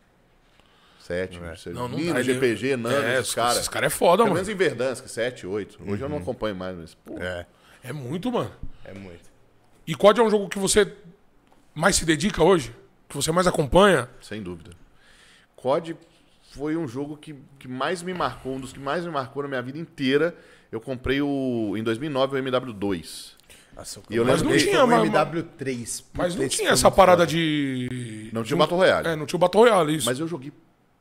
Speaker 3: 7.
Speaker 2: Não, não
Speaker 3: Nino,
Speaker 2: dá, ele-
Speaker 3: GPG, Nano,
Speaker 2: É,
Speaker 3: esses caras.
Speaker 2: Esses caras é foda, mano.
Speaker 3: Pelo menos em Verdansk, 7, 8. Hoje eu não acompanho mais, mas... Pô,
Speaker 1: É,
Speaker 2: Uhum. É muito, mano.
Speaker 1: é muito.
Speaker 2: E COD é um jogo que você mais se dedica hoje? Que você mais acompanha?
Speaker 3: Sem dúvida. COD foi um jogo que, que mais me marcou, um dos que mais me marcou na minha vida inteira. Eu comprei o, em 2009 o MW2.
Speaker 1: Nossa,
Speaker 3: E eu
Speaker 1: mas
Speaker 3: lembro
Speaker 1: não
Speaker 3: que-
Speaker 1: tinha,
Speaker 2: mas-
Speaker 1: o MW3.
Speaker 2: Mas não
Speaker 1: Esse
Speaker 2: tinha
Speaker 1: foi
Speaker 2: essa
Speaker 1: muito
Speaker 2: parada
Speaker 1: foda.
Speaker 2: de.
Speaker 3: é Não tinha o Battle Royale.
Speaker 2: É, não tinha o Battle Royale, isso.
Speaker 3: Mas eu joguei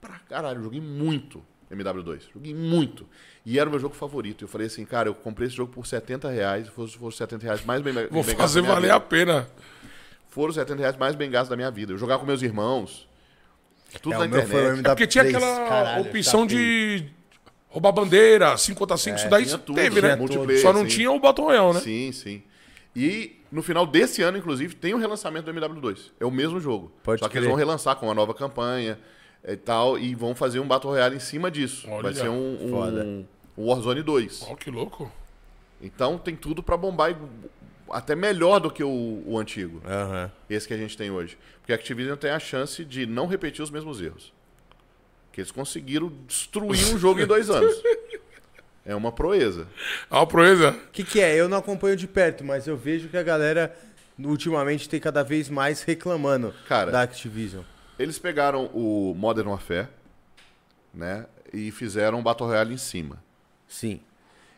Speaker 3: pra caralho, eu joguei muito MW2. Joguei muito. E era o meu jogo favorito. Eu falei assim, cara, eu comprei esse jogo por 70 reais. Se fosse, fosse 70 reais mais bem bem
Speaker 2: Vou
Speaker 3: gasto
Speaker 2: fazer
Speaker 3: da minha
Speaker 2: valer a
Speaker 3: vida.
Speaker 2: pena.
Speaker 3: Foram os 70 reais mais bem gastos da minha vida. Eu jogava com meus irmãos. Tudo
Speaker 1: É,
Speaker 3: na
Speaker 1: o meu
Speaker 3: internet.
Speaker 1: foi o MW3.
Speaker 2: Porque tinha aquela
Speaker 1: caralho,
Speaker 2: opção
Speaker 1: tá feio.
Speaker 2: de roubar bandeira, 5 contra 5, isso daí
Speaker 3: É, tinha tudo,
Speaker 2: teve, né?
Speaker 3: tinha multiplayer,
Speaker 2: Só não
Speaker 3: sim.
Speaker 2: tinha o Battle Royale, né?
Speaker 3: Sim, sim. E no final desse ano, inclusive, tem o relançamento do MW2. É o mesmo jogo.
Speaker 1: Pode
Speaker 3: só que eles
Speaker 1: crer.
Speaker 3: vão relançar com uma nova campanha e tal. E vão fazer um Battle Royale em cima disso.
Speaker 2: Olha,
Speaker 3: Vai ser um, um-
Speaker 1: foda.
Speaker 3: um Warzone 2.
Speaker 2: Ó, que louco.
Speaker 3: Então tem tudo pra bombar e até melhor do que o, o antigo,
Speaker 1: Aham.
Speaker 3: esse que a gente tem hoje. Porque a Activision tem a chance de não repetir os mesmos erros. Que eles conseguiram destruir um jogo em dois anos. É uma proeza.
Speaker 2: Ó, a proeza.
Speaker 1: O que, que é? Eu não acompanho de perto, mas eu vejo que a galera ultimamente tem cada vez mais reclamando
Speaker 3: Cara.
Speaker 1: da Activision.
Speaker 3: Eles pegaram o Modern Warfare, né? E fizeram um Battle Royale em cima.
Speaker 1: Sim.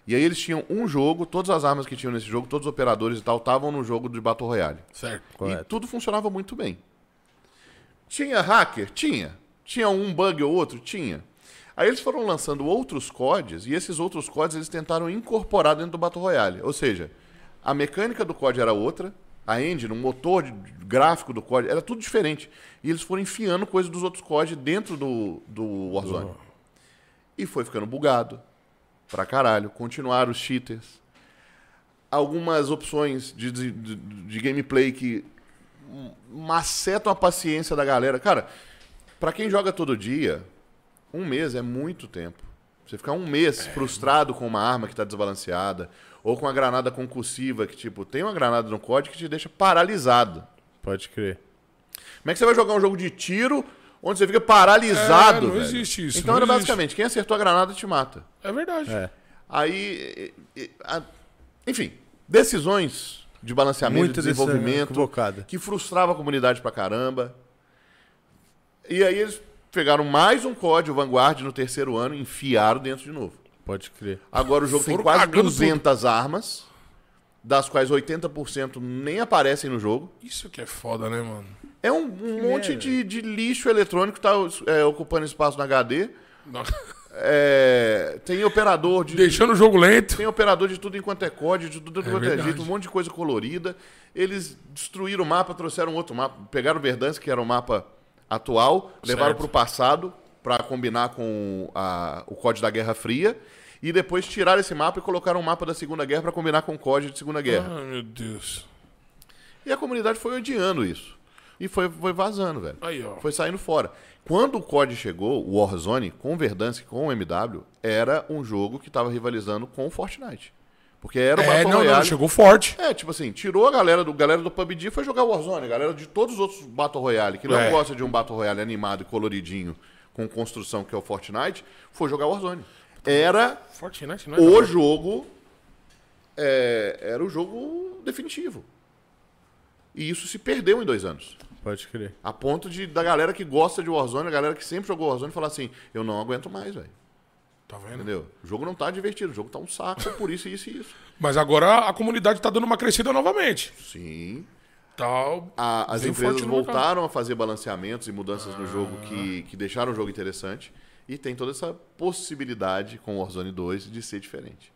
Speaker 3: E aí eles tinham um jogo, todas as armas que tinham nesse jogo, todos os operadores e tal, estavam no jogo de Battle Royale.
Speaker 2: Certo.
Speaker 1: Correto.
Speaker 3: E tudo funcionava muito bem. Tinha hacker? Tinha. Tinha um bug ou outro? Tinha. Aí eles foram lançando outros CODs e esses outros CODs eles tentaram incorporar dentro do Battle Royale. Ou seja, a mecânica do COD era outra, a engine, o motor de- gráfico do COD, era tudo diferente. E eles foram enfiando coisas dos outros COD dentro do, do Warzone. E foi ficando bugado. Pra caralho. Continuaram os cheaters. Algumas opções de, de, de- de gameplay que hum, macetam a paciência da galera. Cara, pra quem joga todo dia, um mês é muito tempo. Você ficar um
Speaker 2: É.
Speaker 3: mês frustrado com uma arma que tá desbalanceada, ou com uma granada concussiva, que tipo, tem uma granada no código que te deixa paralisado.
Speaker 1: Pode crer.
Speaker 3: Como é que você vai jogar um jogo de tiro onde você fica paralisado?
Speaker 2: É, não
Speaker 3: velho?
Speaker 2: existe isso,
Speaker 3: Então
Speaker 2: não
Speaker 3: era
Speaker 2: existe.
Speaker 3: basicamente, quem acertou a granada te mata.
Speaker 2: É verdade.
Speaker 1: É.
Speaker 3: Aí, e- e- a- enfim, decisões de balanceamento,
Speaker 1: Muita
Speaker 3: de
Speaker 1: decisão
Speaker 3: desenvolvimento,
Speaker 1: equivocada.
Speaker 3: que frustrava a comunidade pra caramba. E aí eles pegaram mais um código Vanguard no terceiro ano e enfiaram dentro de novo.
Speaker 4: Pode crer.
Speaker 3: Agora o jogo tem
Speaker 2: Foram
Speaker 3: quase
Speaker 2: cagando
Speaker 3: 200 armas, das quais 80% nem aparecem no jogo.
Speaker 2: Isso que é foda, né, mano?
Speaker 3: É um, um monte de, de lixo eletrônico que tá é, ocupando espaço na HD. É, tem operador de
Speaker 2: Deixando o jogo lento.
Speaker 3: tem operador de tudo enquanto é código, de tudo enquanto é
Speaker 2: verdade.
Speaker 3: jeito, um monte de coisa colorida. Eles destruíram o mapa, trouxeram outro mapa, pegaram o Verdansk, que era o mapa atual, levaram para o passado para combinar com a- o código da Guerra Fria. E depois tiraram esse mapa e colocaram o mapa da Segunda Guerra para combinar com o código de Segunda Guerra.
Speaker 2: Ai, Ah, meu Deus.
Speaker 3: E a comunidade foi odiando isso. E foi, foi vazando, velho.
Speaker 2: Aí, ó.
Speaker 3: Foi saindo fora. Quando o COD chegou, o Warzone, com o Verdansk, com o MW, era um jogo que tava rivalizando com o Fortnite. Porque era o
Speaker 2: É,
Speaker 3: Battle
Speaker 2: não, não,
Speaker 3: Royale.
Speaker 2: chegou forte.
Speaker 3: É, tipo assim, tirou a galera do galera do PUBG e foi jogar Warzone. A galera de todos os outros Battle Royale, que não
Speaker 2: É.
Speaker 3: gosta de um Battle Royale animado e coloridinho, com construção, que é o Fortnite, foi jogar Warzone. Era
Speaker 2: Fortnite não é
Speaker 3: o
Speaker 2: nada.
Speaker 3: jogo é, era o jogo definitivo. E isso se perdeu em dois anos.
Speaker 4: Pode crer.
Speaker 3: A ponto de da galera que gosta de Warzone, a galera que sempre jogou Warzone, falar assim: eu não aguento mais, velho.
Speaker 2: Tá vendo?
Speaker 3: Entendeu? O jogo não tá divertido, o jogo tá um saco por isso, isso e isso.
Speaker 2: Mas agora a comunidade tá dando uma crescida novamente. Tá
Speaker 3: Sim.
Speaker 2: Tal.
Speaker 3: A- as
Speaker 2: Bem
Speaker 3: empresas
Speaker 2: forte no mercado.
Speaker 3: voltaram a fazer balanceamentos e mudanças no jogo que, que deixaram o jogo interessante. E tem toda essa possibilidade com Warzone 2 de ser diferente.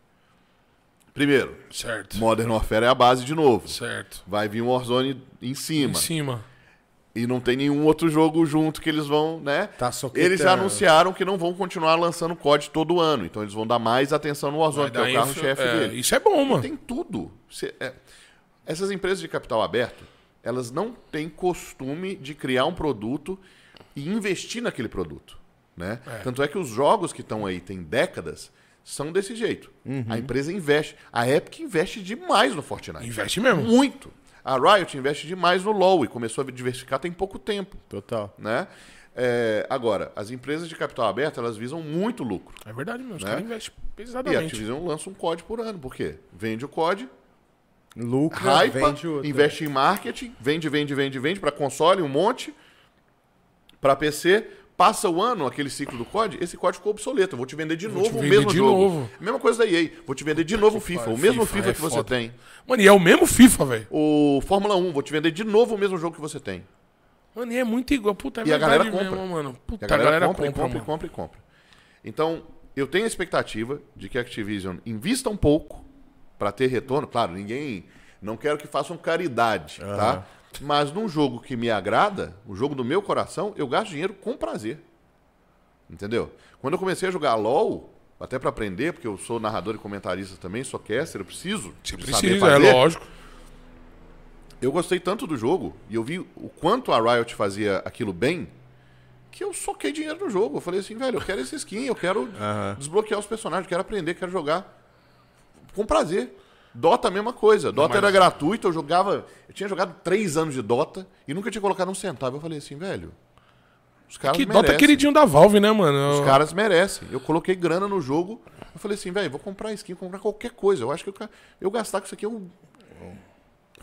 Speaker 3: Primeiro,
Speaker 2: Certo.
Speaker 3: Modern Warfare é a base de novo.
Speaker 2: Certo.
Speaker 3: Vai vir um Warzone em cima.
Speaker 2: Em cima.
Speaker 3: E não tem nenhum outro jogo junto que eles vão, né?
Speaker 1: Tá só
Speaker 3: eles já
Speaker 1: quitando.
Speaker 3: anunciaram que não vão continuar lançando COD todo ano. Então eles vão dar mais atenção no
Speaker 2: Vai
Speaker 3: Warzone, que é
Speaker 2: dar
Speaker 3: o
Speaker 2: influ-
Speaker 3: carro-chefe
Speaker 2: é,
Speaker 3: dele.
Speaker 2: Isso é bom, mano.
Speaker 3: Tem tudo. Cê- é, Essas empresas de capital aberto, elas não têm costume de criar um produto e investir naquele produto. Né? Tanto é que os jogos que estão aí tem décadas são desse jeito.
Speaker 1: Uhum.
Speaker 3: A empresa investe. A Epic investe demais no Fortnite.
Speaker 2: Investe mesmo.
Speaker 3: Muito. A Riot investe demais no LoL e começou a diversificar tem pouco tempo,
Speaker 1: Total.
Speaker 3: né? É, agora, as empresas de capital aberto, elas visam muito lucro.
Speaker 2: É verdade mesmo. Os
Speaker 3: Né?
Speaker 2: caras investem
Speaker 3: E a
Speaker 2: pesadamente.
Speaker 3: Activision lança um COD por ano. Por quê? Vende o COD,
Speaker 1: Lucra,
Speaker 3: hypa,
Speaker 1: vende
Speaker 2: é.
Speaker 1: outro.
Speaker 3: investe em marketing, vende, vende, vende, vende para console um monte, para PC, passa o ano aquele ciclo do COD, esse COD ficou obsoleto. Eu vou te vender de
Speaker 2: te
Speaker 3: novo o
Speaker 2: vender
Speaker 3: mesmo
Speaker 2: de
Speaker 3: jogo.
Speaker 2: novo.
Speaker 3: Mesma coisa da EA, vou te vender de novo o FIFA, o mesmo
Speaker 2: FIFA,
Speaker 3: FIFA,
Speaker 2: é
Speaker 3: que você
Speaker 2: foda.
Speaker 3: tem.
Speaker 2: Mano, e é o mesmo FIFA, velho.
Speaker 3: O Fórmula 1, vou te vender de novo o mesmo jogo que você tem.
Speaker 2: Mano, e é muito igual. Puta, é
Speaker 3: E a
Speaker 2: verdade
Speaker 3: galera compra.
Speaker 2: mesmo, mano.
Speaker 3: E
Speaker 2: Puta,
Speaker 3: a galera, compra,
Speaker 2: compra,
Speaker 3: e compra, e
Speaker 2: mano.
Speaker 3: compra, e compra. Então, eu tenho a expectativa de que a Activision invista um pouco para ter retorno. Claro, ninguém. Não quero que façam caridade, tá? Mas num jogo que me agrada, o jogo do meu coração, eu gasto dinheiro com prazer. Entendeu? Quando eu comecei a jogar LOL, até para aprender, porque eu sou narrador e comentarista também, sou caster, eu preciso.
Speaker 2: Você
Speaker 3: de saber
Speaker 2: precisa, é
Speaker 3: fazer.
Speaker 2: lógico.
Speaker 3: Eu gostei tanto do jogo e eu vi o quanto a Riot fazia aquilo bem que eu soquei dinheiro no jogo. Eu falei assim, velho, eu quero essa skin, eu quero desbloquear os personagens, quero aprender, quero jogar. Com prazer. Dota, a mesma coisa. Dota era gratuito, eu jogava. Eu tinha jogado três anos de Dota e nunca tinha colocado um centavo. Eu falei assim, velho. Os caras
Speaker 2: É Que
Speaker 3: merecem.
Speaker 2: Dota queridinho da Valve, né, mano?
Speaker 3: Os caras merecem. Eu coloquei grana no jogo. Eu falei assim, velho, vou comprar skin, comprar qualquer coisa. Eu acho que eu, ca- eu gastar com isso aqui, eu.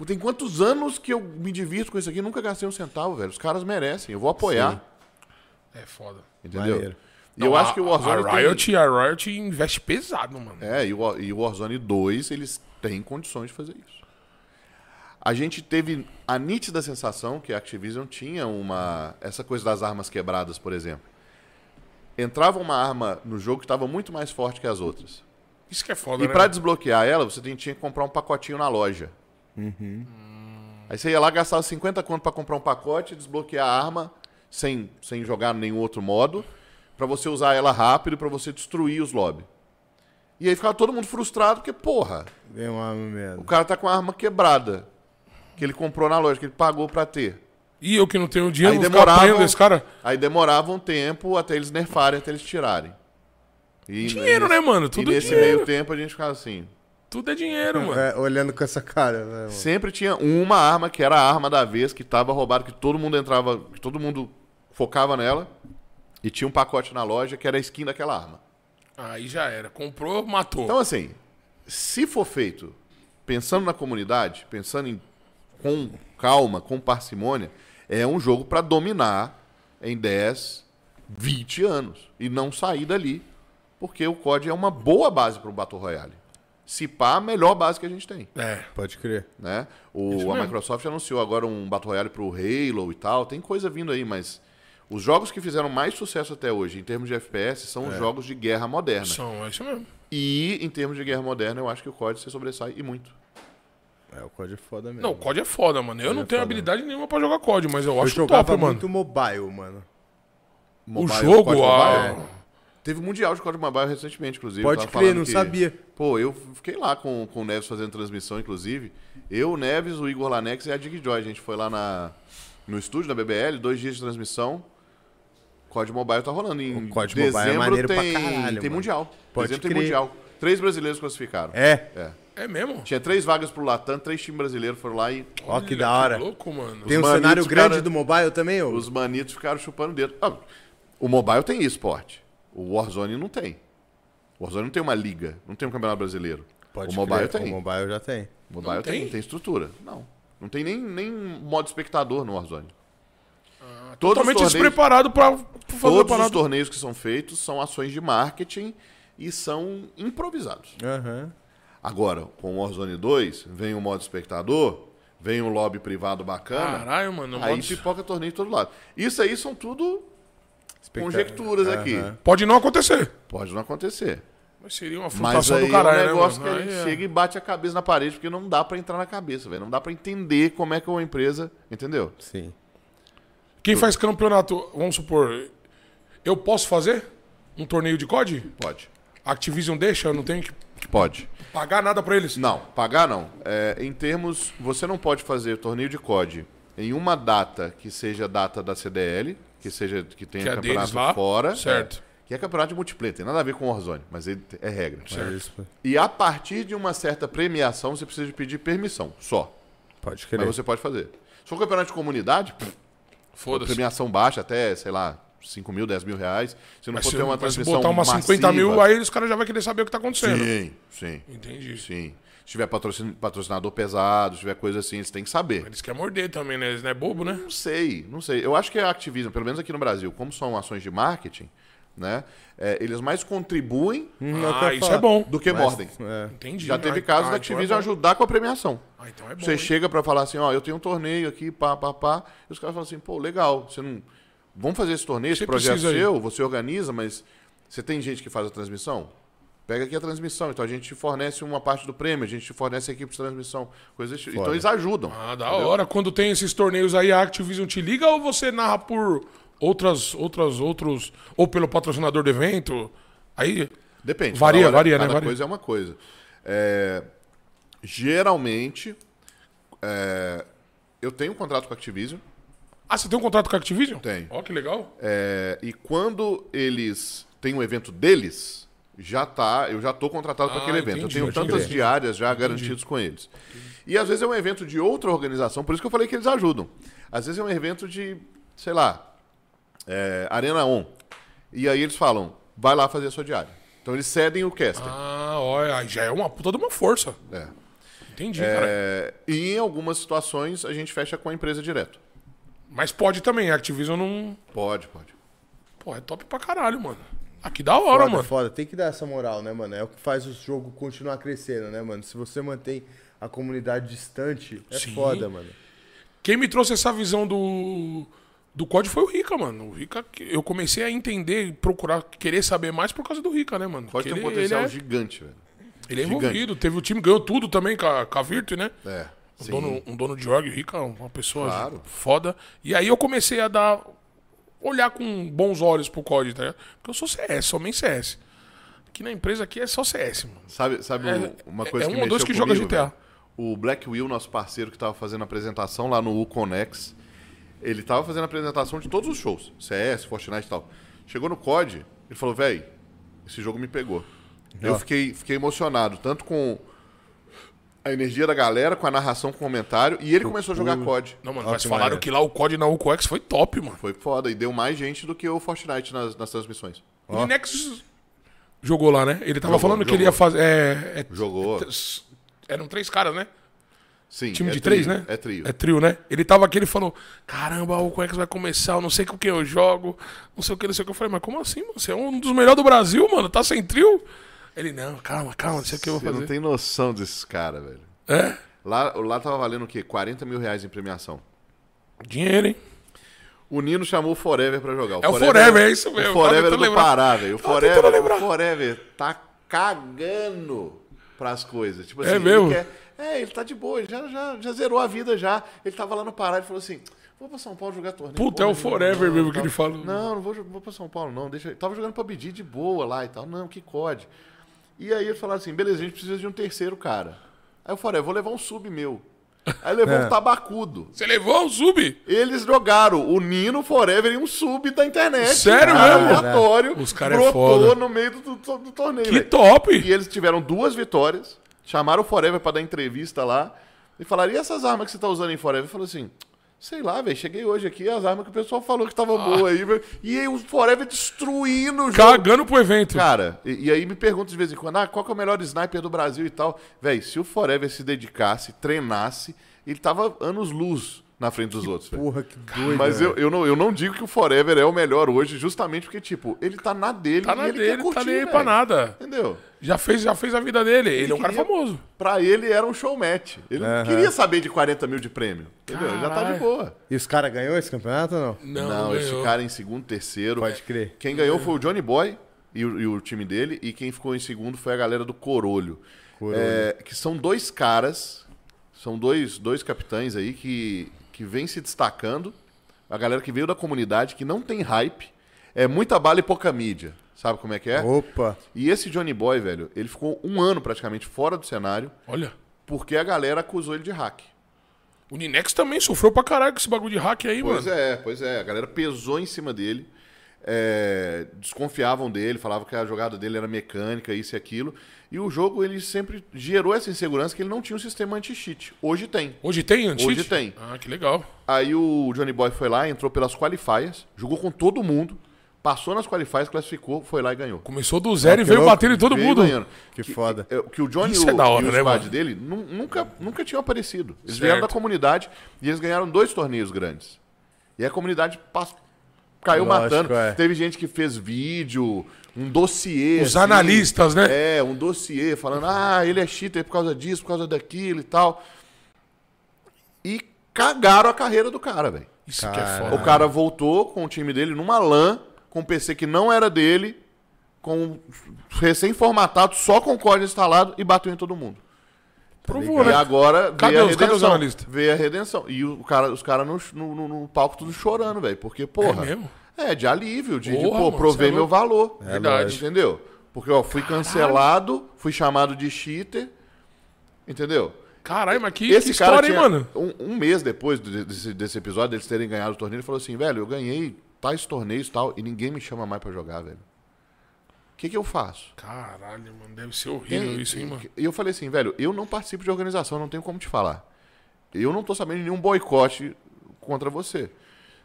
Speaker 3: Tem quantos anos que eu me divirto com isso aqui? Eu nunca gastei um centavo, velho. Os caras merecem. Eu vou apoiar.
Speaker 2: É foda.
Speaker 3: Entendeu?
Speaker 1: Maneiro.
Speaker 3: E eu
Speaker 2: Não,
Speaker 3: acho
Speaker 2: a-
Speaker 3: que o Warzone.
Speaker 2: A Riot, a Riot investe pesado, mano.
Speaker 3: Tem... É, e o Wa- e o Warzone 2, eles têm condições de fazer isso. A gente teve a nítida sensação que a Activision tinha uma. Essa coisa das armas quebradas, por exemplo. Entrava uma arma no jogo que estava muito mais forte que as outras.
Speaker 2: Isso que é foda,
Speaker 3: E
Speaker 2: né?
Speaker 3: pra
Speaker 2: mano?
Speaker 3: desbloquear ela, você tem- tinha que comprar um pacotinho na loja. Hum. Aí você ia lá, gastava 50 conto pra comprar um pacote, desbloquear a arma sem, sem jogar nenhum outro modo, pra você usar ela rápido, pra você destruir os lobby. E aí ficava todo mundo frustrado, porque, porra,
Speaker 1: Vem um uma
Speaker 3: o
Speaker 1: merda.
Speaker 3: cara tá com a arma quebrada, que ele comprou na loja, que ele pagou pra ter.
Speaker 2: E eu que não tenho dinheiro,
Speaker 3: Aí
Speaker 2: vou ficar
Speaker 3: demorava-
Speaker 2: apanhando esse cara.
Speaker 3: Aí demorava um tempo até eles nerfarem, até eles tirarem. E
Speaker 2: Dinheiro, né, mano?
Speaker 3: E
Speaker 2: Tudo é
Speaker 3: nesse
Speaker 2: dinheiro.
Speaker 3: meio tempo a gente ficava assim,
Speaker 2: Tudo é dinheiro, mano.
Speaker 1: É, olhando com essa cara, né, mano?
Speaker 3: Sempre tinha uma arma que era a arma da vez, que tava roubada, que todo mundo entrava, que todo mundo focava nela. E tinha um pacote na loja que era a skin daquela arma.
Speaker 2: Aí já era. Comprou, matou.
Speaker 3: Então, assim, se for feito pensando na comunidade, pensando em com calma, com parcimônia, é um jogo pra dominar em 10, 20 anos. E não sair dali. Porque o COD é uma boa base para o Battle Royale. Se pá, a melhor base que a gente tem.
Speaker 2: É.
Speaker 1: Pode crer.
Speaker 3: Né? O, a Microsoft anunciou agora um Battle Royale pro Halo e tal. Tem coisa vindo aí, mas os jogos que fizeram mais sucesso até hoje, em termos de FPS, são os jogos de guerra moderna.
Speaker 2: São, é isso mesmo.
Speaker 3: E, em termos de guerra moderna, eu acho que o COD se sobressai e muito.
Speaker 1: É, o código é foda mesmo.
Speaker 2: Não, o COD é foda, mano. Eu não tenho habilidade nenhuma pra jogar COD, mas eu
Speaker 1: eu
Speaker 2: acho
Speaker 1: jogava
Speaker 2: top, mano.
Speaker 1: muito mobile, mano.
Speaker 3: Mobile,
Speaker 2: jogo,
Speaker 3: COD
Speaker 2: ah.
Speaker 3: Mobile. É. Teve Mundial de COD Mobile recentemente, inclusive.
Speaker 1: Pode
Speaker 3: Tava
Speaker 1: crer,
Speaker 3: falando
Speaker 1: não
Speaker 3: que-
Speaker 1: sabia.
Speaker 3: Pô, eu fiquei lá com, com o Neves fazendo transmissão, inclusive. Eu, o Neves, o Igor Lanex e a Dig Joy. A gente foi lá na, no estúdio da BBL, dois dias de transmissão. COD Mobile tá rolando. Em
Speaker 1: O COD Mobile é
Speaker 3: dezembro
Speaker 1: maneiro pra
Speaker 3: tem,
Speaker 1: caralho,
Speaker 3: tem
Speaker 1: mano.
Speaker 3: Mundial.
Speaker 1: Pode
Speaker 3: dezembro tem
Speaker 1: crer.
Speaker 3: Mundial. Três brasileiros classificaram.
Speaker 1: É.
Speaker 3: É.
Speaker 2: É mesmo?
Speaker 3: Tinha três vagas pro Latam, três times brasileiros foram lá e
Speaker 1: Ó, que
Speaker 2: Olha,
Speaker 1: da hora.
Speaker 2: louco, mano.
Speaker 1: Tem um
Speaker 3: manitos,
Speaker 1: cenário grande
Speaker 3: cara-
Speaker 1: do mobile também, ô?
Speaker 3: os manitos ficaram chupando o dedo. Ah, o mobile tem esporte. O Warzone não tem. O Warzone não tem uma liga, não tem um campeonato brasileiro. o mobile
Speaker 1: crer,
Speaker 3: tem.
Speaker 1: O mobile já tem.
Speaker 3: O mobile tem.
Speaker 2: tem?
Speaker 3: tem, estrutura. Não. Não tem nem, nem modo espectador no Warzone. Todos os
Speaker 2: Ah, Totalmente
Speaker 3: torneios-
Speaker 2: despreparado pra pra fazer a
Speaker 3: Todos os
Speaker 2: parada.
Speaker 3: torneios que são feitos são ações de marketing e são improvisados.
Speaker 1: Aham.
Speaker 3: Agora, com o Warzone 2, vem o modo espectador, vem o lobby privado bacana.
Speaker 2: Caralho, mano.
Speaker 3: Aí
Speaker 2: modos-
Speaker 3: pipoca torneio de todo lado. Isso aí são tudo
Speaker 1: Especta-
Speaker 3: conjecturas aqui.
Speaker 1: Aham.
Speaker 2: Pode não acontecer.
Speaker 3: Pode não acontecer.
Speaker 2: Mas seria uma
Speaker 3: Mas
Speaker 2: frutação
Speaker 3: aí
Speaker 2: do caralho,
Speaker 3: é um
Speaker 2: né,
Speaker 3: negócio
Speaker 2: mano?
Speaker 3: que a gente
Speaker 2: Aí é.
Speaker 3: chega e bate a cabeça na parede, porque não dá pra entrar na cabeça, velho. Não dá pra entender como é que uma empresa. Entendeu?
Speaker 1: Sim.
Speaker 2: Quem faz campeonato, vamos supor, eu posso fazer um torneio de COD?
Speaker 3: Pode.
Speaker 2: Activision deixa, eu não tenho que
Speaker 3: Pode.
Speaker 2: pagar nada pra eles.
Speaker 3: Não, pagar não. É, em termos. Você não pode fazer torneio de COD em uma data que seja a data da CDL, que seja que tenha
Speaker 2: Que é deles
Speaker 3: campeonato
Speaker 2: lá,
Speaker 3: fora.
Speaker 2: certo.
Speaker 3: É, que é campeonato de multiplayer, tem nada a ver com o Warzone, mas ele é regra.
Speaker 1: Mas isso-
Speaker 3: E a partir de uma certa premiação, você precisa pedir permissão, só.
Speaker 1: Pode
Speaker 3: Mas
Speaker 1: crer.
Speaker 3: você pode fazer. Se for um campeonato de comunidade, pff,
Speaker 2: Foda-se.
Speaker 3: premiação baixa, até, sei lá, 5 mil, 10 mil reais. Se não
Speaker 2: Mas
Speaker 3: for
Speaker 2: se
Speaker 3: ter uma
Speaker 2: mas se
Speaker 3: transmissão
Speaker 2: botar umas 50 mil,
Speaker 3: massiva-
Speaker 2: aí os caras já vão querer saber o que tá acontecendo.
Speaker 3: Sim, sim,
Speaker 2: Entendi.
Speaker 3: sim. Se tiver patrocin- patrocinador pesado, se tiver coisa assim, eles têm que saber.
Speaker 2: Eles querem morder também, né? Eles não é bobo, né?
Speaker 3: Não sei, não sei. Eu acho que a Activision, pelo menos aqui no Brasil, como são ações de marketing, né, é, eles mais contribuem
Speaker 1: Hum, eu
Speaker 2: Ah,
Speaker 1: quero
Speaker 2: isso
Speaker 1: falar.
Speaker 2: é bom.
Speaker 3: do que mordem.
Speaker 1: É.
Speaker 2: Entendi.
Speaker 3: Já teve
Speaker 2: Ah,
Speaker 3: casos
Speaker 2: ah, então é
Speaker 3: da Activision
Speaker 2: bom.
Speaker 3: ajudar com a premiação.
Speaker 2: Ah, então é bom.
Speaker 3: Você
Speaker 2: hein?
Speaker 3: chega pra falar assim, ó, eu tenho um torneio aqui, pá, pá, pá. E os caras falam assim, pô, legal, você não. Vamos fazer esse torneio, esse
Speaker 2: Você
Speaker 3: projeto
Speaker 2: precisa aí.
Speaker 3: seu, você organiza, mas você tem gente que faz a transmissão? Pega aqui a transmissão, então a gente te fornece uma parte do prêmio, a gente te fornece a equipe de transmissão. Coisas... Então eles ajudam.
Speaker 2: Ah, da hora. Quando tem esses torneios aí, a Activision te liga ou você narra por outras, outras, outros. Ou pelo patrocinador do evento? Aí.
Speaker 3: Depende.
Speaker 2: Varia,
Speaker 3: cada
Speaker 2: varia, né?
Speaker 3: cada
Speaker 2: Varia.
Speaker 3: coisa é uma coisa. É, geralmente, é, eu tenho um contrato com a Activision,
Speaker 2: Ah, você tem um contrato com a Activision?
Speaker 3: Tenho.
Speaker 2: Ó, que legal.
Speaker 3: É, e quando eles têm um evento deles, já tá, eu já tô contratado
Speaker 2: Ah,
Speaker 3: para aquele evento.
Speaker 2: entendi,
Speaker 3: eu tenho
Speaker 2: pode
Speaker 3: tantas
Speaker 2: crer.
Speaker 3: diárias já garantidas com eles. E às vezes é um evento de outra organização, por isso que eu falei que eles ajudam. Às vezes é um evento de, sei lá, é, Arena On. E aí eles falam, vai lá fazer a sua diária. Então eles cedem o caster.
Speaker 2: Ah, olha, aí já é uma puta de uma força.
Speaker 3: É.
Speaker 2: Entendi, cara.
Speaker 3: É, e em algumas situações a gente fecha com a empresa direto.
Speaker 2: Mas pode também, a Activision não.
Speaker 3: Pode, pode.
Speaker 2: Pô, é top pra caralho, mano. Ah, que da hora,
Speaker 1: Foda,
Speaker 2: mano.
Speaker 1: foda. Tem que dar essa moral, né, mano? É o que faz o jogo continuar crescendo, né, mano? Se você mantém a comunidade distante, é
Speaker 2: Sim.
Speaker 1: foda, mano.
Speaker 2: Quem me trouxe essa visão do, do código foi o Rica, mano. O Rica, eu comecei a entender e procurar, querer saber mais por causa do Rica, né, mano? Porque
Speaker 3: Pode ter um
Speaker 2: ele-
Speaker 3: potencial
Speaker 2: ele é-
Speaker 3: gigante, velho.
Speaker 2: Ele é
Speaker 3: Gigante.
Speaker 2: envolvido, teve o time, ganhou tudo também com a, com a Virtue, né?
Speaker 3: É.
Speaker 2: Um
Speaker 3: sim.
Speaker 2: dono, um dono de org rica, uma pessoa
Speaker 3: Claro.
Speaker 2: foda. E aí eu comecei a dar. olhar com bons olhos pro código, tá ligado? Porque eu sou CS, somente CS. Aqui na empresa aqui é só CS, mano.
Speaker 3: Sabe, sabe um-
Speaker 2: É-
Speaker 3: uma
Speaker 2: é-
Speaker 3: coisa
Speaker 2: é
Speaker 3: que
Speaker 2: um ou dois
Speaker 3: mexeu
Speaker 2: que joga
Speaker 3: comigo,
Speaker 2: GTA.
Speaker 3: velho? O Black Will, nosso parceiro que tava fazendo a apresentação lá no Uconex, ele tava fazendo a apresentação de todos os shows, CS, Fortnite e tal. Chegou no COD, ele falou, velho, esse jogo me pegou.
Speaker 2: Ah.
Speaker 3: Eu fiquei, fiquei emocionado, tanto com a energia da galera, com a narração, com o comentário, e ele começou a jogar COD.
Speaker 2: Não, mano,
Speaker 1: Ó,
Speaker 2: mas
Speaker 1: que
Speaker 2: falaram
Speaker 1: maneiro.
Speaker 2: que lá o código na UCOX foi top, mano.
Speaker 3: Foi foda, e deu mais gente do que o Fortnite nas, nas transmissões.
Speaker 2: O Nexus jogou lá, né? Ele tava
Speaker 3: Jogou,
Speaker 2: falando que ele ia
Speaker 3: jogou.
Speaker 2: fazer. É, é-
Speaker 3: Jogou.
Speaker 2: t- s- eram três caras, né?
Speaker 3: Sim.
Speaker 2: Time
Speaker 3: é
Speaker 2: de
Speaker 3: trio,
Speaker 2: três, né?
Speaker 3: É trio.
Speaker 2: É trio, né? Ele tava aqui, ele falou: Caramba, o Cuecas vai começar, eu não sei com quem eu jogo, não sei o que, não sei o que. Eu falei, mas como assim, mano? Você é um dos melhores do Brasil, mano. Tá sem trio? Ele, não, calma, calma, não sei o que eu vou
Speaker 3: Você
Speaker 2: fazer.
Speaker 3: não tem noção desses caras, velho.
Speaker 2: É?
Speaker 3: Lá, lá tava valendo o quê? 40 mil reais em premiação.
Speaker 2: Dinheiro, hein?
Speaker 3: O Nino chamou o Forever pra jogar.
Speaker 2: É o Forever, é isso mesmo.
Speaker 3: O Forever
Speaker 2: Tava
Speaker 3: era do
Speaker 2: tentando lembrar.
Speaker 3: Pará, velho. O
Speaker 2: Tava
Speaker 3: Forever,
Speaker 2: tentando lembrar.
Speaker 3: o Forever tá cagando pras coisas. Tipo assim,
Speaker 2: É mesmo?
Speaker 3: Ele quer- É, ele tá de boa, ele já, já, já zerou a vida já. Ele tava lá no Pará e falou assim: vou pra São Paulo jogar torneio.
Speaker 2: Puta,
Speaker 3: Porra,
Speaker 2: é o Forever
Speaker 3: não,
Speaker 2: mesmo que
Speaker 3: tal.
Speaker 2: ele falou.
Speaker 3: Não, não vou, jo- vou pra São Paulo, não. Deixa, eu- tava jogando pra pedir de boa lá e tal. Não, que COD. E aí eles falaram assim: beleza, a gente precisa de um terceiro cara. Aí o Forever, vou levar um sub meu. Aí levou
Speaker 2: É.
Speaker 3: um tabacudo.
Speaker 2: Você levou o Zub?
Speaker 3: Eles jogaram o Nino Forever em um sub da internet.
Speaker 2: Sério
Speaker 3: cara, um
Speaker 2: mesmo?
Speaker 3: Aleatório.
Speaker 2: Os cara é
Speaker 3: brotou
Speaker 2: foda.
Speaker 3: no meio do, do- do torneio.
Speaker 2: Que
Speaker 3: velho. E
Speaker 2: top!
Speaker 3: eles tiveram duas vitórias. Chamaram o Forever pra dar entrevista lá. E falaram: e essas armas que você tá usando em Forever? Ele falou assim. Sei lá, velho. Cheguei hoje aqui, as armas que o pessoal falou que tava boa aí, velho. E aí o Forever destruindo o jogo.
Speaker 2: Cagando pro evento.
Speaker 3: Cara, e, e aí me perguntam de vez em quando, ah, qual que é o melhor sniper do Brasil e tal. Véi, se o Forever se dedicasse, treinasse, ele tava anos luz na frente dos outros, velho.
Speaker 1: Porra, que doido. né?
Speaker 3: Mas
Speaker 1: velho.
Speaker 3: eu, eu, não, eu não digo que o Forever é o melhor hoje, justamente porque, tipo, ele tá na dele
Speaker 2: Tá
Speaker 3: e
Speaker 2: na
Speaker 3: ele
Speaker 2: dele,
Speaker 3: quer
Speaker 2: não
Speaker 3: curtir,
Speaker 2: tá nem aí
Speaker 3: velho.
Speaker 2: pra nada.
Speaker 3: Entendeu?
Speaker 2: Já fez, já fez a vida dele. Ele, é um cara
Speaker 3: queria-
Speaker 2: famoso.
Speaker 3: Pra ele era um showmatch. Ele não
Speaker 1: Aham.
Speaker 3: queria saber de 40 mil de prêmio. Entendeu? Ele já tá de
Speaker 2: Caralho.
Speaker 3: boa.
Speaker 1: E os caras ganhou esse campeonato ou não?
Speaker 2: Não,
Speaker 3: Não, esse
Speaker 2: ganhou.
Speaker 3: cara em segundo, terceiro.
Speaker 1: Pode crer.
Speaker 3: Quem ganhou foi o Johnny Boy e o, e o time dele, e quem ficou em segundo foi a galera do Corolho.
Speaker 1: Corolho.
Speaker 3: É, que são dois caras, são dois, dois capitães aí que, que vem se destacando. A galera que veio da comunidade, que não tem hype, é muita bala e pouca mídia. Sabe como é que é?
Speaker 1: Opa.
Speaker 3: E esse Johnny Boy, velho, ele ficou um ano praticamente fora do cenário,
Speaker 2: Olha.
Speaker 3: porque a galera acusou ele de hack.
Speaker 2: O Ninex também sofreu pra caralho com esse bagulho de hack aí,
Speaker 3: Pois
Speaker 2: mano.
Speaker 3: é, pois é. A galera pesou em cima dele. é, desconfiavam dele, falavam que a jogada dele era mecânica, isso e aquilo. E o jogo, ele sempre gerou essa insegurança que ele não tinha um sistema anti-cheat. Hoje tem.
Speaker 2: Hoje tem anti
Speaker 3: Hoje tem.
Speaker 2: Ah, que legal.
Speaker 3: Aí o Johnny Boy foi lá, entrou pelas qualifiers, jogou com todo mundo, passou nas qualifiers, classificou, foi lá e ganhou.
Speaker 2: Começou do zero e
Speaker 1: que
Speaker 2: veio
Speaker 1: louco.
Speaker 2: batendo em todo
Speaker 3: Ah, Veio
Speaker 2: mundo.
Speaker 3: ganhando.
Speaker 1: Que foda.
Speaker 3: é, Que, o Johnny
Speaker 2: Isso
Speaker 3: e
Speaker 2: é
Speaker 3: o,
Speaker 2: da hora,
Speaker 3: e o
Speaker 2: né,
Speaker 3: squad
Speaker 2: mano?
Speaker 3: dele nu- nunca, nunca tinham aparecido. Eles
Speaker 2: Certo.
Speaker 3: vieram da comunidade e eles ganharam dois torneios grandes. E a comunidade pas- caiu
Speaker 1: Lógico,
Speaker 3: matando.
Speaker 1: é.
Speaker 3: Teve gente que fez vídeo, um dossiê.
Speaker 2: Os analistas, né?
Speaker 3: É, um dossiê falando, ah, ele é cheater por causa disso, por causa daquilo e tal. E cagaram a carreira do cara, velho.
Speaker 2: Isso que é foda.
Speaker 3: O cara voltou com o time dele numa LAN, com um PC que não era dele, com um recém-formatado, só com código instalado e bateu em todo mundo.
Speaker 2: Provou,
Speaker 3: E
Speaker 2: né?
Speaker 3: agora
Speaker 2: Cadê
Speaker 3: veio a
Speaker 2: os- cadê os
Speaker 3: redenção.
Speaker 2: analistas?
Speaker 3: veio a redenção. E o cara, os caras no, no, no- no palco tudo chorando, velho. Porque, porra.
Speaker 2: É mesmo?
Speaker 3: é, de alívio, de, de,
Speaker 2: Porra,
Speaker 3: pô,
Speaker 2: mano,
Speaker 3: provei
Speaker 2: cê é
Speaker 3: meu
Speaker 2: louco.
Speaker 3: valor.
Speaker 2: Verdade. lógico.
Speaker 3: Entendeu? Porque, ó, fui cancelado, fui chamado de cheater. Entendeu?
Speaker 2: né? Caralho, mas que, que
Speaker 3: Esse
Speaker 2: história,
Speaker 3: cara
Speaker 2: hein,
Speaker 3: tinha-
Speaker 2: mano?
Speaker 3: Um, um mês depois do- desse, desse episódio, eles terem ganhado o torneio, ele falou assim, velho, eu ganhei tais torneios e tal, e ninguém me chama mais pra jogar, velho. O que, que eu faço?
Speaker 2: Caralho, mano, deve ser horrível
Speaker 3: E-
Speaker 2: isso, hein, mano?
Speaker 3: E eu falei assim, velho, eu não participo de organização, não tenho como te falar. Eu não tô sabendo de nenhum boicote contra você.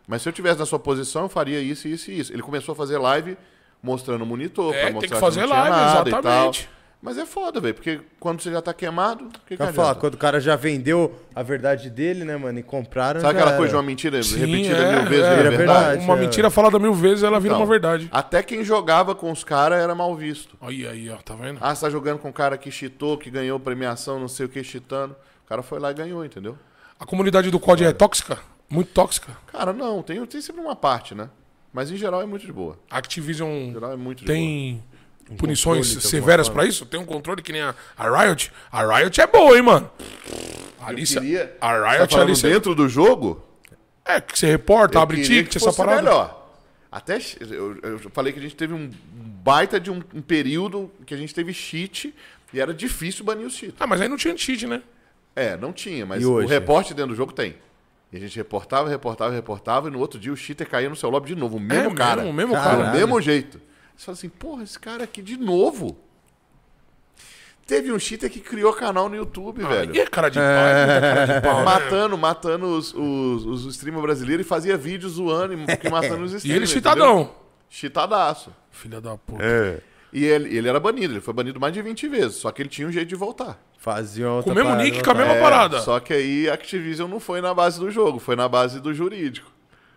Speaker 3: Mas se eu tivesse na sua posição, eu faria isso, isso e isso. Ele começou a fazer live mostrando o monitor,
Speaker 2: É,
Speaker 3: pra
Speaker 2: tem
Speaker 3: mostrar
Speaker 2: que fazer
Speaker 3: não tinha
Speaker 2: live,
Speaker 3: nada E
Speaker 2: exatamente.
Speaker 3: tal. Mas é foda, velho, porque quando você já tá queimado, o que, que
Speaker 1: Quer falar,
Speaker 3: adianta?
Speaker 1: quando o cara já vendeu a verdade dele, né, mano? E compraram.
Speaker 3: Sabe
Speaker 1: já
Speaker 3: aquela coisa de
Speaker 1: era.
Speaker 3: uma mentira
Speaker 2: Sim,
Speaker 3: repetida
Speaker 2: é,
Speaker 3: mil vezes
Speaker 2: é,
Speaker 3: vira
Speaker 1: é
Speaker 3: verdade?
Speaker 1: verdade,
Speaker 2: Uma
Speaker 1: é.
Speaker 2: mentira falada mil vezes, ela vira
Speaker 3: Então,
Speaker 2: uma verdade.
Speaker 3: Até quem jogava com os caras era mal visto.
Speaker 2: Aí, aí, ó, tá vendo?
Speaker 3: Ah, você tá jogando com um cara que cheatou, que ganhou premiação, não sei o que, cheatando. O cara foi lá e ganhou, entendeu?
Speaker 2: A comunidade do COD é tóxica? Muito tóxica.
Speaker 3: Cara, não, tem, tem sempre uma parte, né? Mas em geral é muito de boa.
Speaker 2: A Activision
Speaker 3: Em geral é muito de boa. Um
Speaker 2: tem punições
Speaker 1: controle, tem
Speaker 2: severas
Speaker 1: alguma
Speaker 2: pra isso? Tem um controle que nem a, a Riot? A Riot é boa, hein, mano? A Alicia,
Speaker 3: queria-
Speaker 2: a
Speaker 3: Você
Speaker 2: Riot,
Speaker 3: tá
Speaker 2: a
Speaker 3: falando
Speaker 2: Alicia,
Speaker 3: dentro do jogo?
Speaker 2: é que você reporta,
Speaker 3: Eu
Speaker 2: abre
Speaker 3: queria
Speaker 2: ticket,
Speaker 3: que
Speaker 2: essa
Speaker 3: fosse
Speaker 2: parada.
Speaker 3: Melhor. Até che- eu, eu falei que a gente teve um baita de um, um período que a gente teve cheat e era difícil banir os cheats.
Speaker 2: Ah, mas aí não tinha cheat, né?
Speaker 3: É, não tinha, mas
Speaker 1: E
Speaker 3: o
Speaker 1: hoje?
Speaker 3: reporte dentro do jogo tem. E a gente reportava, reportava, reportava, e no outro dia o cheater caía no seu lobby de novo, o mesmo
Speaker 2: é,
Speaker 3: cara.
Speaker 2: Mesmo, mesmo
Speaker 1: Caralho.
Speaker 3: Do
Speaker 2: cara.
Speaker 3: mesmo jeito. Você fala assim, porra, esse cara aqui de novo. Teve um cheater que criou canal no YouTube, velho.
Speaker 2: Aí é cara de pau, é cara de pau, né?
Speaker 3: Matando, matando os, os, os streamers brasileiros e fazia vídeos zoando e e matando os streamers.
Speaker 2: E ele
Speaker 3: entendeu?
Speaker 2: chitadão.
Speaker 3: Cheatadaço.
Speaker 2: Filha da puta.
Speaker 1: É.
Speaker 3: E ele, ele era banido, ele foi banido mais de 20 vezes, só que ele tinha um jeito de voltar.
Speaker 1: Faziam outra
Speaker 2: Com o mesmo
Speaker 1: parada,
Speaker 2: nick,
Speaker 1: outra
Speaker 2: com a mesma
Speaker 1: parada.
Speaker 2: parada.
Speaker 3: É, Só que aí a Activision não foi na base do jogo, foi na base do jurídico.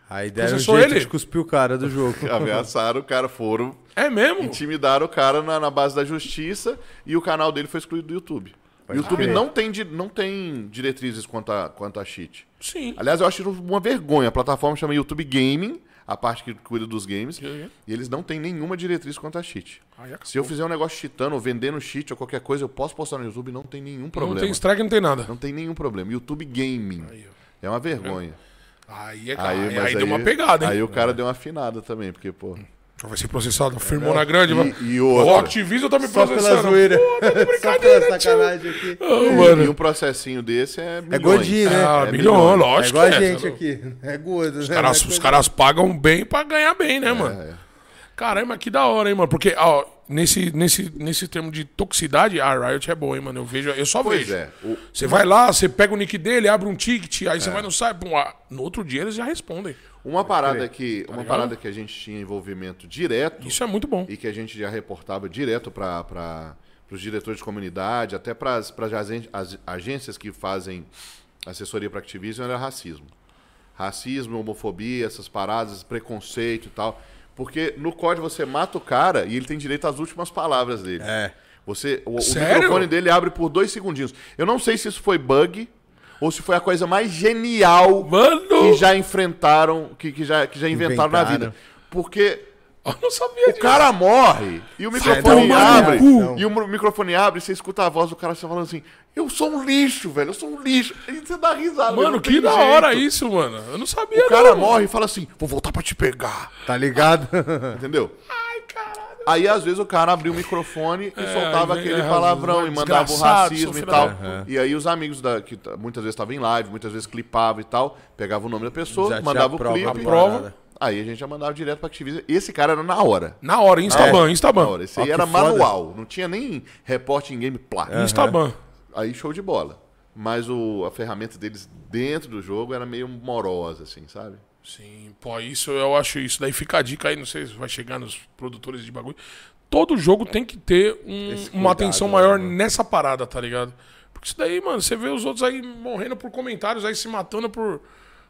Speaker 1: Aí deram um
Speaker 2: Processou
Speaker 1: jeito
Speaker 2: ele?
Speaker 1: de cuspir o cara do jogo.
Speaker 3: Ameaçaram o cara, foram,
Speaker 2: É mesmo?
Speaker 3: intimidaram o cara na, na base da justiça e o canal dele foi excluído do YouTube. O YouTube
Speaker 1: crer.
Speaker 3: não tem, di- não tem diretrizes quanto a, quanto a cheat.
Speaker 2: Sim.
Speaker 3: Aliás, eu acho uma vergonha. A plataforma chama YouTube Gaming, a parte que cuida dos games, e eles não têm nenhuma diretriz quanto a cheat.
Speaker 2: Aí acabou.
Speaker 3: Se eu fizer um negócio cheatando ou vendendo cheat ou qualquer coisa, eu posso postar no YouTube, não tem nenhum
Speaker 2: Não
Speaker 3: problema.
Speaker 2: tem strike, não tem nada.
Speaker 3: Não tem nenhum problema. YouTube Gaming.
Speaker 2: Aí, ó.
Speaker 3: É uma vergonha.
Speaker 2: Aí, é,
Speaker 3: Aí,
Speaker 2: aí,
Speaker 3: mas
Speaker 2: deu uma pegada, hein?
Speaker 3: Aí o cara deu uma afinada também, porque, pô.
Speaker 2: Já vai ser processado, firmou na grande.
Speaker 3: E-
Speaker 2: mano.
Speaker 3: e
Speaker 2: o
Speaker 3: outra.
Speaker 2: Activision tá me
Speaker 1: Só pela
Speaker 2: processando.
Speaker 1: zoeira. Só pela
Speaker 2: tá brincadeira, tio.
Speaker 1: sacanagem aqui.
Speaker 2: Ô,
Speaker 3: E um
Speaker 2: mano.
Speaker 3: processinho desse é.
Speaker 1: É
Speaker 3: milhões.
Speaker 1: gordinho, né?
Speaker 2: Ah,
Speaker 3: é
Speaker 2: milhão,
Speaker 3: milhões.
Speaker 1: é
Speaker 2: lógico.
Speaker 1: igual a
Speaker 2: que é,
Speaker 1: gente
Speaker 2: tá louco.
Speaker 1: aqui. É gordo,
Speaker 2: Os caras, os caras pagam bem pra ganhar bem, né, mano? Caramba, que da hora, hein, mano? Porque, ó, nesse, nesse, nesse termo de toxicidade, a Riot é boa, hein, mano? Eu vejo, eu só
Speaker 3: Pois
Speaker 2: vejo.
Speaker 3: é. O-
Speaker 2: Você vai lá, você pega o nick dele, abre um ticket,
Speaker 3: É.
Speaker 2: aí você vai no site, pum, ah, no outro dia eles já respondem.
Speaker 3: Uma parada que. Uma
Speaker 2: Tá ligado?
Speaker 3: parada que a gente tinha envolvimento direto
Speaker 2: Isso é muito bom.
Speaker 3: e que a gente já reportava direto para os diretores de comunidade, até para as as agências que fazem assessoria para Activision, era racismo. Racismo, homofobia, essas paradas, preconceito e tal. Porque no código você mata o cara e ele tem direito às últimas palavras dele.
Speaker 1: É.
Speaker 3: Você, o, o
Speaker 2: Sério?
Speaker 3: microfone dele abre por dois segundinhos. Eu não sei se isso foi bug ou se foi a coisa mais genial
Speaker 2: Mano!
Speaker 3: que já enfrentaram, que, que, já, que já inventaram, na
Speaker 1: Inventaram.
Speaker 3: vida. Porque
Speaker 2: Eu não sabia
Speaker 3: o cara morre e o
Speaker 1: Sai tomar
Speaker 3: microfone
Speaker 1: no
Speaker 3: abre.
Speaker 1: cu.
Speaker 3: E o mu- microfone abre e você escuta a voz do cara você falando assim: Eu sou um lixo, velho, eu sou um lixo. E você dá risada.
Speaker 2: Mano,
Speaker 3: não
Speaker 2: que
Speaker 3: tem
Speaker 2: da
Speaker 3: jeito.
Speaker 2: hora isso, mano. Eu não sabia,
Speaker 3: O cara
Speaker 2: não.
Speaker 3: morre e fala assim: Vou voltar pra te pegar.
Speaker 1: Tá ligado?
Speaker 3: Entendeu?
Speaker 2: Ai, caralho.
Speaker 3: Aí às vezes o cara abria o microfone e soltava
Speaker 2: aí vem- é,
Speaker 3: aquele palavrão e
Speaker 2: razão,
Speaker 3: mandava o
Speaker 2: desgraçado,
Speaker 3: racismo
Speaker 2: seu
Speaker 3: e
Speaker 2: filho
Speaker 3: tal.
Speaker 2: da-
Speaker 3: E aí os amigos da, que t- muitas vezes estavam em live, muitas vezes clipava e tal, pegava o nome da pessoa,
Speaker 1: Já tinha
Speaker 3: mandava o
Speaker 1: a prova,
Speaker 3: clipe.
Speaker 1: a
Speaker 2: prova.
Speaker 3: Aí a gente já mandava direto pra Activision. Esse cara era na hora.
Speaker 2: Na hora, Instaban,
Speaker 3: É, Na
Speaker 2: Instaban.
Speaker 3: hora. Esse
Speaker 1: Ó,
Speaker 3: aí
Speaker 1: que
Speaker 3: era
Speaker 1: foda.
Speaker 3: manual. Não tinha nem reporte em game plá.
Speaker 2: Instaban.
Speaker 3: Aí show de bola. Mas o, a ferramenta deles dentro do jogo era meio morosa, assim, sabe?
Speaker 2: Sim, pô, isso eu acho isso. Daí fica a dica aí, não sei se vai chegar nos produtores de bagulho. Todo jogo tem que ter um- uma
Speaker 3: né,
Speaker 2: atenção maior nessa parada, tá ligado? Porque isso daí, mano, você vê os outros aí morrendo por comentários, aí se matando por.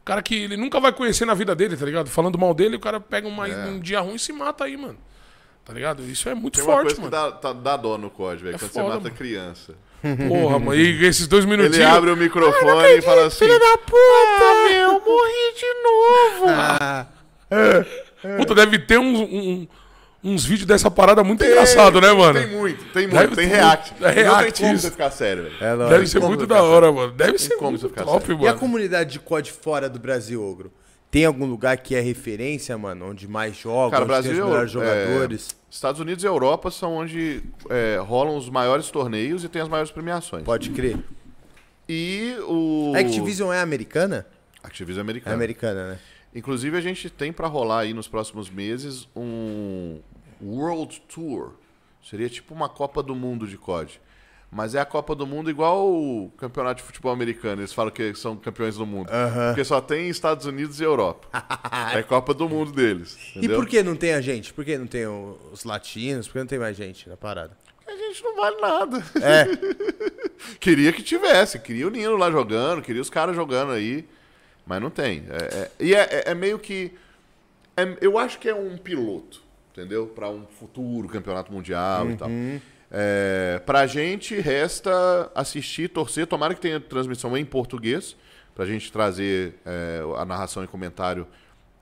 Speaker 2: Cara que ele nunca vai conhecer na vida dele, tá ligado? Falando mal dele, o cara pega uma- um dia ruim e se mata aí, mano. Tá ligado? Isso é muito
Speaker 3: É. Tem uma
Speaker 2: forte,
Speaker 3: coisa
Speaker 2: mano. É
Speaker 3: que dá, tá- dá dó no código, velho, quando
Speaker 2: foda,
Speaker 3: você mata
Speaker 2: mano. Ah,
Speaker 3: criança.
Speaker 2: Porra, mano. E esses dois minutinhos.
Speaker 3: Ele abre o microfone e fala assim:
Speaker 2: puta, É meu, morri de novo.
Speaker 1: Ah,
Speaker 2: Puta, deve ter uns, um- uns vídeos dessa parada muito engraçado, né, mano?
Speaker 3: Tem muito, tem muito,
Speaker 2: Deve
Speaker 3: tem
Speaker 2: ter-
Speaker 3: react.
Speaker 2: é
Speaker 3: não
Speaker 2: react
Speaker 3: tem como
Speaker 2: isso.
Speaker 3: você ficar sério, velho.
Speaker 1: É lógico.
Speaker 2: Deve ser
Speaker 3: como
Speaker 2: muito
Speaker 3: você
Speaker 2: da
Speaker 3: ficar
Speaker 2: hora, mano. Deve ser
Speaker 3: como
Speaker 2: muito
Speaker 3: você ficar
Speaker 2: top,
Speaker 1: E a
Speaker 2: mano.
Speaker 1: comunidade de COD fora do Brasil, Ogro? Tem algum lugar que é referência, mano? Onde mais jogam,
Speaker 3: Cara,
Speaker 1: onde tem
Speaker 3: Brasil,
Speaker 1: os melhores
Speaker 3: é,
Speaker 1: jogadores?
Speaker 3: Estados Unidos e Europa são onde é, rolam os maiores torneios e tem as maiores premiações.
Speaker 1: Pode crer.
Speaker 3: E o.
Speaker 1: A Activision é americana? É
Speaker 3: Activision americano.
Speaker 1: americana, né?
Speaker 3: Inclusive, a gente tem pra rolar aí nos próximos meses um World Tour. Seria tipo uma Copa do Mundo de COD. Mas é a Copa do Mundo igual o campeonato de futebol americano. Eles falam que são campeões do mundo. Porque só tem Estados Unidos e Europa. é Copa do Mundo deles.
Speaker 1: E
Speaker 3: entendeu?
Speaker 1: por que não tem a gente? Por que não tem o- os latinos? Por que não tem mais gente na parada?
Speaker 3: A gente não vale nada. É. queria que tivesse, queria o Nino lá jogando, queria os caras jogando aí, mas não tem. É- é- e é, é- é meio que. é- eu acho que é um piloto, entendeu? Para um futuro campeonato mundial e tal. É, pra gente resta assistir, torcer, tomara que tenha transmissão em português, pra gente trazer é, a narração e comentário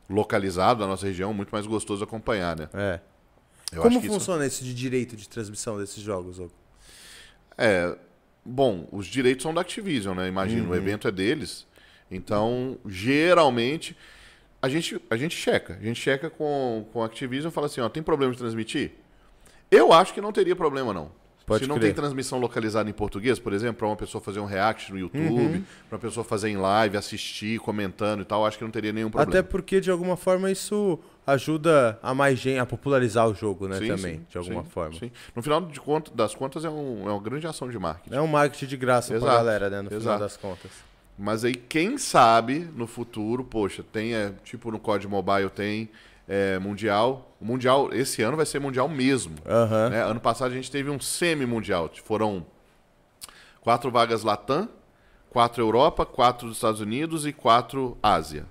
Speaker 3: localizado da nossa região, muito mais gostoso acompanhar, né?
Speaker 1: É.
Speaker 3: Eu
Speaker 1: Como
Speaker 3: acho que isso-
Speaker 1: funciona isso... de direito de transmissão desses jogos, Ogro?
Speaker 3: É, bom, os direitos são da Activision, né? Imagino,
Speaker 1: Uhum.
Speaker 3: o evento é deles. Então, geralmente, a gente, a gente checa. A gente checa com, com a Activision e fala assim, ó, tem problema de transmitir? Eu acho que não teria problema, não.
Speaker 1: Pode
Speaker 3: Se não
Speaker 1: crer.
Speaker 3: tem transmissão localizada em português, por exemplo, para uma pessoa fazer um react no YouTube,
Speaker 1: Uhum.
Speaker 3: para uma pessoa fazer em live, assistir, comentando e tal, acho que não teria nenhum problema.
Speaker 1: Até porque, de alguma forma, isso ajuda a mais gente a popularizar o jogo, né?
Speaker 3: Sim,
Speaker 1: também,
Speaker 3: sim,
Speaker 1: de alguma
Speaker 3: sim,
Speaker 1: forma.
Speaker 3: sim. No final de conta, das contas, é, um- é uma grande ação de marketing.
Speaker 1: É um marketing de graça pra
Speaker 3: Exato,
Speaker 1: galera, né? No final
Speaker 3: exato.
Speaker 1: das contas.
Speaker 3: Mas aí, quem sabe, no futuro, poxa, tem, é, tipo no COD Mobile tem é, Mundial. O Mundial, esse ano vai ser Mundial mesmo.
Speaker 1: Aham.
Speaker 3: né? Ano passado a gente teve um semi-mundial. Foram Quatro vagas Latam, quatro Europa, quatro dos Estados Unidos e quatro Ásia.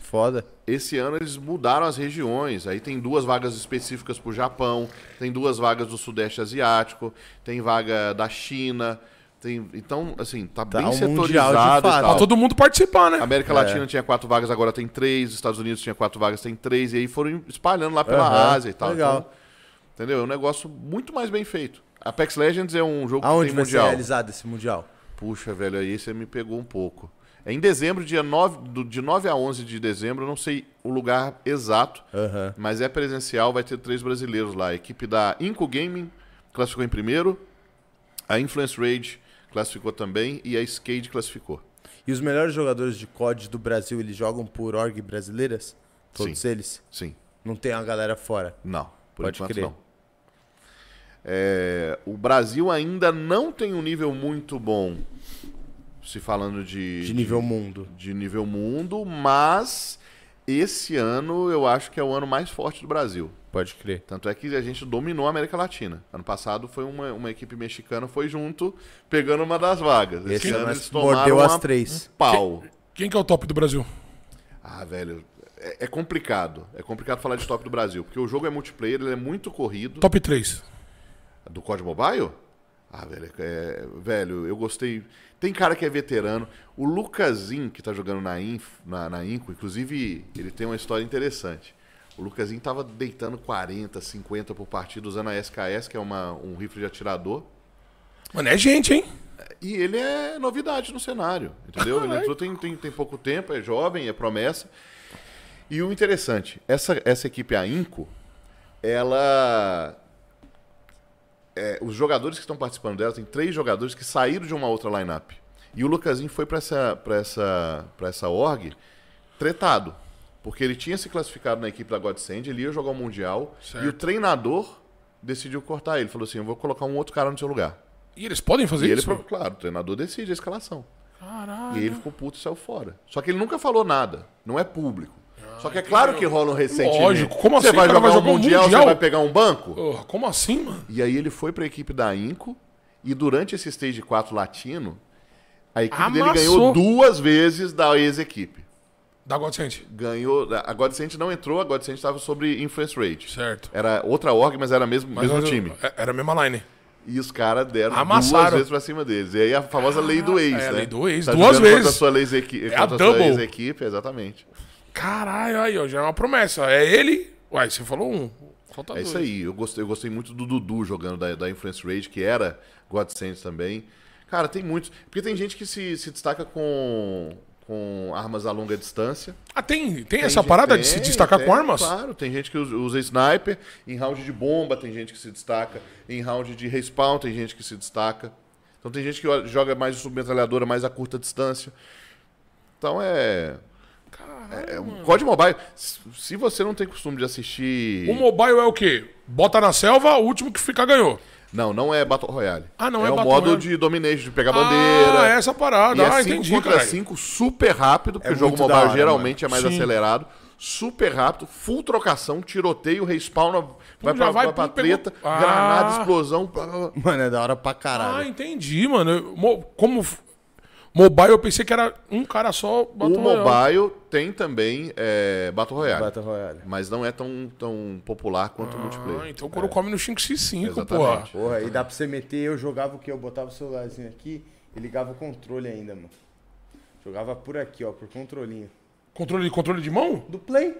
Speaker 1: Foda.
Speaker 3: Esse ano eles mudaram as regiões. Aí tem duas vagas específicas para o Japão, tem duas vagas do Sudeste Asiático, tem vaga da China. Tem... Então, assim, tá,
Speaker 1: Tá
Speaker 3: bem
Speaker 1: um mundial de
Speaker 3: setorizado. e
Speaker 1: fato.
Speaker 3: tal.
Speaker 1: Tá
Speaker 2: Todo mundo participar, né?
Speaker 1: É.
Speaker 3: América Latina tinha quatro vagas, agora tem três. Estados Unidos tinha quatro vagas, tem três. E aí foram espalhando lá pela
Speaker 1: Aham,
Speaker 3: Ásia e tal.
Speaker 1: legal.
Speaker 3: Então, entendeu? É um negócio muito mais bem feito. Apex Legends é um jogo
Speaker 1: Aonde
Speaker 3: que
Speaker 1: vai
Speaker 3: tem mundial.
Speaker 1: ser realizado esse mundial?
Speaker 3: Puxa, velho, aí você me pegou um pouco. É em dezembro, dia 9, do, de 9 a 11 de dezembro, eu não sei o lugar exato,
Speaker 1: Aham.
Speaker 3: mas é presencial, vai ter três brasileiros lá. A equipe da Inco Gaming classificou em primeiro, a Influence Rage classificou também e a Skade classificou.
Speaker 1: E os melhores jogadores de COD do Brasil, eles jogam por org brasileiras? Todos
Speaker 3: Sim.
Speaker 1: eles?
Speaker 3: Sim,
Speaker 1: Não tem uma galera fora.
Speaker 3: não, por
Speaker 1: Pode
Speaker 3: enquanto
Speaker 1: crer.
Speaker 3: não. É, o Brasil ainda não tem um nível muito bom, se falando de,
Speaker 1: De nível mundo.
Speaker 3: de nível mundo, mas esse ano eu acho que é o ano mais forte do Brasil.
Speaker 1: Pode crer.
Speaker 3: Tanto é que a gente dominou a América Latina. Ano passado foi uma, uma equipe mexicana, foi junto, pegando uma das vagas.
Speaker 1: Esse ano
Speaker 3: eles tomaram
Speaker 1: mordeu
Speaker 3: uma-
Speaker 1: as três.
Speaker 3: um pau.
Speaker 2: Quem que é o top do Brasil?
Speaker 3: Ah, velho, é, é complicado. É complicado falar de top do Brasil, porque o jogo é multiplayer, ele é muito corrido.
Speaker 2: Top 3.
Speaker 3: Do COD Mobile? Ah, velho, é- velho, eu gostei. Tem cara que é veterano. O Lucasinho, que tá jogando na, Inf, na, na Inco, inclusive, ele tem uma história interessante. O Lucasinho tava deitando 40, 50 por partida usando a SKS, que é uma, um rifle de atirador.
Speaker 2: Mano, é gente, hein?
Speaker 3: E ele é novidade no cenário, entendeu? Ele entrou tem, tem, tem pouco tempo, é jovem, é promessa. E o interessante, essa, essa equipe, a Inco, ela. é, os jogadores que estão participando dela, tem três jogadores que saíram de uma outra lineup. E o Lucasinho foi para essa, pra essa, pra essa org tretado. Porque ele tinha se classificado na equipe da Godsend, ele ia jogar o Mundial. E o treinador decidiu cortar ele. Falou assim: eu vou colocar um outro cara no seu lugar.
Speaker 2: E eles podem
Speaker 3: E
Speaker 2: fazer
Speaker 3: ele,
Speaker 2: isso?
Speaker 3: pro- claro, o treinador decide a escalação.
Speaker 2: Caralho.
Speaker 3: E ele ficou puto e saiu fora. Só que ele nunca falou nada. Não é público. Só que é claro que rola um ressentimento.
Speaker 2: Ah, Lógico, como
Speaker 3: Você
Speaker 2: assim?
Speaker 3: vai
Speaker 2: O cara
Speaker 3: jogar,
Speaker 2: vai jogar
Speaker 3: um
Speaker 2: um
Speaker 3: mundial,
Speaker 2: mundial?
Speaker 3: você vai pegar um banco?
Speaker 2: Porra, como assim, mano?
Speaker 3: E aí ele foi pra equipe da Inco. E durante esse Stage 4 latino, a equipe dele
Speaker 2: Amassou.
Speaker 3: ganhou duas vezes da ex-equipe.
Speaker 2: Da Godsend.
Speaker 3: Ganhou... A Godsend não entrou, a Godsend estava sobre Influence Rage.
Speaker 2: Certo.
Speaker 3: Era outra org, mas era mesmo,
Speaker 2: Mas
Speaker 3: mesmo
Speaker 2: eu-
Speaker 3: time.
Speaker 2: é- Era a mesma line.
Speaker 3: E os caras deram
Speaker 2: Amassaram.
Speaker 3: duas vezes pra cima deles. E aí a famosa lei do ex,
Speaker 2: é,
Speaker 3: né?
Speaker 2: a lei do ex,
Speaker 3: Tá
Speaker 2: duas
Speaker 3: jogando Contra a
Speaker 2: vezes.
Speaker 3: sua ex equipe,
Speaker 2: É a
Speaker 3: contra a sua
Speaker 2: double.
Speaker 3: ex-equipe, exatamente.
Speaker 2: Caralho, aí, ó, já é uma promessa. É ele. Uai, você falou um. Falta
Speaker 3: É isso
Speaker 2: dois.
Speaker 3: aí. Eu gostei, eu gostei muito do Dudu jogando da, da Influence Rage, que era Godsend também. Cara, tem muitos. Porque tem gente que se, se destaca com, com armas a longa distância.
Speaker 2: Ah, tem, tem,
Speaker 3: Tem
Speaker 2: essa
Speaker 3: gente-
Speaker 2: parada
Speaker 3: tem,
Speaker 2: de se destacar
Speaker 3: tem,
Speaker 2: com armas?
Speaker 3: Claro, tem gente que usa, usa sniper em round de bomba, tem gente que se destaca em round de respawn, tem gente que se destaca. Então tem gente que o- joga mais submetralhadora, mais a curta distância. Então é. é
Speaker 2: Hum.
Speaker 3: um COD Mobile. Se se você não tem costume de assistir.
Speaker 2: O mobile é o quê? Bota na selva, o último que ficar ganhou.
Speaker 3: Não, não é Battle Royale.
Speaker 2: Ah, não é
Speaker 3: o
Speaker 2: Battle
Speaker 3: modo
Speaker 2: Royale.
Speaker 3: de domination, de pegar bandeira.
Speaker 2: Ah, é essa parada.
Speaker 3: E é
Speaker 2: ah,
Speaker 3: 5
Speaker 2: entendi,
Speaker 3: contra
Speaker 2: cara.
Speaker 3: 5, super rápido, porque
Speaker 1: É
Speaker 3: o jogo
Speaker 1: muito da
Speaker 3: mobile
Speaker 1: hora,
Speaker 3: geralmente é mais
Speaker 2: Sim.
Speaker 3: acelerado. Super rápido, full trocação, tiroteio, respawn,
Speaker 2: já
Speaker 3: vai pra,
Speaker 2: vai,
Speaker 3: vai pra
Speaker 2: pum, pegou.
Speaker 3: treta,
Speaker 2: Ah.
Speaker 3: granada, explosão. blá, blá, blá.
Speaker 1: Mano, é da hora pra
Speaker 2: Ah,
Speaker 1: caralho.
Speaker 2: entendi, mano. Eu- mo- Como f- mobile, eu pensei que era um cara só.
Speaker 3: O
Speaker 2: Battle Royale.
Speaker 3: mobile tem também é, Battle Royale,
Speaker 1: Battle Royale.
Speaker 3: mas não é tão, tão popular quanto o
Speaker 2: Ah,
Speaker 3: multiplayer.
Speaker 2: então o couro come no 5x5, porra.
Speaker 3: É. Exatamente.
Speaker 1: Porra, e dá pra você meter, eu jogava o quê? Eu botava o celularzinho aqui e ligava o controle ainda, mano. Jogava por aqui, ó, por controlinho.
Speaker 2: Controle, controle de mão?
Speaker 1: Do Play.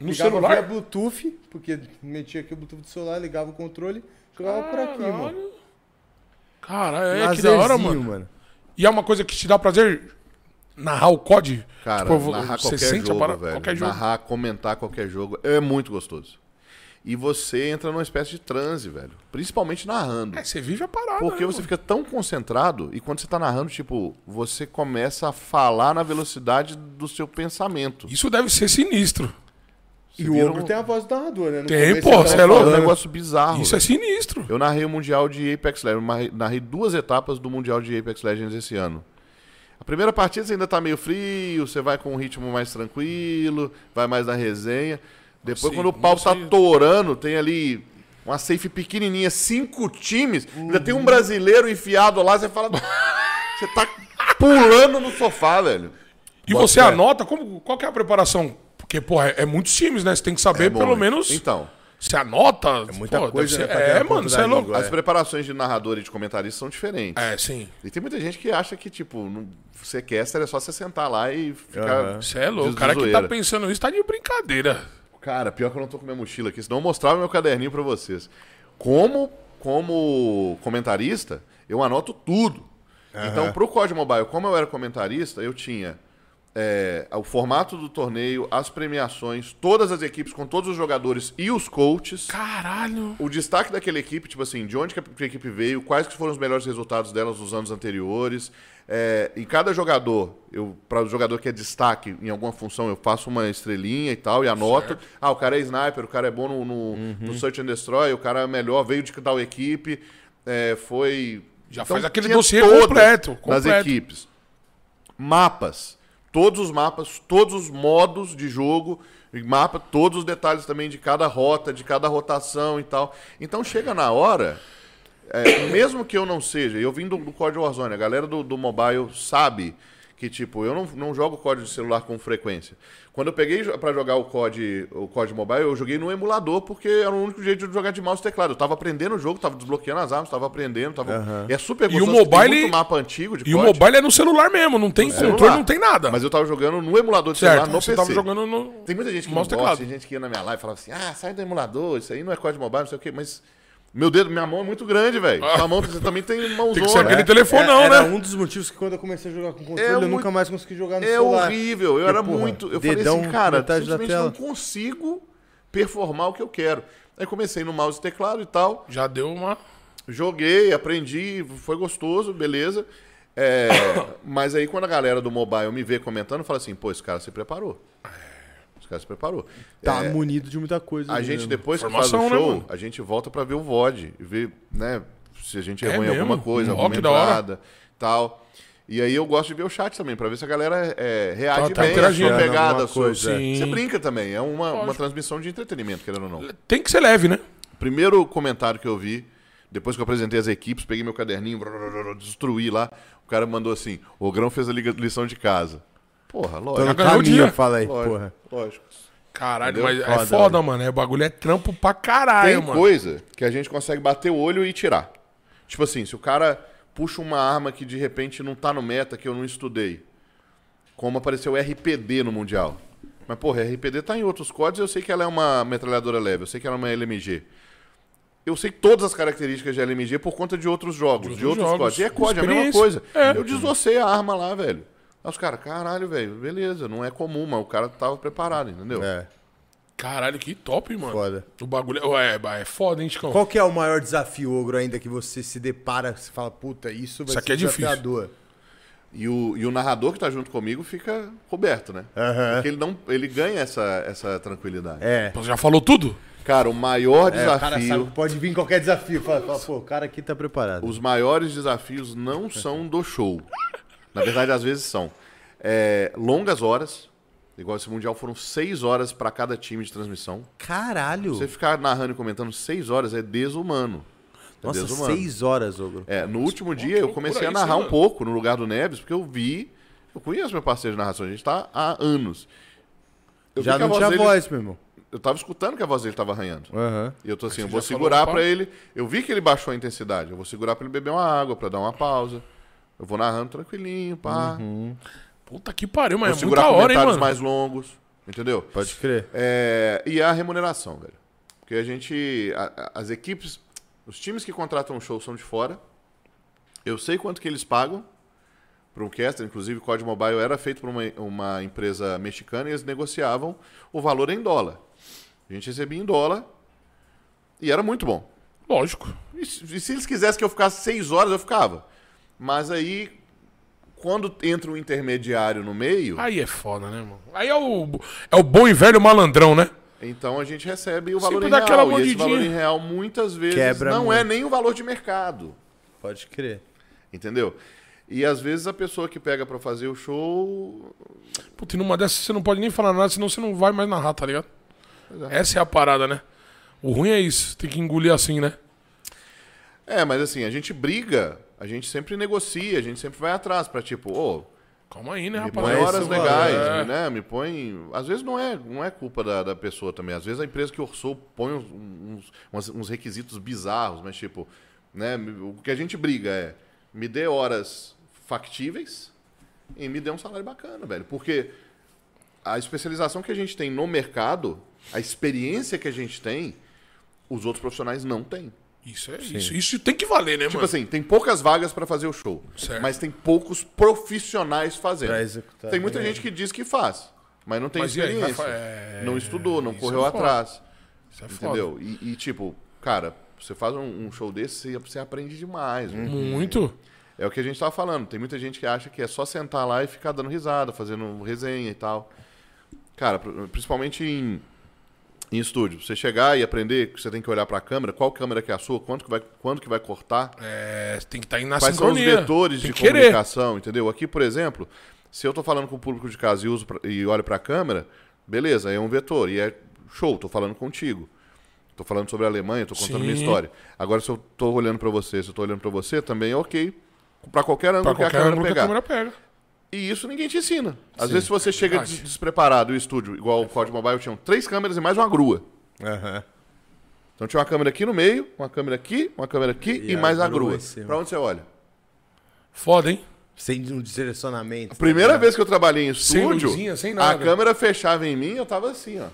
Speaker 2: No
Speaker 1: ligava
Speaker 2: celular?
Speaker 1: via Bluetooth, porque metia aqui o Bluetooth do celular, ligava o controle, jogava por aqui, mano.
Speaker 2: Cara, é que da hora,
Speaker 1: Lazerzinho,
Speaker 2: mano. E é uma coisa que te dá prazer narrar o COD?
Speaker 3: Cara,
Speaker 2: Tipo, eu vou-
Speaker 3: narrar
Speaker 2: você
Speaker 3: qualquer
Speaker 2: sente a
Speaker 3: jogo,
Speaker 2: parada-
Speaker 3: velho.
Speaker 2: qualquer jogo.
Speaker 3: Narrar, comentar qualquer jogo é muito gostoso. E você entra numa espécie de transe, velho. Principalmente narrando.
Speaker 2: É, você vive a parada.
Speaker 3: Porque
Speaker 2: né,
Speaker 3: você
Speaker 2: mano?
Speaker 3: fica tão concentrado e quando você tá narrando, tipo, você começa a falar na velocidade do seu pensamento.
Speaker 2: Isso deve ser sinistro.
Speaker 1: E
Speaker 3: Você
Speaker 1: o
Speaker 3: vira
Speaker 1: Ogro
Speaker 3: um-
Speaker 1: tem a voz do narrador, né? No
Speaker 2: Tem,
Speaker 1: começo
Speaker 2: pô,
Speaker 1: ele tá
Speaker 2: cê é louco?
Speaker 3: É um
Speaker 1: falando.
Speaker 3: negócio bizarro.
Speaker 2: Isso é
Speaker 3: velho.
Speaker 2: sinistro.
Speaker 3: Eu narrei o Mundial de Apex Legends, narrei- narrei duas etapas do Mundial de Apex Legends esse ano. A primeira partida você ainda tá meio frio, você vai com um ritmo mais tranquilo, vai mais na resenha. Depois,
Speaker 2: Sim,
Speaker 3: quando o pau
Speaker 2: não
Speaker 3: tá
Speaker 2: sei.
Speaker 3: torando, tem ali
Speaker 2: Uhum.
Speaker 3: uma safe pequenininha, cinco times, ainda tem um brasileiro enfiado lá, você fala... Você tá pulando no sofá, velho.
Speaker 2: E
Speaker 1: Bota
Speaker 2: você
Speaker 1: fé.
Speaker 2: anota? Como, qual que é a preparação? Porque, porra, é, é muitos times, né? Você tem que saber
Speaker 3: bom,
Speaker 2: pelo
Speaker 3: hein?
Speaker 2: menos.
Speaker 3: Então.
Speaker 2: Você anota? É
Speaker 1: muita coisa, né, pra ter
Speaker 2: É,
Speaker 1: na ponta
Speaker 2: mano, você
Speaker 1: da
Speaker 2: é louco.
Speaker 1: língua.
Speaker 3: As preparações de narrador e de comentarista são diferentes.
Speaker 2: É, sim.
Speaker 3: E tem muita gente que acha que, tipo, no sequester é só você sentar lá e ficar.
Speaker 1: Aham.
Speaker 2: Você é louco.
Speaker 3: de
Speaker 2: O cara que
Speaker 3: zoeira.
Speaker 2: tá pensando isso tá de brincadeira.
Speaker 3: Cara, pior que eu não tô com minha mochila aqui, senão eu mostrava meu caderninho pra vocês. Como, como comentarista, eu anoto tudo. Então, pro COD Mobile, como eu era comentarista, eu tinha é, o formato do torneio, as premiações, todas as equipes com todos os jogadores e os coaches.
Speaker 2: Caralho.
Speaker 3: O destaque daquela equipe, tipo assim, de onde que a equipe veio, quais que foram os melhores resultados delas nos anos anteriores. É, e cada jogador, eu para o jogador que é destaque em alguma função, eu faço uma estrelinha e tal, e anoto. Ah, o cara é sniper, o cara é bom no, no,
Speaker 2: Uhum.
Speaker 3: no Search and Destroy, o cara é melhor, veio de tal equipe, é, foi.
Speaker 2: Já
Speaker 3: Então,
Speaker 2: faz aquele
Speaker 3: tinha
Speaker 2: dossiê
Speaker 3: todas
Speaker 2: completo,
Speaker 3: Das
Speaker 2: completo.
Speaker 3: equipes mapas. Todos os mapas, todos os modos de jogo, e mapa, todos os detalhes também de cada rota, de cada rotação e tal. Então chega na hora, é, mesmo que eu não seja, eu vim do, do COD Warzone, a galera do, do mobile sabe que, tipo, eu não, não jogo COD de celular com frequência. Quando eu peguei jo- pra jogar o COD, o COD Mobile, eu joguei no emulador, porque era o único jeito de jogar de mouse e teclado. Eu tava aprendendo o jogo, tava desbloqueando as armas, tava aprendendo, tava... E é super
Speaker 2: E o
Speaker 3: gostoso, porque tem
Speaker 2: mobile-
Speaker 3: muito mapa antigo de
Speaker 2: E o
Speaker 3: COD.
Speaker 2: mobile é no celular mesmo, não tem
Speaker 3: Celular.
Speaker 2: controle, não tem nada.
Speaker 3: Mas eu tava jogando no emulador de
Speaker 2: Tá. certo,
Speaker 3: celular, no
Speaker 2: você
Speaker 3: PC.
Speaker 2: tava jogando no.
Speaker 3: Tem muita gente que não
Speaker 2: Mostra
Speaker 3: gosta,
Speaker 2: teclado.
Speaker 3: tem gente que ia na minha live e falava assim, ah, sai do emulador, isso aí não é código mobile, não sei o quê, mas... Meu dedo, minha mão é muito grande, velho. Sua mão, você também tem mãozona.
Speaker 2: Tem que ser aquele
Speaker 3: É.
Speaker 2: telefone,
Speaker 1: É,
Speaker 2: não,
Speaker 1: era
Speaker 2: né?
Speaker 1: um dos motivos que quando eu comecei a jogar com controle,
Speaker 3: É
Speaker 1: eu
Speaker 3: muito-
Speaker 1: nunca mais consegui jogar no
Speaker 3: É
Speaker 1: um celular.
Speaker 3: horrível. Eu
Speaker 1: Porque,
Speaker 3: era
Speaker 1: porra,
Speaker 3: muito. Eu
Speaker 1: dedão,
Speaker 3: falei assim, cara,
Speaker 1: metade da
Speaker 3: simplesmente não
Speaker 1: tela.
Speaker 3: consigo performar o que eu quero. Aí comecei no mouse e teclado e tal.
Speaker 2: Já deu uma.
Speaker 3: Joguei, aprendi, foi gostoso, beleza. É, mas aí quando a galera do mobile me vê comentando, fala assim, pô, esse cara se preparou. É, Esse cara se preparou.
Speaker 1: Tá
Speaker 3: É,
Speaker 1: munido de muita coisa.
Speaker 3: a
Speaker 1: né,
Speaker 3: gente
Speaker 1: mano?
Speaker 3: depois que faz
Speaker 2: É, Formação,
Speaker 3: o
Speaker 2: né,
Speaker 3: show,
Speaker 2: mano?
Speaker 3: a gente volta pra ver o VOD e ver, né, se a gente
Speaker 2: É
Speaker 3: errou em
Speaker 2: mesmo?
Speaker 3: alguma coisa,
Speaker 2: Ó,
Speaker 3: alguma
Speaker 2: que da hora.
Speaker 3: entrada, tal. E aí eu gosto de ver o chat também, pra ver se a galera é, reage
Speaker 2: Tá- tá
Speaker 3: bem à sua
Speaker 2: interagindo,
Speaker 3: pegada,
Speaker 1: alguma
Speaker 3: à sua-
Speaker 1: coisa.
Speaker 2: Sim.
Speaker 3: Você brinca também, é uma, uma transmissão de entretenimento, querendo ou não.
Speaker 2: Tem que ser leve, né?
Speaker 3: Primeiro comentário que eu vi, depois que eu apresentei as equipes, peguei meu caderninho, brrr, brrr, brrr, destruí lá, o cara mandou assim, o Grão fez a liga- lição de casa. Porra,
Speaker 1: Tô
Speaker 3: lógico,
Speaker 1: no
Speaker 2: Já ganhou o dia.
Speaker 1: caminho, fala
Speaker 2: Então,
Speaker 1: aí,
Speaker 3: lógico,
Speaker 1: porra.
Speaker 3: lógico.
Speaker 2: Caralho,
Speaker 3: Entendeu?
Speaker 2: mas é
Speaker 1: Foda,
Speaker 2: foda, mano. É bagulho, é trampo pra
Speaker 3: Tem
Speaker 2: caralho, mano.
Speaker 3: coisa que a gente consegue bater o olho e tirar. Tipo assim, se o cara puxa uma arma que de repente não tá no meta, que eu não estudei. Como apareceu o RPD no Mundial. Mas, porra, RPD tá em outros códigos, eu sei que ela é uma metralhadora leve, eu sei que ela é uma LMG. Eu sei todas as características de LMG por conta de outros jogos, de outros
Speaker 2: jogos,
Speaker 3: códigos. E é código, é a mesma
Speaker 2: experiência.
Speaker 3: coisa.
Speaker 2: É.
Speaker 3: Eu desossei a arma lá, velho. Aí os caras, caralho, velho, beleza, não é comum, mas o cara tava preparado, entendeu?
Speaker 1: É,
Speaker 2: Caralho, que top, mano.
Speaker 1: Foda.
Speaker 2: O bagulho. Ué, é foda, hein, Chicão?
Speaker 1: Qual que é o maior desafio, Ogro, ainda que você se depara, que você fala, puta, isso vai
Speaker 2: Isso aqui
Speaker 1: ser
Speaker 2: é difícil.
Speaker 1: desafiador.
Speaker 3: E o, e o narrador que tá junto comigo fica Roberto, né?
Speaker 1: Aham.
Speaker 3: Porque ele, não, ele ganha essa, essa tranquilidade.
Speaker 1: É.
Speaker 2: Você já falou tudo?
Speaker 3: Cara, o maior
Speaker 1: É, o cara sabe
Speaker 3: desafio,
Speaker 1: que pode vir qualquer desafio. Fala, fala, pô, o cara aqui tá preparado.
Speaker 3: os maiores desafios não são do show. Na verdade, às vezes são. É, longas horas, igual esse Mundial, foram seis horas para cada time de transmissão.
Speaker 1: Caralho!
Speaker 3: Você ficar narrando e comentando seis horas é desumano. É
Speaker 1: Nossa,
Speaker 3: desumano.
Speaker 1: seis horas, Ogro.
Speaker 3: É, no último dia
Speaker 2: que
Speaker 3: eu
Speaker 2: loucura
Speaker 3: comecei a
Speaker 2: isso,
Speaker 3: narrar
Speaker 2: hein,
Speaker 3: um
Speaker 2: mano?
Speaker 3: pouco no lugar do Neves, porque eu vi. Eu conheço meu parceiro de narração, a gente tá há anos. Eu vi
Speaker 1: Já
Speaker 3: que a
Speaker 1: não tinha
Speaker 3: dele-
Speaker 1: voz, meu irmão.
Speaker 3: Eu tava escutando que a voz dele tava arranhando.
Speaker 1: Aham.
Speaker 3: E eu tô assim, eu
Speaker 2: É. você
Speaker 3: vou
Speaker 2: já falou,
Speaker 3: segurar
Speaker 2: pá.
Speaker 3: pra ele. Eu vi que ele baixou a intensidade. Eu vou segurar pra ele beber uma água, pra dar uma pausa. Eu vou narrando tranquilinho, pá.
Speaker 2: Uhum. Puta que pariu,
Speaker 3: Vou
Speaker 2: mas é
Speaker 3: segurar
Speaker 2: muita hora, hein,
Speaker 3: comentários
Speaker 2: mano.
Speaker 3: mais longos. Entendeu?
Speaker 1: Pode crer.
Speaker 3: É, e a remuneração, velho. Porque a gente. a- a- as equipes. Os times que contratam o show são de fora. Eu sei quanto que eles pagam para um caster. Inclusive, o Código Mobile era feito por uma, uma empresa mexicana e eles negociavam o valor em dólar. A gente recebia em dólar e era muito bom.
Speaker 2: Lógico.
Speaker 3: E se, e se eles quisessem que eu ficasse seis horas, eu ficava. Mas aí, quando entra um intermediário no meio,
Speaker 2: Aí é foda, né, mano? Aí é o, é o bom e velho malandrão, né?
Speaker 3: Então a gente recebe o valor
Speaker 2: Sempre
Speaker 3: em
Speaker 2: dá
Speaker 3: real.
Speaker 2: aquela
Speaker 3: e esse
Speaker 2: mordidinha.
Speaker 3: valor em real muitas vezes
Speaker 1: Quebra
Speaker 3: não é
Speaker 1: muito.
Speaker 3: nem o valor de mercado,
Speaker 1: Pode crer.
Speaker 3: entendeu? E às vezes a pessoa que pega pra fazer o show,
Speaker 2: Puta, e numa dessas você não pode nem falar nada, senão você não vai mais narrar, tá ligado? Essa é a parada, né? O ruim é isso, tem que engolir assim, né?
Speaker 3: é, mas assim a gente briga a gente sempre negocia, a gente sempre vai atrás pra tipo, ô,
Speaker 2: Calma aí, né,
Speaker 3: me
Speaker 2: rapaz?
Speaker 3: põe
Speaker 1: isso,
Speaker 3: horas
Speaker 1: mano,
Speaker 3: legais,
Speaker 2: é.
Speaker 3: né? Me põe. Às vezes não é, não é culpa da, da pessoa também. Às vezes a empresa que orçou põe uns, uns- umas- uns requisitos bizarros, mas tipo, né? O que a gente briga é me dê horas factíveis e me dê um salário bacana, velho. Porque a especialização que a gente tem no mercado, a experiência que a gente tem, os outros profissionais não têm.
Speaker 2: Isso é isso. Isso tem que valer, né,
Speaker 3: Tipo
Speaker 2: mano?
Speaker 3: assim, tem poucas vagas pra fazer o show,
Speaker 2: Certo.
Speaker 3: mas tem poucos profissionais fazendo.
Speaker 1: Pra executar,
Speaker 3: tem muita
Speaker 1: né?
Speaker 3: gente que diz que faz, mas não tem
Speaker 2: Mas e aí, vai
Speaker 3: experiência.
Speaker 2: fa- é,
Speaker 3: Não estudou, não
Speaker 2: isso
Speaker 3: correu
Speaker 2: é foda.
Speaker 3: atrás.
Speaker 2: Isso é foda.
Speaker 3: Entendeu? E, e, tipo, cara, você faz um, um show desse, você, você aprende demais. mano.
Speaker 2: Muito.
Speaker 3: É o que a gente tava falando. Tem muita gente que acha que é só sentar lá e ficar dando risada, fazendo resenha e tal. Cara, pr- principalmente em, em estúdio. Você chegar e aprender que você tem que olhar pra câmera, qual câmera que é a sua, quanto que vai, quando que vai cortar.
Speaker 2: É, tem que estar tá indo na
Speaker 3: Quais são os
Speaker 2: sincronia.
Speaker 3: vetores
Speaker 2: tem
Speaker 3: de
Speaker 2: que querer.
Speaker 3: comunicação, entendeu? Aqui, por exemplo, se eu tô falando com o público de casa e, uso pra- e olho pra câmera, beleza, é um vetor e é show, tô falando contigo. Tô falando sobre a Alemanha, tô contando
Speaker 2: Sim.
Speaker 3: minha história. Agora, se eu tô olhando pra você, se eu tô olhando pra você, também é ok. Pra qualquer ângulo
Speaker 2: Pra
Speaker 3: que a
Speaker 2: qualquer
Speaker 3: câmera
Speaker 2: ângulo que a
Speaker 3: pegar.
Speaker 2: câmera pega.
Speaker 3: E isso ninguém te ensina. Às vezes, se você chega
Speaker 2: verdade.
Speaker 3: des- despreparado, o estúdio, igual o Código Mobile, tinham três câmeras e mais uma grua.
Speaker 1: Aham.
Speaker 3: Então tinha uma câmera aqui no meio, uma câmera aqui, uma câmera aqui e,
Speaker 1: E a
Speaker 3: mais a
Speaker 1: grua
Speaker 3: grua.
Speaker 1: em cima.
Speaker 3: Pra onde você olha?
Speaker 2: Foda, hein?
Speaker 1: Sem um direcionamento.
Speaker 3: Primeira vez que eu trabalhei em
Speaker 2: É. Sem
Speaker 3: estúdio,
Speaker 2: luzinha, sem
Speaker 3: a
Speaker 2: nada.
Speaker 3: câmera fechava em mim, eu tava assim, ó.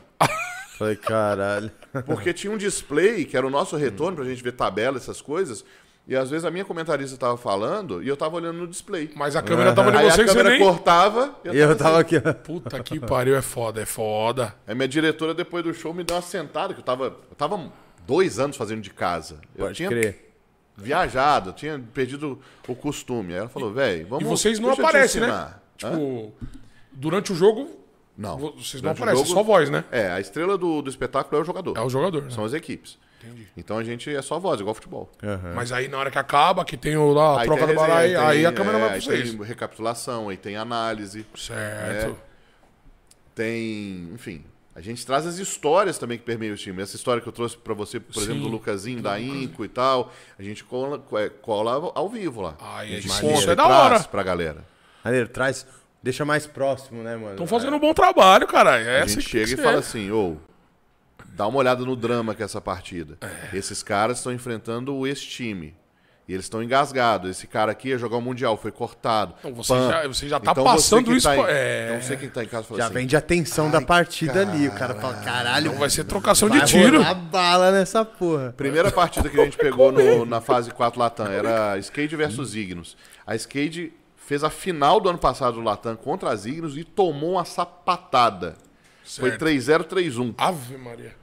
Speaker 1: Falei, caralho.
Speaker 3: Porque tinha um display, que era o nosso retorno, pra gente ver tabela, essas coisas, e às vezes a minha comentarista tava falando e eu tava olhando no display.
Speaker 2: Mas a câmera tava
Speaker 3: Aí a
Speaker 2: negociando você
Speaker 3: câmera
Speaker 2: nem...
Speaker 3: cortava,
Speaker 1: E eu tava aqui, ó.
Speaker 2: Puta que pariu, é foda, é foda.
Speaker 3: assim. Aí minha diretora, depois do show, me deu uma sentada, que eu tava. Eu tava dois anos fazendo de casa. Eu
Speaker 1: Pode
Speaker 3: tinha
Speaker 1: crer.
Speaker 3: viajado, eu tinha perdido o costume. Aí ela falou, velho, vamos
Speaker 2: E vocês não
Speaker 3: deixa eu te
Speaker 2: aparecem, né?
Speaker 3: ensinar." Hã?
Speaker 2: Tipo, durante o jogo,
Speaker 3: não.
Speaker 2: vocês não
Speaker 3: Durante o
Speaker 2: aparecem, é
Speaker 3: jogo-
Speaker 2: só voz, né?
Speaker 3: É, a estrela do, do espetáculo é o jogador.
Speaker 2: É o jogador, né?
Speaker 3: São as equipes. Então a gente é só voz, igual futebol.
Speaker 2: Mas aí na hora que acaba, que tem o, lá, a
Speaker 3: Aí
Speaker 2: prova
Speaker 3: tem
Speaker 2: do baralho, aí,
Speaker 3: resenha, tem-
Speaker 2: a câmera
Speaker 3: é,
Speaker 2: vai pra
Speaker 3: aí
Speaker 2: vocês.
Speaker 3: Tem recapitulação, aí tem análise,
Speaker 2: Certo.
Speaker 3: É. tem. Enfim. A gente traz as histórias também que permeiam o time. Essa história que eu trouxe pra você, por
Speaker 2: Sim.
Speaker 3: exemplo, do Lucasinho, da Inco e tal. A gente cola, é, cola ao vivo lá.
Speaker 2: Ai,
Speaker 3: a gente
Speaker 2: isso
Speaker 3: conta
Speaker 2: é
Speaker 3: e
Speaker 2: da hora.
Speaker 3: traz pra galera.
Speaker 1: Maneiro, traz. Deixa mais próximo, né, mano?
Speaker 2: Estão fazendo um bom trabalho, caralho. É
Speaker 3: A
Speaker 2: essa
Speaker 3: gente
Speaker 2: que
Speaker 3: chega
Speaker 2: tem
Speaker 3: e
Speaker 2: que
Speaker 3: fala
Speaker 2: ser.
Speaker 3: assim, ô, dá uma olhada no drama que é essa partida.
Speaker 2: É.
Speaker 3: Esses caras estão enfrentando esse time. E eles estão engasgados. Esse cara aqui ia jogar o Mundial, foi cortado.
Speaker 2: Então você
Speaker 3: Pam.
Speaker 2: já- você já tá
Speaker 3: você
Speaker 2: passando
Speaker 3: que
Speaker 2: isso
Speaker 3: Tá em,
Speaker 2: pra- é.
Speaker 3: Então você que tá em casa fala
Speaker 1: Já
Speaker 3: assim,
Speaker 1: vende a tensão da partida ali. O cara fala, caralho,
Speaker 2: Vai ser trocação
Speaker 1: vai
Speaker 2: de tiro.
Speaker 1: rolar bala nessa porra.
Speaker 3: Primeira partida que a gente pegou no- na fase 4 Latam era Skade versus Ignos. A Skade fez a final do ano passado do Latam contra as Ignos e tomou uma sapatada. Foi
Speaker 2: Certo.
Speaker 3: 3-0, 3-1.
Speaker 2: Ave Maria.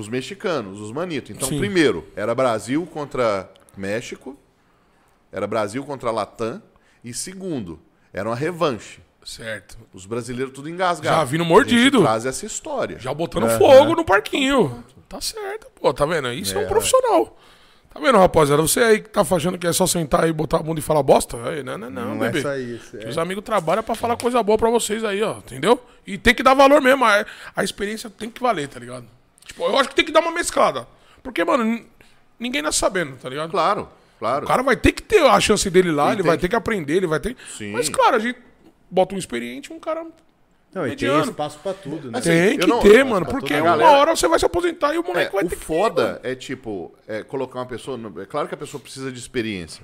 Speaker 3: Os mexicanos, os manitos. Então,
Speaker 2: Sim.
Speaker 3: primeiro, era Brasil contra México, era Brasil contra Latam, e segundo, era uma revanche.
Speaker 2: Certo.
Speaker 3: Os brasileiros tudo engasgado.
Speaker 2: Já vindo mordido.
Speaker 3: A gente traz essa história.
Speaker 2: Já botando fogo no parquinho. Tá certo, pô, tá vendo? Isso é, um profissional. Tá vendo, rapaziada? Você aí que tá achando que é só sentar aí, botar a bunda e falar bosta? Aí, não, não, não,
Speaker 1: Não
Speaker 2: bebê.
Speaker 1: é só isso. é.
Speaker 2: Os amigos trabalham pra falar coisa boa pra vocês aí, ó, entendeu? E tem que dar valor mesmo. A, a experiência tem que valer, tá ligado? Tipo, eu acho que tem que dar uma mesclada. Porque, mano, n- ninguém nasce sabendo, tá ligado?
Speaker 3: Claro, claro.
Speaker 2: O cara vai ter que ter a chance dele lá, ele,
Speaker 3: tem
Speaker 2: vai
Speaker 3: que-
Speaker 2: ter que aprender, ele vai ter.
Speaker 3: Sim.
Speaker 2: Mas, claro, a gente bota um experiente e um cara.
Speaker 1: Não, e tem
Speaker 2: mediano.
Speaker 1: espaço pra tudo, né?
Speaker 2: tem que
Speaker 3: assim, eu não-
Speaker 2: ter,
Speaker 3: pra-
Speaker 2: mano,
Speaker 3: pra
Speaker 2: porque
Speaker 3: toda a
Speaker 2: uma
Speaker 3: galera.
Speaker 2: hora você vai se aposentar e o moleque
Speaker 3: É,
Speaker 2: vai
Speaker 3: o
Speaker 2: ter que.
Speaker 3: foda é tipo, é colocar uma pessoa. no- É claro que a pessoa precisa de experiência.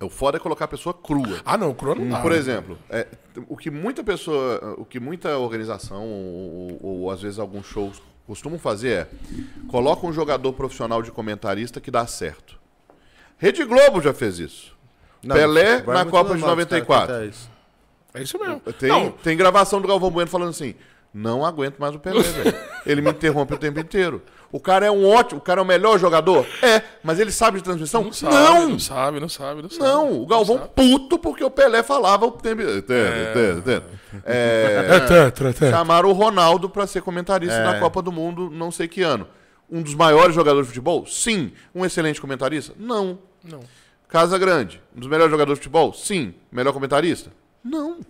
Speaker 3: O foda é colocar a pessoa crua.
Speaker 2: Ah, não, o Crono não dá.
Speaker 3: Hum, Por exemplo, é, o que muita pessoa, o que muita organização ou, ou- ou, às vezes alguns shows costumam fazer é coloca um jogador profissional de comentarista que dá certo. Rede Globo já fez isso.
Speaker 1: Não,
Speaker 3: Pelé
Speaker 1: agora
Speaker 3: na
Speaker 1: é muito
Speaker 3: Copa de
Speaker 1: normal os caras
Speaker 3: 94.
Speaker 1: tentar isso.
Speaker 2: É isso mesmo.
Speaker 3: Tem,
Speaker 2: Não,
Speaker 3: tem gravação do Galvão Bueno falando assim: não aguento mais o Pelé, velho. Ele me interrompe o tempo inteiro. O cara é um ótimo, o cara é o melhor jogador? É, mas ele sabe de transmissão?
Speaker 2: não sabe,
Speaker 3: não!
Speaker 2: não sabe, não sabe, não sabe.
Speaker 3: Não, o Galvão puto porque o Pelé falava o tempo. Entendo, entendo, entendo. É,
Speaker 2: É, tetra, tetra.
Speaker 3: chamaram o Ronaldo pra ser comentarista
Speaker 2: É.
Speaker 3: na Copa do Mundo, não sei que ano. Um dos maiores jogadores de futebol? Sim. Um excelente comentarista? Não.
Speaker 2: Não.
Speaker 3: Casa Grande, um dos melhores jogadores de futebol? Sim. Melhor comentarista? Não.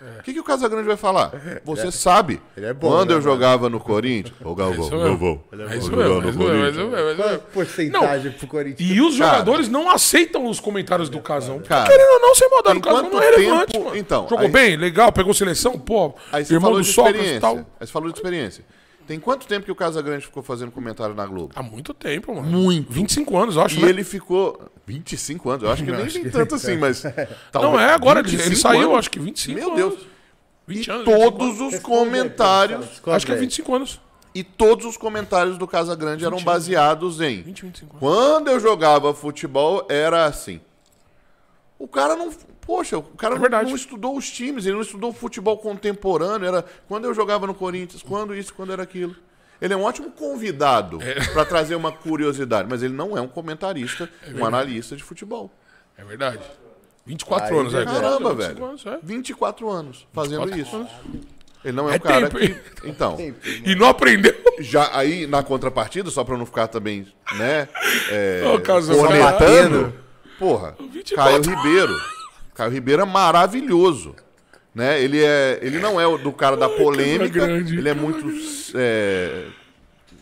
Speaker 2: É.
Speaker 3: O que, que o Casagrande vai falar? Você sabe.
Speaker 1: ele é bom,
Speaker 3: Quando
Speaker 1: né,
Speaker 3: eu jogava no Corinthians. Ô, Galvão,
Speaker 2: É Isso mesmo.
Speaker 3: Galvão.
Speaker 2: É isso mesmo,
Speaker 3: eu jogava
Speaker 2: é
Speaker 3: no
Speaker 2: isso mesmo, é
Speaker 3: Corinthians.
Speaker 2: isso mesmo, é isso
Speaker 1: Qual é a
Speaker 2: mesmo.
Speaker 1: porcentagem
Speaker 2: Não,
Speaker 1: pro Corinthians?
Speaker 2: E os
Speaker 3: Cara.
Speaker 2: jogadores não aceitam os comentários do Casão.
Speaker 3: Cara.
Speaker 2: Porque, querendo ou não, sem maldade, o
Speaker 3: Em
Speaker 2: Casão
Speaker 3: quanto
Speaker 2: não é relevante,
Speaker 3: tempo-
Speaker 2: mano.
Speaker 3: Então,
Speaker 2: Jogou
Speaker 3: aí-
Speaker 2: bem, legal, pegou seleção, pô,
Speaker 3: Aí você
Speaker 2: irmão
Speaker 3: falou
Speaker 2: do
Speaker 3: de
Speaker 2: Sócrates e
Speaker 3: experiência.
Speaker 2: tal.
Speaker 3: Aí você falou de experiência. Tem quanto tempo que o Casagrande ficou fazendo comentário na Globo?
Speaker 2: Há muito tempo, mano. Muito. 25 anos, eu acho,
Speaker 3: E
Speaker 2: né?
Speaker 3: ele ficou 25 anos. Eu acho que nem tem tanto assim, mas.
Speaker 2: é. Não, é agora, ele- ele
Speaker 3: 25
Speaker 2: saiu,
Speaker 3: anos?
Speaker 2: acho que 25
Speaker 3: Meu
Speaker 2: anos.
Speaker 3: Deus.
Speaker 2: 20 anos, 25 anos.
Speaker 3: Todos os comentários.
Speaker 2: Acho que é 25 anos.
Speaker 3: E todos os comentários do Casa Grande eram baseados em.
Speaker 2: 20, 25 anos.
Speaker 3: Quando eu jogava futebol, era assim. O cara não. Poxa, o cara não-
Speaker 2: É verdade.
Speaker 3: não estudou os times, ele não estudou futebol contemporâneo. Era quando eu jogava no Corinthians, quando isso, quando era aquilo. Ele é um ótimo convidado
Speaker 2: É.
Speaker 3: pra para trazer uma curiosidade, mas ele não é um comentarista, um analista de futebol.
Speaker 2: É verdade. 24
Speaker 1: Aí,
Speaker 2: anos, é.
Speaker 3: Caramba,
Speaker 2: 25
Speaker 3: velho.
Speaker 2: anos, é.
Speaker 3: 24 anos fazendo
Speaker 2: 24
Speaker 3: isso. Ele não é,
Speaker 2: É
Speaker 3: um cara
Speaker 2: tempo, hein?
Speaker 3: que. Então.
Speaker 2: é. E não aprendeu.
Speaker 3: Já aí, na contrapartida, só pra não ficar também, né? É,
Speaker 2: Ô, Cazu,
Speaker 3: cornetando.
Speaker 1: batendo.
Speaker 3: Porra,
Speaker 2: 24.
Speaker 3: Caio Ribeiro. Caio Ribeiro é maravilhoso. Né? Ele, é, ele não é o do cara da polêmica.
Speaker 2: grande.
Speaker 3: Ele é muito é,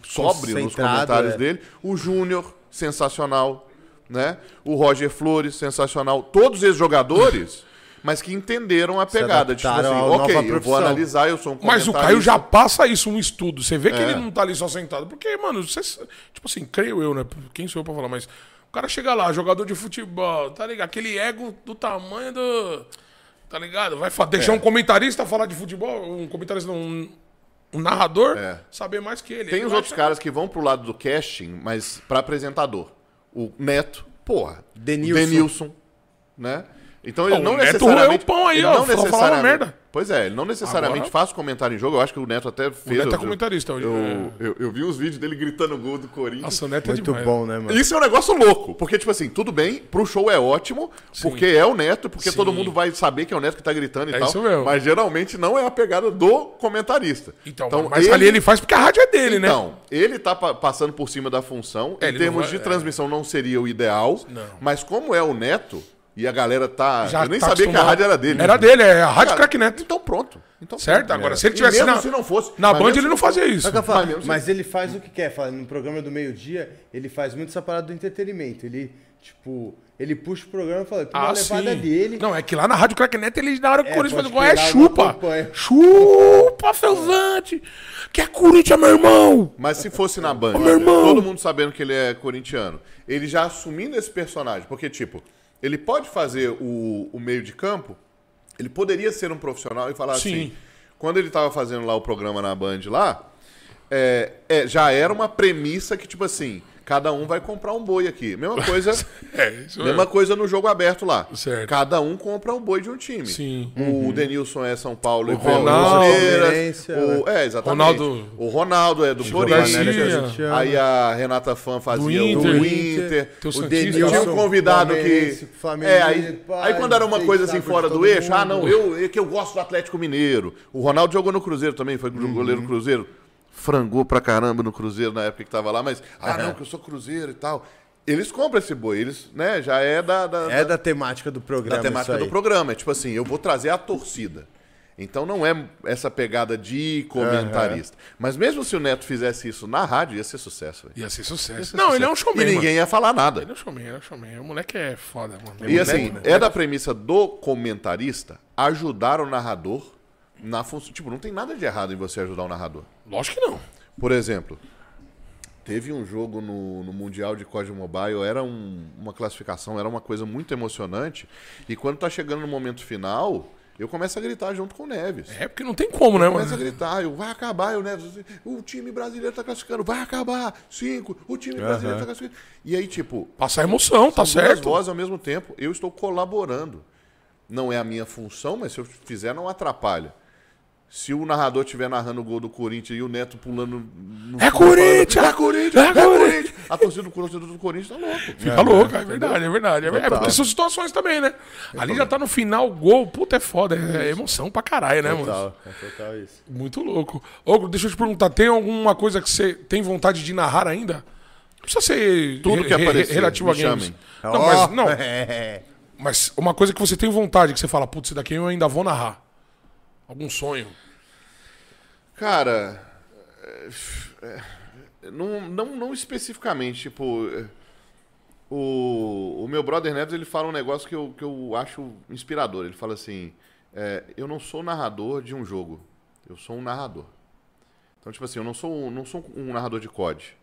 Speaker 3: sóbrio nos
Speaker 1: Concentrado,
Speaker 3: comentários
Speaker 1: é.
Speaker 3: dele. O Júnior, sensacional. Né? O Roger Flores, sensacional. Todos esses jogadores, mas que entenderam a pegada. Tipo assim,
Speaker 1: adaptaram à nova
Speaker 3: ok, eu vou
Speaker 1: profissão."
Speaker 3: analisar, eu sou um
Speaker 2: Mas o Caio
Speaker 3: comentarista.
Speaker 2: já passa isso, um estudo. Você vê que
Speaker 3: É.
Speaker 2: ele não tá ali só sentado. Porque, mano, você, tipo assim, creio eu, né? Quem sou eu pra falar, mas o cara chega lá, jogador de futebol, tá ligado? Aquele ego do tamanho do. Tá ligado? Vai fa-
Speaker 3: É.
Speaker 2: deixar um comentarista falar de futebol, um comentarista, não, um, um narrador,
Speaker 3: É.
Speaker 2: saber mais que ele.
Speaker 3: Tem
Speaker 2: Ele
Speaker 3: os
Speaker 2: vai
Speaker 3: outros
Speaker 2: achar-
Speaker 3: caras que vão pro lado do casting, mas pra apresentador. O Neto, porra.
Speaker 1: Denilson.
Speaker 3: Denilson, né? Então ele
Speaker 2: Ó, o
Speaker 3: não
Speaker 2: Neto
Speaker 3: necessariamente.
Speaker 2: roeu o pão aí,
Speaker 3: ele
Speaker 2: ó,
Speaker 3: não
Speaker 2: só falava
Speaker 3: necessariamente-
Speaker 2: merda.
Speaker 3: Pois é, ele não necessariamente
Speaker 2: Agora-
Speaker 3: faz comentário em jogo. Eu acho que o Neto até fez.
Speaker 2: Neto é
Speaker 3: eu-
Speaker 2: comentarista hoje,
Speaker 3: Eu,
Speaker 2: né?
Speaker 3: eu, eu vi os vídeos dele gritando gol do Corinthians.
Speaker 2: Nossa, o Neto é
Speaker 1: Muito
Speaker 2: demais.
Speaker 1: bom, né, mano?
Speaker 3: Isso é um negócio louco, porque, tipo assim, tudo bem, pro show é ótimo, porque é o Neto, porque
Speaker 2: Sim.
Speaker 3: todo mundo vai saber que é o Neto que tá gritando e
Speaker 2: É
Speaker 3: tal.
Speaker 2: isso mesmo.
Speaker 3: Mas geralmente não é a pegada do comentarista.
Speaker 2: Então, mas ali ele faz porque a rádio é dele, né?
Speaker 3: Então, ele tá pa- passando por cima da função.
Speaker 2: É,
Speaker 3: em
Speaker 2: ele
Speaker 3: termos
Speaker 2: não vai-
Speaker 3: de transmissão não seria o ideal. Mas como é o Neto, e a galera tá.
Speaker 2: Já
Speaker 3: eu nem
Speaker 2: tá
Speaker 3: sabia que a
Speaker 2: acostumado.
Speaker 3: rádio era dele. né?
Speaker 2: Era dele, é a rádio
Speaker 3: Cara,
Speaker 2: Crack Neto.
Speaker 3: Então pronto. Então
Speaker 2: Certo?
Speaker 3: pronto.
Speaker 2: Agora, se ele
Speaker 3: E
Speaker 2: tivesse
Speaker 3: mesmo
Speaker 2: na-
Speaker 3: se não fosse.
Speaker 2: Na
Speaker 3: mas
Speaker 2: Band
Speaker 3: mesmo
Speaker 2: ele não
Speaker 3: se-
Speaker 2: fazia isso.
Speaker 1: É o que eu falo,
Speaker 3: Mas mesmo
Speaker 1: Mas, ele faz o que quer. fala, No programa do meio-dia, ele faz muito essa parada do entretenimento. Ele, tipo, ele puxa o programa e fala, tem
Speaker 3: Ah,
Speaker 1: uma levada dele.
Speaker 2: Não, é que lá na Rádio Crack Neto, eles, na hora que
Speaker 1: É,
Speaker 2: o Corinthians faz o
Speaker 1: pode
Speaker 2: gol, é
Speaker 1: pegar,
Speaker 2: chupa.
Speaker 1: não acompanha.
Speaker 2: Chupa, Felzante. Que é Corinthians, meu irmão.
Speaker 3: Mas se fosse na Band,
Speaker 2: meu irmão!
Speaker 3: todo mundo sabendo que ele é corintiano, ele já assumindo esse personagem, porque, tipo, ele pode fazer o, o meio de campo, ele poderia ser um profissional e falar
Speaker 2: Sim.
Speaker 3: assim. Quando ele tava fazendo lá o programa na Band lá, é, é, já era uma premissa que, tipo assim, cada um vai comprar um boi aqui. Mesma coisa.
Speaker 2: É, isso
Speaker 3: Mesma coisa no jogo aberto lá.
Speaker 2: Certo.
Speaker 3: Cada um compra um boi de um time.
Speaker 2: Sim.
Speaker 3: O Denilson é São Paulo e
Speaker 2: O Ronaldo,
Speaker 3: Palmeiras.
Speaker 1: Palmeirense,
Speaker 3: O, é, exatamente.
Speaker 2: Ronaldo-
Speaker 3: O Ronaldo é do
Speaker 2: Garcia.
Speaker 3: Corinthians. Aí a Renata Fan fazia
Speaker 2: Do
Speaker 3: o
Speaker 2: Inter.
Speaker 3: Inter.
Speaker 2: Tem o
Speaker 1: o
Speaker 2: Santista.
Speaker 1: Denilson,
Speaker 3: Tinha um convidado
Speaker 1: Palmeirense,
Speaker 3: que.
Speaker 1: Flamengo,
Speaker 3: É, aí,
Speaker 1: pá,
Speaker 3: aí quando era uma
Speaker 1: tem
Speaker 3: coisa
Speaker 1: saco
Speaker 3: assim
Speaker 1: de
Speaker 3: fora
Speaker 1: todo
Speaker 3: do eixo, ah,
Speaker 1: mundo.
Speaker 3: não, eu, é que eu gosto do Atlético Mineiro. O Ronaldo jogou no Cruzeiro também, foi
Speaker 1: Uhum.
Speaker 3: goleiro do Cruzeiro. Frangou pra caramba no Cruzeiro na época que tava lá, mas, ah, não, que eu sou Cruzeiro e tal. Eles compram esse boi, eles, né, já é da- da,
Speaker 1: É da temática do programa.
Speaker 3: da temática
Speaker 1: isso
Speaker 3: do
Speaker 1: aí.
Speaker 3: programa. É tipo assim, eu vou trazer a torcida. Então não é essa pegada de comentarista. Mas mesmo se o Neto fizesse isso na rádio, ia ser sucesso. velho.
Speaker 2: Ia ser sucesso.
Speaker 3: Ia ser
Speaker 2: não,
Speaker 3: sucesso.
Speaker 2: ele é um showman,
Speaker 3: E ninguém
Speaker 2: mano.
Speaker 3: ia falar nada.
Speaker 2: Ele é um showman, ele é um showman. O moleque é né? foda, mano.
Speaker 3: E assim, é da premissa do comentarista ajudar o narrador na função. Tipo, não tem nada de errado em você ajudar o narrador.
Speaker 2: Lógico que não.
Speaker 3: Por exemplo, teve um jogo no, no Mundial de COD Mobile, era um- uma classificação, era uma coisa muito emocionante. E quando tá chegando no momento final, eu começo a gritar junto com o Neves.
Speaker 2: É porque não tem como, né,
Speaker 3: Começa a
Speaker 2: mano?
Speaker 3: gritar, eu, vai acabar, eu, Neves, o time brasileiro tá classificando, vai acabar, cinco, o time brasileiro tá classificando. E aí, tipo,
Speaker 2: Passar emoção, tá
Speaker 3: duas
Speaker 2: certo.
Speaker 3: vozes ao mesmo tempo, eu estou colaborando. Não é a minha função, mas se eu fizer, não atrapalha. Se o narrador estiver narrando o gol do Corinthians e o Neto pulando no
Speaker 2: É
Speaker 3: fundo,
Speaker 2: Corinthians!
Speaker 3: falando, É Corinthians!
Speaker 2: É
Speaker 3: É Corinthians! A torcida do Corinthians, do Corinthians tá louco.
Speaker 2: Fica louco, é verdade, é verdade. É, verdade. porque são situações também, né?
Speaker 3: É
Speaker 2: Ali já tá no final, gol, puta, é foda. É emoção pra caralho, né, mano?
Speaker 1: Total, é total isso.
Speaker 2: Muito louco. Ogro, deixa eu te perguntar, tem alguma coisa que você tem vontade de narrar ainda? Não precisa ser
Speaker 3: Tudo que aparecer,
Speaker 2: relativo a
Speaker 3: me
Speaker 2: games.
Speaker 3: chamem.
Speaker 2: Não, mas, não,
Speaker 1: É.
Speaker 2: mas uma coisa que você tem vontade, que você fala, putz, isso daqui eu ainda vou narrar. Algum sonho?
Speaker 3: Cara, é, é, não, não, não especificamente, tipo, é, o, o meu brother Neves, ele fala um negócio que eu, que eu acho inspirador. Ele fala assim, é, eu não sou narrador de um jogo, eu sou um narrador. Então, tipo assim, eu não sou, não sou um narrador de COD,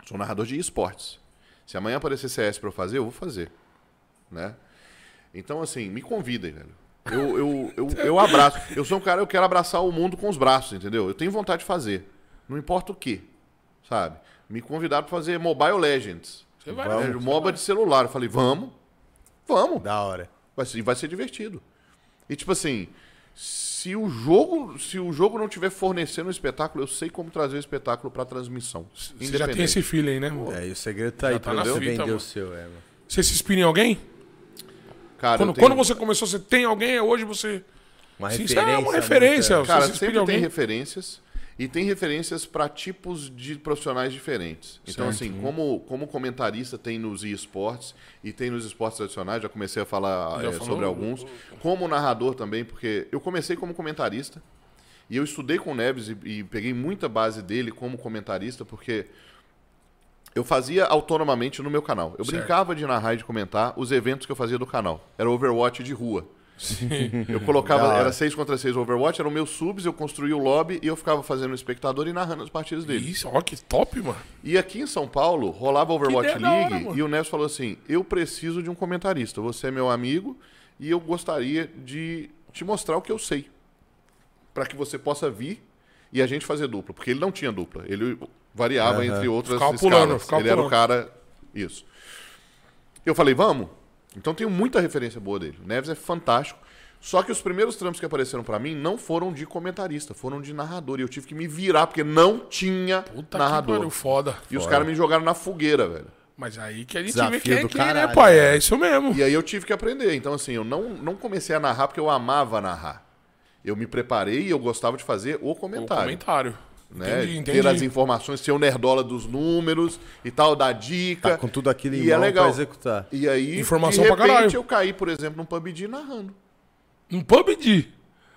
Speaker 3: eu sou um narrador de esportes. Se amanhã aparecer CS pra eu fazer, eu vou fazer, né? Então, assim, me convidem, velho. Eu, eu, eu, eu abraço. Eu sou um cara, eu quero abraçar o mundo com os braços, entendeu? Eu tenho vontade de fazer. Não importa o que, sabe? Me convidaram pra fazer Mobile Legends.
Speaker 2: Você vai,
Speaker 3: né?
Speaker 2: né? Você
Speaker 3: MOBA de celular. Eu falei, vamos, vamos.
Speaker 1: Da hora.
Speaker 3: Vai ser, vai ser divertido. E tipo assim, se o jogo, se o jogo não tiver fornecendo um espetáculo, eu sei como trazer o espetáculo pra transmissão.
Speaker 2: Você já tem esse feeling, né, mano?
Speaker 1: É, e o segredo tá aí,
Speaker 2: tá
Speaker 1: pra
Speaker 2: na
Speaker 1: você
Speaker 2: fita,
Speaker 1: vender
Speaker 2: mano.
Speaker 1: o seu, é, mano.
Speaker 2: Você se inspira em alguém?
Speaker 3: Cara,
Speaker 2: Quando,
Speaker 3: eu tenho-
Speaker 2: quando você começou, você tem alguém, hoje você.
Speaker 1: Uma
Speaker 2: Sim, isso é uma
Speaker 1: muito,
Speaker 2: referência.
Speaker 1: é.
Speaker 2: Você
Speaker 3: Cara,
Speaker 2: se inspira em
Speaker 3: sempre tem
Speaker 2: alguém?
Speaker 3: referências. E tem referências para tipos de profissionais diferentes. Então, assim, como, como comentarista tem nos esportes e tem nos esportes tradicionais, já comecei a falar
Speaker 2: Já
Speaker 3: eh,
Speaker 2: falou?
Speaker 3: sobre alguns. Como narrador também, porque eu comecei como comentarista e eu estudei com o Neves e, e peguei muita base dele como comentarista, porque eu fazia autonomamente no meu canal. Eu brincava de narrar e de comentar os eventos que eu fazia do canal. Era Overwatch de rua. Eu
Speaker 1: Da
Speaker 3: colocava,
Speaker 1: hora.
Speaker 3: era 6 contra 6 Overwatch, eram meus subs, eu construía o lobby e eu ficava fazendo o espectador e narrando as partidas dele.
Speaker 2: Isso, ó, que top, mano.
Speaker 3: E aqui em São Paulo, rolava Overwatch
Speaker 2: ideia da hora,
Speaker 3: League
Speaker 2: mano.
Speaker 3: e o Neves falou assim: Eu preciso de um comentarista, você é meu amigo e eu gostaria de te mostrar o que eu sei. Pra que você possa vir e a gente fazer dupla. Porque ele não tinha dupla, ele variava entre outras
Speaker 2: Ficava
Speaker 3: escalas.
Speaker 2: pulando, ficava
Speaker 3: ele era o
Speaker 2: pulando.
Speaker 3: cara. Isso. Eu falei, vamos? Então tenho muita referência boa dele. O Neves é fantástico. Só que os primeiros trampos que apareceram pra mim não foram de comentarista, foram de narrador. E eu tive que me virar, porque não tinha
Speaker 2: Puta que
Speaker 3: narrador.
Speaker 2: pariu, foda.
Speaker 3: E os caras me jogaram na fogueira, velho.
Speaker 2: Mas aí que a gente vê
Speaker 1: Desafio
Speaker 2: quem é
Speaker 1: do
Speaker 2: quem, né,
Speaker 1: caralho,
Speaker 2: pai?
Speaker 1: né?
Speaker 2: É isso mesmo.
Speaker 3: E aí eu tive que aprender. Então, assim, eu não, não comecei a narrar porque eu amava narrar. Eu me preparei e eu gostava de fazer o
Speaker 2: O
Speaker 3: é comentário.
Speaker 2: Um comentário.
Speaker 3: né?
Speaker 2: Entendi,
Speaker 3: Ter as
Speaker 2: entendi.
Speaker 3: informações, ser o nerdola dos números e tal, dar dica.
Speaker 1: Tá com tudo aquilo em
Speaker 3: e é
Speaker 1: mão pra
Speaker 3: legal.
Speaker 1: executar.
Speaker 3: E aí,
Speaker 2: Informação
Speaker 3: de
Speaker 2: pra
Speaker 3: repente,
Speaker 2: caralho.
Speaker 3: eu caí, por exemplo, num PUBG narrando.
Speaker 2: Um PUBG.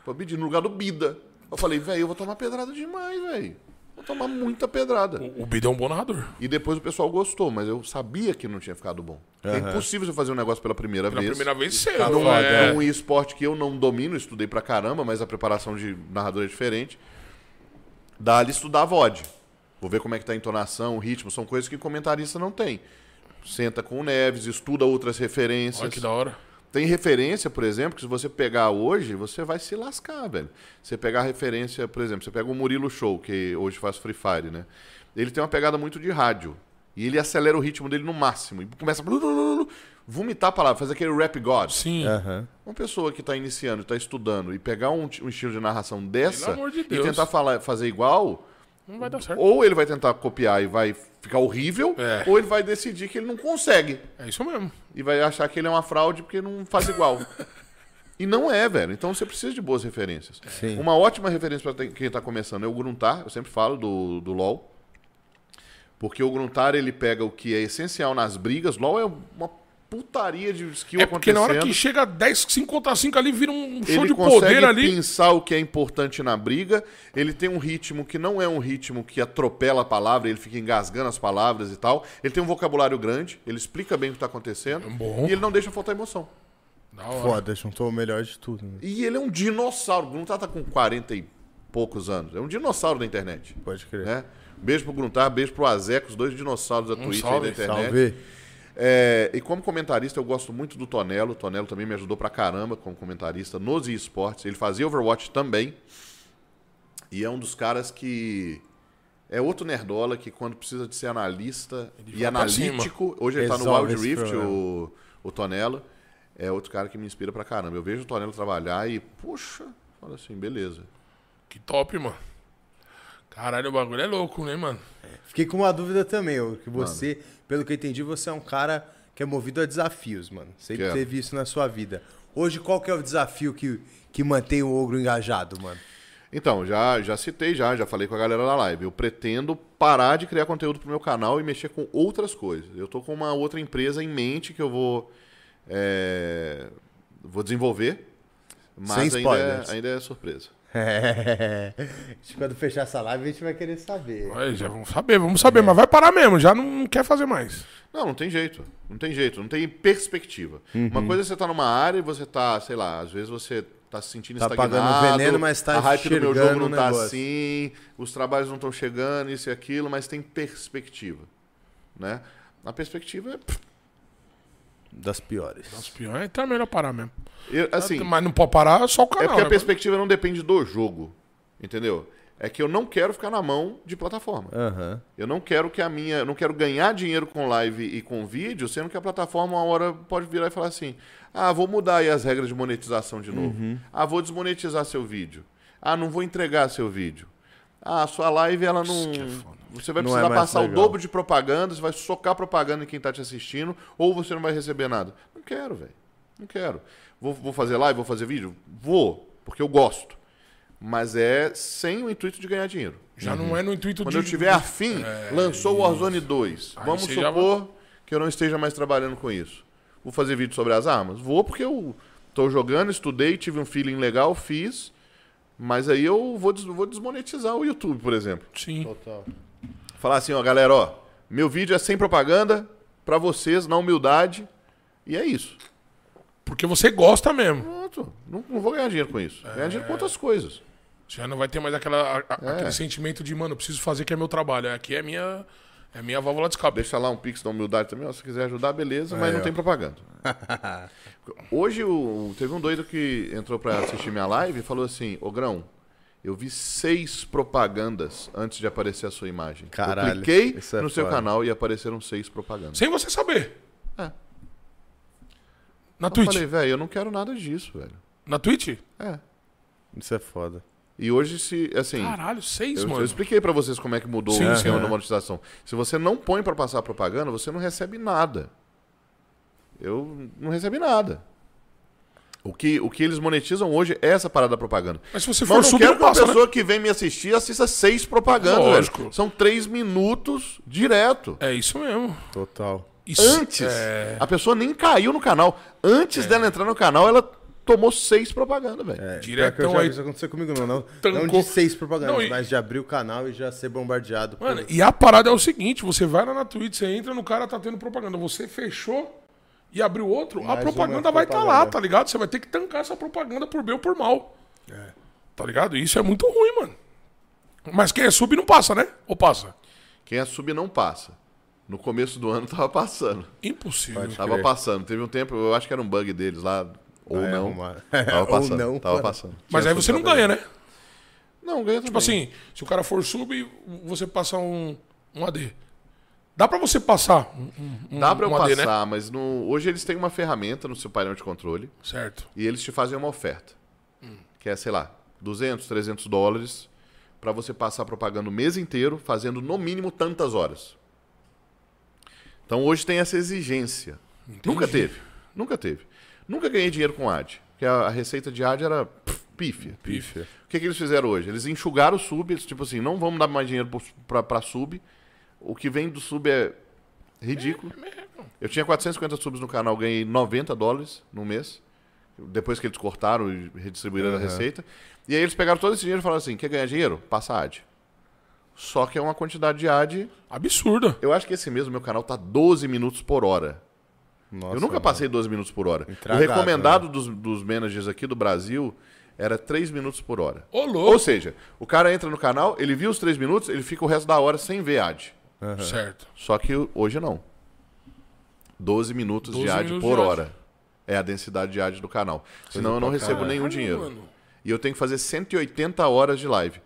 Speaker 3: PUBG, no lugar do Bida. Eu falei, velho, eu vou tomar pedrada demais, velho. Vou tomar muita pedrada.
Speaker 2: O, o Bido é um bom narrador.
Speaker 3: E depois o pessoal gostou, mas eu sabia que não tinha ficado bom. É impossível você fazer um negócio pela primeira
Speaker 2: Pela
Speaker 3: vez.
Speaker 2: primeira vez, você.
Speaker 3: Num,
Speaker 2: é.
Speaker 3: num um esporte que eu não domino, estudei pra caramba, mas a preparação de narrador é diferente. Dá-lhe estudar VOD. Vou ver como é que tá a entonação, o ritmo, são coisas que o comentarista não tem. Senta com o Neves, estuda outras referências.
Speaker 2: Olha que da hora.
Speaker 3: Tem referência, por exemplo, que se você pegar hoje, você vai se lascar, velho. Você pegar referência, por exemplo, você pega o Murilo Show, que hoje faz Free Fire, né? Ele tem uma pegada muito de rádio. E ele acelera o ritmo dele no máximo. E começa a blulululu, vomitar a palavra, faz aquele rap god.
Speaker 2: Sim.
Speaker 1: Aham.
Speaker 3: Uma pessoa que está iniciando, está estudando e pegar um, ti- um estilo de narração dessa
Speaker 2: Pelo amor de
Speaker 3: e
Speaker 2: Deus.
Speaker 3: tentar falar, fazer igual,
Speaker 2: Não vai dar certo.
Speaker 3: ou ele vai tentar copiar e vai ficar horrível,
Speaker 2: É.
Speaker 3: ou ele vai decidir que ele não consegue
Speaker 2: É isso mesmo.
Speaker 3: e vai achar que ele é uma fraude porque não faz igual. e não é, velho. Então você precisa de boas referências.
Speaker 1: Sim.
Speaker 3: Uma ótima referência para quem está começando é o Gruntar, eu sempre falo do, do LoL. Porque o Gruntar ele pega o que é essencial nas brigas. LoL é uma putaria de skill
Speaker 2: É porque
Speaker 3: acontecendo.
Speaker 2: na hora que chega 10, 5 contra 5 ali, vira um show
Speaker 3: ele
Speaker 2: de
Speaker 3: consegue
Speaker 2: poder ali.
Speaker 3: pensar o que é importante na briga. Ele tem um ritmo que não é um ritmo que atropela a palavra, ele fica engasgando as palavras e tal. Ele tem um vocabulário grande, ele explica bem o que tá acontecendo.
Speaker 2: É Bom.
Speaker 3: E ele não deixa faltar emoção.
Speaker 2: Da hora.
Speaker 1: Foda, juntou o melhor de tudo. Né?
Speaker 3: E ele é um dinossauro. O Gruntar tá com 40 e poucos anos. É um dinossauro da internet.
Speaker 1: Pode crer.
Speaker 2: É,
Speaker 3: Né? Beijo pro Gruntar, beijo pro Azeca, os dois dinossauros da Twitch aí
Speaker 2: Um salve,
Speaker 3: da internet.
Speaker 1: Salve.
Speaker 3: É, e como comentarista, eu gosto muito do Tonelo. O Tonelo também me ajudou pra caramba como comentarista nos esportes. Ele fazia Overwatch também. E é um dos caras que. É outro nerdola que quando precisa de ser analista e
Speaker 2: vai pra
Speaker 3: analítico. Hoje ele tá no
Speaker 1: Resolve
Speaker 3: Wild
Speaker 1: esse
Speaker 3: Rift,
Speaker 1: problema.
Speaker 3: o, o Tonelo. É outro cara que me inspira pra caramba. Eu vejo o Tonelo trabalhar e, puxa, fala assim, beleza.
Speaker 2: Que top, mano. Caralho, o bagulho é louco, né, mano?
Speaker 1: Fiquei com uma dúvida também, ô, que você, pelo que eu entendi, você é um cara que é movido a desafios, mano. Sempre
Speaker 3: Quero.
Speaker 1: teve isso na sua vida. Hoje, qual que é o desafio que, que mantém o ogro engajado, mano?
Speaker 3: Então, já, já citei, já, já falei com a galera da live. Eu pretendo parar de criar conteúdo pro meu canal e mexer com outras coisas. Eu tô com uma outra empresa em mente que eu vou, é, vou eh, desenvolver. Mas
Speaker 1: Sem
Speaker 3: ainda,
Speaker 1: spoilers.
Speaker 3: é, ainda é surpresa.
Speaker 1: É. Acho que Quando fechar essa live, a gente vai querer saber.
Speaker 2: Aí, já vamos saber, vamos saber, mas vai parar mesmo, já não quer fazer mais.
Speaker 3: Não, não tem jeito. Não tem jeito, não tem perspectiva. Uma
Speaker 1: Uhum.
Speaker 3: coisa é você tá numa área e você tá, sei lá, às vezes você tá se sentindo
Speaker 1: Tá
Speaker 3: estagnado.
Speaker 1: pagando veneno, mas tá
Speaker 3: A hype do meu jogo
Speaker 1: enxergando
Speaker 3: não
Speaker 1: o
Speaker 3: tá
Speaker 1: negócio.
Speaker 3: assim, os trabalhos não estão chegando, isso e aquilo, mas tem perspectiva, né? A perspectiva é... pff,
Speaker 1: Das piores.
Speaker 2: Os piores, então é melhor parar mesmo.
Speaker 3: eu- assim,
Speaker 2: mas não pode parar só o canal.
Speaker 3: é porque a
Speaker 2: né?
Speaker 3: perspectiva não depende do jogo, entendeu? É que eu não quero ficar na mão de plataforma.
Speaker 1: Aham.
Speaker 3: Eu não quero que a minha. Eu não quero ganhar dinheiro com live e com vídeo, sendo que a plataforma uma hora pode virar e falar assim: ah, vou mudar aí as regras de monetização de novo.
Speaker 1: Uhum.
Speaker 3: Ah, vou desmonetizar seu vídeo. Ah, não vou entregar seu vídeo. Ah, a sua live ela não.
Speaker 2: que é foda.
Speaker 3: Você vai
Speaker 1: Não é
Speaker 3: precisar
Speaker 1: mais
Speaker 3: passar o
Speaker 1: legal.
Speaker 3: dobro de propaganda, você vai socar propaganda em quem tá te assistindo, ou você não vai receber nada. Não quero, velho. Não quero. Vou, vou fazer live, vou fazer vídeo? Vou, porque eu gosto. Mas é sem o intuito de ganhar dinheiro.
Speaker 2: Já não é no intuito
Speaker 3: Uhum. Quando
Speaker 2: de. É,
Speaker 3: eu tiver afim, lançou o Warzone 2.
Speaker 2: Aí
Speaker 3: Vamos
Speaker 2: você já
Speaker 3: supor que eu não esteja mais trabalhando com isso. Vou fazer vídeo sobre as armas? Vou porque eu tô jogando, estudei, tive um feeling legal, fiz. Mas aí eu vou, des- vou desmonetizar o YouTube, por exemplo.
Speaker 2: Sim.
Speaker 1: Total.
Speaker 3: Falar assim, ó, galera, ó, meu vídeo é sem propaganda, pra vocês, na humildade. E é isso.
Speaker 2: Porque você gosta mesmo.
Speaker 3: Pronto. Não, não vou ganhar dinheiro com isso. Ganhar dinheiro com outras coisas.
Speaker 2: Já não vai ter mais aquela, a- a-
Speaker 3: É.
Speaker 2: aquele sentimento de, mano, eu preciso fazer que é meu trabalho. Aqui é minha, é minha válvula de escape.
Speaker 3: Deixa lá um pix da humildade também, ó, se quiser ajudar, beleza, mas não tem propaganda. Hoje o- teve um doido que entrou pra assistir minha live e falou assim: Ô Grão, eu vi seis propagandas antes de aparecer a sua imagem.
Speaker 1: Caralho,
Speaker 3: eu cliquei
Speaker 1: isso é
Speaker 3: no seu
Speaker 1: foda.
Speaker 3: canal e apareceram seis propagandas.
Speaker 2: Sem você saber.
Speaker 3: É.
Speaker 2: Na
Speaker 3: Eu
Speaker 2: Twitch.
Speaker 3: falei, velho, eu não quero nada disso, velho.
Speaker 2: Na Twitch?
Speaker 3: É.
Speaker 1: Isso é foda.
Speaker 3: E hoje, se. Assim.
Speaker 2: Caralho, seis,
Speaker 3: Eu, eu
Speaker 2: mano.
Speaker 3: expliquei pra vocês como é que mudou
Speaker 2: Sim,
Speaker 3: o
Speaker 2: sim.
Speaker 3: esquema da
Speaker 1: É.
Speaker 3: monetização. Se você não põe pra passar propaganda, você não recebe nada. Eu não recebi nada. O que, o que eles monetizam hoje é essa parada da propaganda.
Speaker 2: Mas se você
Speaker 3: Mas
Speaker 2: for
Speaker 3: eu não
Speaker 2: sub,
Speaker 3: quero
Speaker 2: não
Speaker 3: que uma
Speaker 2: passa, né?
Speaker 3: pessoa que vem me assistir assista seis propagandas. velho.
Speaker 2: Lógico.
Speaker 3: São três minutos direto.
Speaker 2: É isso mesmo.
Speaker 1: Total.
Speaker 2: Isso-
Speaker 3: Antes.
Speaker 2: É...
Speaker 3: A pessoa nem caiu no canal. Antes dela entrar no canal, ela tomou seis propagandas, velho.
Speaker 1: É, pior
Speaker 2: Diretão
Speaker 1: que eu já,
Speaker 2: aí.
Speaker 1: Isso aconteceu comigo, não. Não, não
Speaker 2: Tancou.
Speaker 1: de seis propagandas,
Speaker 2: Não, e-
Speaker 1: mas de abrir o canal e já ser bombardeado.
Speaker 2: Mano, e a parada é o seguinte: você vai lá na Twitch, você entra no cara, tá tendo propaganda. Você fechou e abriu outro,
Speaker 1: Mais
Speaker 2: a
Speaker 1: uma
Speaker 2: propaganda vai estar tá lá,
Speaker 1: propaganda.
Speaker 2: tá ligado? Você vai ter que tancar essa propaganda por bem ou por mal. Tá ligado? Isso é muito ruim, mano. Mas quem é sub não passa, né? Ou passa?
Speaker 3: Quem assume não passa. No começo do ano tava passando.
Speaker 2: Impossível.
Speaker 3: Tava
Speaker 1: crer.
Speaker 3: passando. Teve um tempo, eu acho que era um bug deles lá. Ou
Speaker 1: Vai Ah, é,
Speaker 3: não.
Speaker 1: arrumar.
Speaker 3: Tava
Speaker 1: Ou
Speaker 3: passando.
Speaker 1: não.
Speaker 3: Tava passando.
Speaker 2: Mas aí você não ganha, né?
Speaker 3: Não, ganha também.
Speaker 2: Tipo assim, se o cara for sub, você passar um, um AD. Dá pra você passar um, um, um-
Speaker 3: Dá pra eu
Speaker 2: um AD, né?
Speaker 3: passar, mas no... hoje eles têm uma ferramenta no seu painel de controle
Speaker 2: Certo.
Speaker 3: e eles te fazem uma oferta. Que é, sei lá, 200, 300 dólares pra você passar propaganda o mês inteiro, fazendo no mínimo tantas horas. Então hoje tem essa exigência. Nunca teve. Nunca teve. Nunca ganhei dinheiro com ad. Porque a a receita de ad era pff, pífia.
Speaker 2: Pífia.
Speaker 3: O que, que eles fizeram hoje? Eles enxugaram o sub, eles, tipo assim, não vamos dar mais dinheiro pro- pra, pra sub. O que vem do sub é ridículo. Eu tinha 450 subs no canal, ganhei 90 dólares no mês. Depois que eles cortaram e redistribuíram a receita. E aí eles pegaram todo esse dinheiro e falaram assim: quer ganhar dinheiro? Passa ad. Só que é uma quantidade de ad.
Speaker 2: Absurda.
Speaker 3: Eu acho que esse mesmo meu canal tá 12 minutos por hora.
Speaker 1: Nossa, é um
Speaker 3: eu nunca
Speaker 1: mano.
Speaker 3: passei 12 minutos por hora.
Speaker 1: Intragável,
Speaker 3: o recomendado dos, dos managers aqui do Brasil era 3 minutos por hora.
Speaker 2: Ô, louco.
Speaker 3: Ou seja, o cara entra no canal, ele viu os 3 minutos, ele fica o resto da hora sem ver ad.
Speaker 2: Certo.
Speaker 3: Só que hoje não. 12 minutos
Speaker 2: 12
Speaker 3: de ad
Speaker 2: minutos
Speaker 3: por
Speaker 2: de ad.
Speaker 3: hora. É a densidade de ad do canal. Senão eu não
Speaker 1: pra
Speaker 3: recebo
Speaker 1: caralho,
Speaker 3: nenhum
Speaker 2: Caralho,
Speaker 3: um dinheiro.
Speaker 2: mano.
Speaker 3: E eu tenho que fazer 180 horas de live.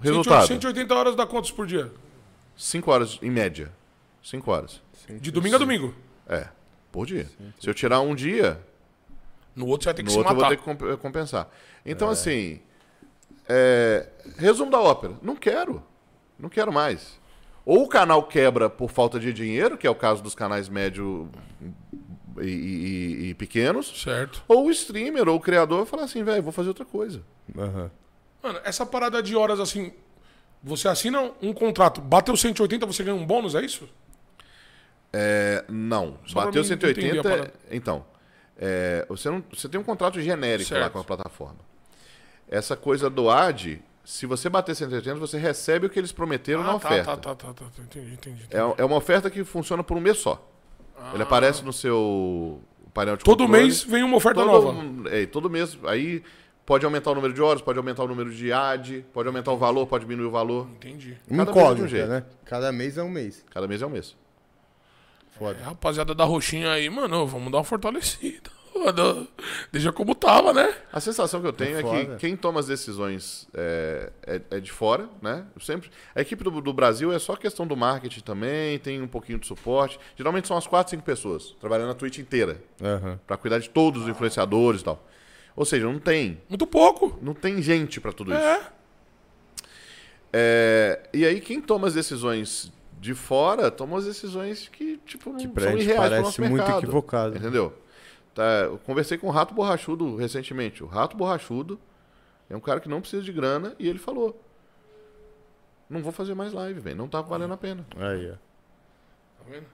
Speaker 3: Resultado:
Speaker 2: 180 horas dá quantos por dia?
Speaker 3: 5 horas, em média. 5 horas.
Speaker 2: De domingo a domingo.
Speaker 3: É, por dia. Se eu tirar um dia,
Speaker 2: No outro você vai ter que
Speaker 3: No
Speaker 2: se
Speaker 3: outro eu vou
Speaker 2: matar.
Speaker 3: ter que comp- eh, compensar. Então, assim. é, resumo da ópera. Não quero. Não quero mais. Ou o canal quebra por falta de dinheiro, que é o caso dos canais médio e, e- e pequenos.
Speaker 2: Certo.
Speaker 3: Ou o streamer ou o criador vai falar assim, velho, vou fazer outra coisa.
Speaker 1: Aham.
Speaker 2: Mano, essa parada de horas assim. Você assina um contrato, bateu 180, você ganha um bônus, é isso?
Speaker 3: É, não.
Speaker 2: pra
Speaker 3: Bateu
Speaker 2: mim entender a
Speaker 3: 180.
Speaker 2: parada.
Speaker 3: Então. é, você, não, você tem um contrato genérico lá
Speaker 2: Certo.
Speaker 3: com a plataforma. Essa coisa do ad, se você bater 180, você recebe o que eles prometeram na
Speaker 2: Ah, tá, tá,
Speaker 3: oferta.
Speaker 2: tá, tá, tá, tá, entendi, entendi.
Speaker 3: É, é uma oferta que funciona por um mês só. Ele aparece no seu painel de
Speaker 2: Ah. Todo
Speaker 3: controle.
Speaker 2: mês vem uma oferta
Speaker 3: Todo-
Speaker 2: nova.
Speaker 3: É, todo mês. Aí pode aumentar o número de horas, pode aumentar o número de ad, pode aumentar o valor, pode diminuir o valor.
Speaker 2: Entendi.
Speaker 3: Cada mês é de um
Speaker 1: Incógnita,
Speaker 3: jeito.
Speaker 1: né? Cada mês é um mês.
Speaker 3: Cada mês é um mês.
Speaker 2: É, rapaziada da roxinha aí, mano, vamos dar uma fortalecida. Mano, Deixa como tava, né?
Speaker 3: A sensação que eu tenho é,
Speaker 1: foda.
Speaker 3: que quem toma as decisões é, é- é de fora, né? Eu sempre. A equipe do, do Brasil é só questão do marketing também, tem um pouquinho de suporte. Geralmente são as quatro, cinco pessoas trabalhando na Twitch inteira
Speaker 1: Aham.
Speaker 3: Pra cuidar de todos os influenciadores e tal. Ou seja, não tem,
Speaker 2: Muito pouco.
Speaker 3: não tem gente pra tudo isso.
Speaker 2: É.
Speaker 3: É, e aí quem toma as decisões de fora toma as decisões que tipo não
Speaker 1: pra
Speaker 3: são
Speaker 1: gente
Speaker 3: irreais pro
Speaker 1: parece
Speaker 3: nosso
Speaker 1: muito
Speaker 3: mercado,
Speaker 1: equivocado.
Speaker 3: entendeu? Tá, eu conversei com o Rato Borrachudo recentemente. O Rato Borrachudo é um cara que não precisa de grana e ele falou: não vou fazer mais live, velho. Não tá valendo a pena.
Speaker 1: Aí, ó.
Speaker 2: Tá vendo?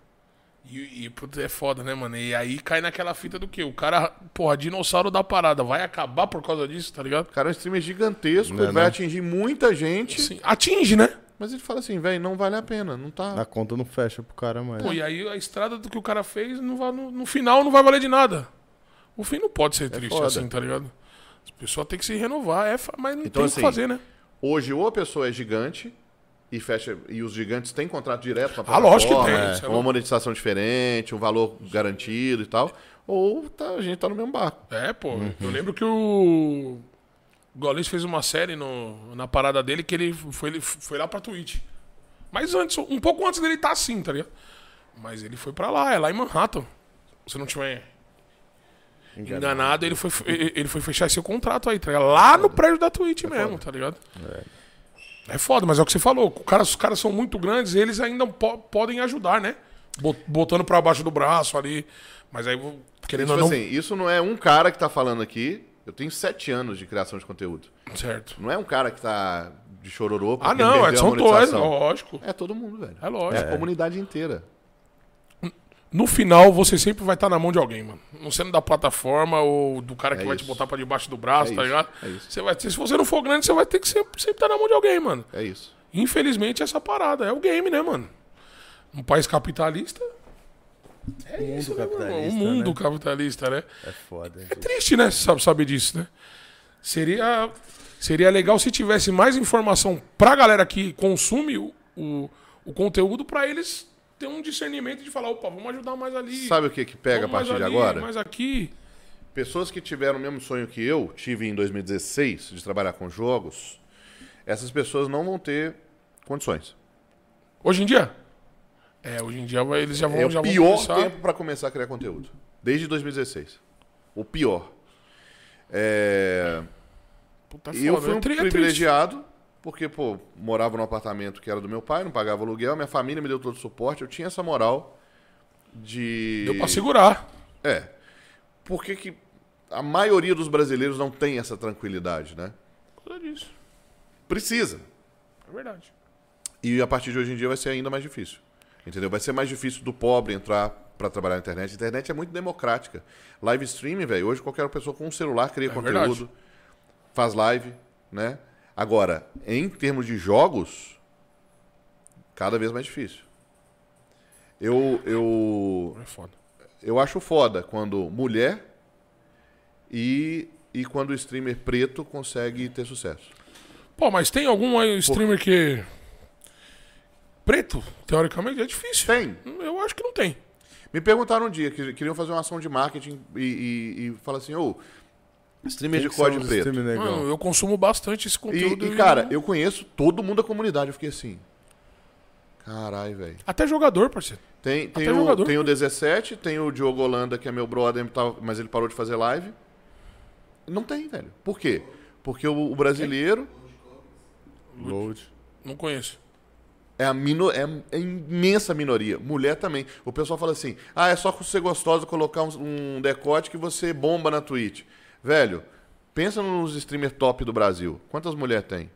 Speaker 2: E, e, putz, é foda, né, mano? E aí cai naquela fita do quê? O cara, porra, dinossauro da parada, vai acabar por causa disso, tá ligado?
Speaker 3: O cara é um streamer gigantesco,
Speaker 1: Não é
Speaker 3: ele vai
Speaker 1: não?
Speaker 3: atingir muita gente,
Speaker 2: Sim, atinge, né?
Speaker 3: mas ele fala assim, velho, não vale a pena, não tá.
Speaker 1: A conta não fecha pro cara mais.
Speaker 2: Pô, e aí a estrada do que o cara fez não vai, no, no final não vai valer de nada. O fim não pode ser triste
Speaker 3: É foda.
Speaker 2: assim, tá ligado? As pessoas têm que se renovar, é, fa- mas não tem
Speaker 3: Então,
Speaker 2: o que
Speaker 3: assim,
Speaker 2: fazer, né?
Speaker 3: Hoje ou a pessoa é gigante e fecha e os gigantes têm contrato direto com a
Speaker 2: Ah, lógico que
Speaker 3: plataforma,
Speaker 2: tem, isso é
Speaker 3: uma
Speaker 2: louco.
Speaker 3: monetização diferente, um valor garantido e tal, ou tá- a gente tá no mesmo barco.
Speaker 2: É, pô. Eu lembro que o Golês fez uma série no, na parada dele que ele foi, ele foi lá pra Twitch. Mas antes, um pouco antes dele estar tá assim, tá ligado? Mas ele foi pra lá, é lá em Manhattan. Se eu não tiver enganado, ele, foi, ele ele foi fechar seu contrato aí, tá ligado? Lá no prédio da Twitch mesmo, tá ligado? É. foda, mas é o que você falou. O cara- os caras são muito grandes e eles ainda po- podem ajudar, né? Bo- Botando pra baixo do braço ali. Mas aí, querendo
Speaker 3: Tipo
Speaker 2: ou não.
Speaker 3: assim, isso não é um cara que tá falando aqui. Eu tenho sete anos de criação de conteúdo.
Speaker 2: Certo.
Speaker 3: Não é um cara que tá de chororô porque
Speaker 2: Ah, não, é,
Speaker 3: perdeu a
Speaker 2: são todos,
Speaker 3: monetização.
Speaker 2: lógico.
Speaker 3: É todo mundo, velho.
Speaker 2: É lógico.
Speaker 3: a comunidade inteira.
Speaker 2: No final, você sempre vai estar na mão de alguém, mano. Não sendo da plataforma ou do cara que
Speaker 3: É
Speaker 2: vai te
Speaker 3: isso.
Speaker 2: botar pra debaixo do braço,
Speaker 3: É
Speaker 2: tá
Speaker 3: isso,
Speaker 2: ligado?
Speaker 3: é isso.
Speaker 2: Você vai ter- se você não for grande, você vai ter que sempre estar na mão de alguém, mano.
Speaker 3: É isso.
Speaker 2: Infelizmente, essa parada é o game, né, mano? Um país capitalista. É
Speaker 1: mundo
Speaker 2: isso, né, mano?
Speaker 1: capitalista,
Speaker 2: O mundo
Speaker 1: né?
Speaker 2: capitalista, né?
Speaker 1: É foda. hein?
Speaker 2: Triste, né? Sabe, saber disso, né? Seria, seria legal se tivesse mais informação pra galera que consome o, o, o conteúdo pra eles ter um discernimento de falar, opa, vamos ajudar mais ali.
Speaker 3: Sabe o que que pega a
Speaker 2: vamos mais
Speaker 3: partir de
Speaker 2: ali,
Speaker 3: agora?
Speaker 2: Mais aqui.
Speaker 3: Pessoas que tiveram o mesmo sonho que eu tive em 2016 de trabalhar com jogos, essas pessoas não vão ter condições.
Speaker 2: Hoje em dia? É, hoje em dia vai- eles já vão,
Speaker 3: É o
Speaker 2: já vão
Speaker 3: pior
Speaker 2: começar.
Speaker 3: tempo para começar a criar conteúdo. Desde 2016. O pior. É,
Speaker 2: Puta, é
Speaker 3: E eu
Speaker 2: foda,
Speaker 3: fui um
Speaker 2: é tri- é triste.
Speaker 3: privilegiado, porque, pô, morava num apartamento que era do meu pai, não pagava aluguel, minha família me deu todo o suporte, eu tinha essa moral de.
Speaker 2: Deu pra segurar.
Speaker 3: É. Por que, que a maioria dos brasileiros não tem essa tranquilidade, né?
Speaker 2: Por causa disso.
Speaker 3: Precisa.
Speaker 2: É verdade.
Speaker 3: E a partir de hoje em dia vai ser ainda mais difícil. Entendeu? Vai ser mais difícil do pobre entrar para trabalhar na internet. A internet é muito democrática. Live streaming, velho, hoje qualquer pessoa com um celular cria conteúdo,
Speaker 2: verdade.
Speaker 3: faz live, né? Agora, em termos de jogos, cada vez mais difícil. Eu, eu,
Speaker 2: É foda.
Speaker 3: eu acho foda quando mulher e, e quando o streamer preto consegue ter sucesso.
Speaker 2: Pô, mas tem algum aí streamer que. é Preto, teoricamente, é difícil.
Speaker 3: Tem,
Speaker 2: Eu acho que não tem.
Speaker 3: Me perguntaram um dia que queriam fazer uma ação de marketing e, e, e falar assim, ô, streamer de
Speaker 1: Quem que um são
Speaker 3: código
Speaker 1: os
Speaker 3: preto.
Speaker 1: time negão?
Speaker 2: Mano, eu consumo bastante esse
Speaker 3: E,
Speaker 2: conteúdo.
Speaker 3: e, cara, eu conheço todo mundo da comunidade. Eu fiquei assim, carai, velho.
Speaker 2: Até jogador, parceiro.
Speaker 3: Tem, tem,
Speaker 2: Até
Speaker 3: o,
Speaker 2: jogador.
Speaker 3: tem o 17, tem o Diogo Holanda, que é meu brother, tá- mas ele parou de fazer live. Não tem, velho. Por quê? Porque o, o brasileiro
Speaker 1: Load.
Speaker 2: Não conheço.
Speaker 3: é a, mino, é a imensa minoria. Mulher também. O pessoal fala assim, ah, é só ser gostosa colocar um, um decote que você bomba na Twitch. Velho, pensa nos streamer top do Brasil. Quantas mulheres tem?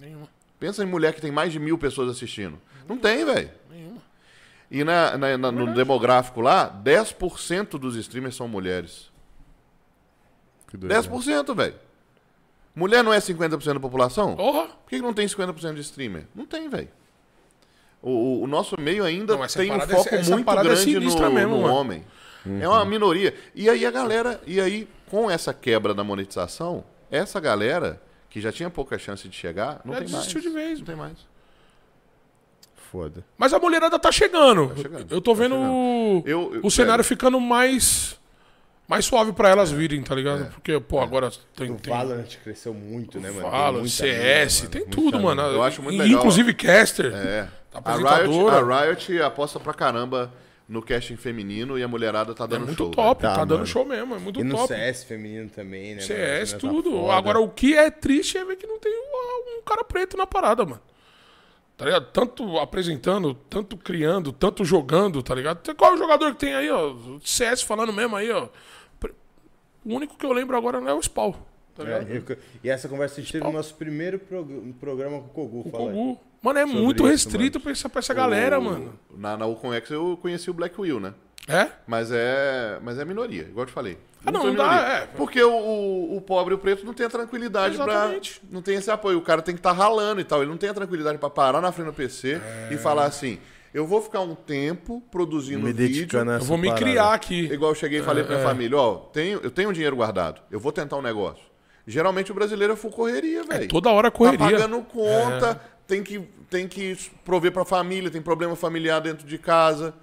Speaker 2: Nenhuma.
Speaker 3: Pensa em mulher que tem mais de mil pessoas assistindo. Não tem, velho.
Speaker 2: Nenhuma.
Speaker 3: E na- na- na- no demográfico lá, 10% dos streamers são mulheres.
Speaker 1: Que doido. né?
Speaker 3: 10%, velho. Mulher não é 50% da população?
Speaker 2: Porra!
Speaker 3: Por que que não tem 50% de streamer? Não tem, velho. O, o- o nosso meio ainda
Speaker 2: Não, essa
Speaker 3: tem um
Speaker 2: parada é-
Speaker 3: foco
Speaker 2: essa
Speaker 3: muito
Speaker 2: parada é
Speaker 3: grande
Speaker 2: sinistra
Speaker 3: no,
Speaker 2: mesmo,
Speaker 3: no
Speaker 2: mano.
Speaker 3: homem. É uma minoria. E aí a galera, e aí com essa quebra da monetização, essa galera que já tinha pouca chance de chegar, não
Speaker 2: Já
Speaker 3: tem mais.
Speaker 2: desistiu de vez,
Speaker 3: Não tem mais.
Speaker 1: Foda.
Speaker 2: Mas a mulherada tá chegando.
Speaker 3: chegando,
Speaker 2: eu tô
Speaker 3: tá
Speaker 2: vendo
Speaker 3: chegando.
Speaker 2: o-
Speaker 3: Eu- eu-
Speaker 2: o cenário
Speaker 3: é.
Speaker 2: ficando mais mais suave pra elas virem, tá ligado?
Speaker 3: É.
Speaker 2: Porque, pô, agora tem,
Speaker 1: O
Speaker 2: tem
Speaker 1: Valorant cresceu muito, né, mano? Tem
Speaker 2: Valorant,
Speaker 1: muita
Speaker 2: CS,
Speaker 1: mina,
Speaker 2: tem
Speaker 1: Muita
Speaker 2: tudo,
Speaker 1: mina.
Speaker 2: mano.
Speaker 3: Eu acho muito
Speaker 2: E,
Speaker 3: legal.
Speaker 2: Inclusive caster.
Speaker 3: É. A Riot,
Speaker 2: Tá Apresentadora.
Speaker 3: a Riot aposta pra caramba no casting feminino e a mulherada tá dando
Speaker 2: muito
Speaker 3: show.
Speaker 2: top,
Speaker 1: velho.
Speaker 2: tá,
Speaker 1: Tá,
Speaker 2: dando
Speaker 1: mano.
Speaker 2: show mesmo, é muito
Speaker 1: E no
Speaker 2: top.
Speaker 1: CS feminino também, né? mano?
Speaker 2: CS,
Speaker 1: Tá
Speaker 2: tudo.
Speaker 1: foda.
Speaker 2: é Agora, o que é triste é ver que não tem um, um cara preto na parada, mano. Tá ligado? Tanto apresentando, tanto criando, tanto jogando, tá ligado? Tem- Qual é o jogador que tem aí, ó? CS falando mesmo aí, ó. Pre- O único que eu lembro agora é o Spawn, tá
Speaker 1: É,
Speaker 2: ligado?
Speaker 1: eu- e essa conversa a gente teve no nosso primeiro prog- programa com o Kogu.
Speaker 2: o
Speaker 1: fala aí.
Speaker 2: Kogu. Mano, é
Speaker 1: Sobre
Speaker 2: muito
Speaker 1: isso,
Speaker 2: restrito pra essa, pra essa galera,
Speaker 3: O-
Speaker 2: mano.
Speaker 3: Na, na UConX eu conheci o Black Will, né?
Speaker 2: É?
Speaker 3: Mas é, mas é minoria, igual eu te falei.
Speaker 2: Ah, não,
Speaker 3: Muito
Speaker 2: não dá,
Speaker 3: minoria.
Speaker 2: é.
Speaker 3: Porque o, o, o pobre e o preto não tem a tranquilidade pra.
Speaker 2: Exatamente.
Speaker 3: Não tem esse apoio. O cara tem que estar ralando e tal. Ele não tem a tranquilidade pra parar na frente do PC
Speaker 2: É.
Speaker 3: e falar assim: eu vou ficar um tempo produzindo
Speaker 1: Me
Speaker 3: vídeo.
Speaker 1: dedicando a
Speaker 2: Eu
Speaker 1: essa
Speaker 2: vou me
Speaker 1: parada.
Speaker 2: criar aqui.
Speaker 3: Igual eu cheguei e falei
Speaker 2: É,
Speaker 3: pra minha família: ó, tenho, eu tenho um dinheiro guardado, eu vou tentar um negócio. Geralmente o brasileiro é full correria, velho.
Speaker 2: Toda hora
Speaker 3: Tá
Speaker 2: correria. É.
Speaker 3: pagando conta, tem, que, tem que prover pra família, tem problema familiar dentro de casa.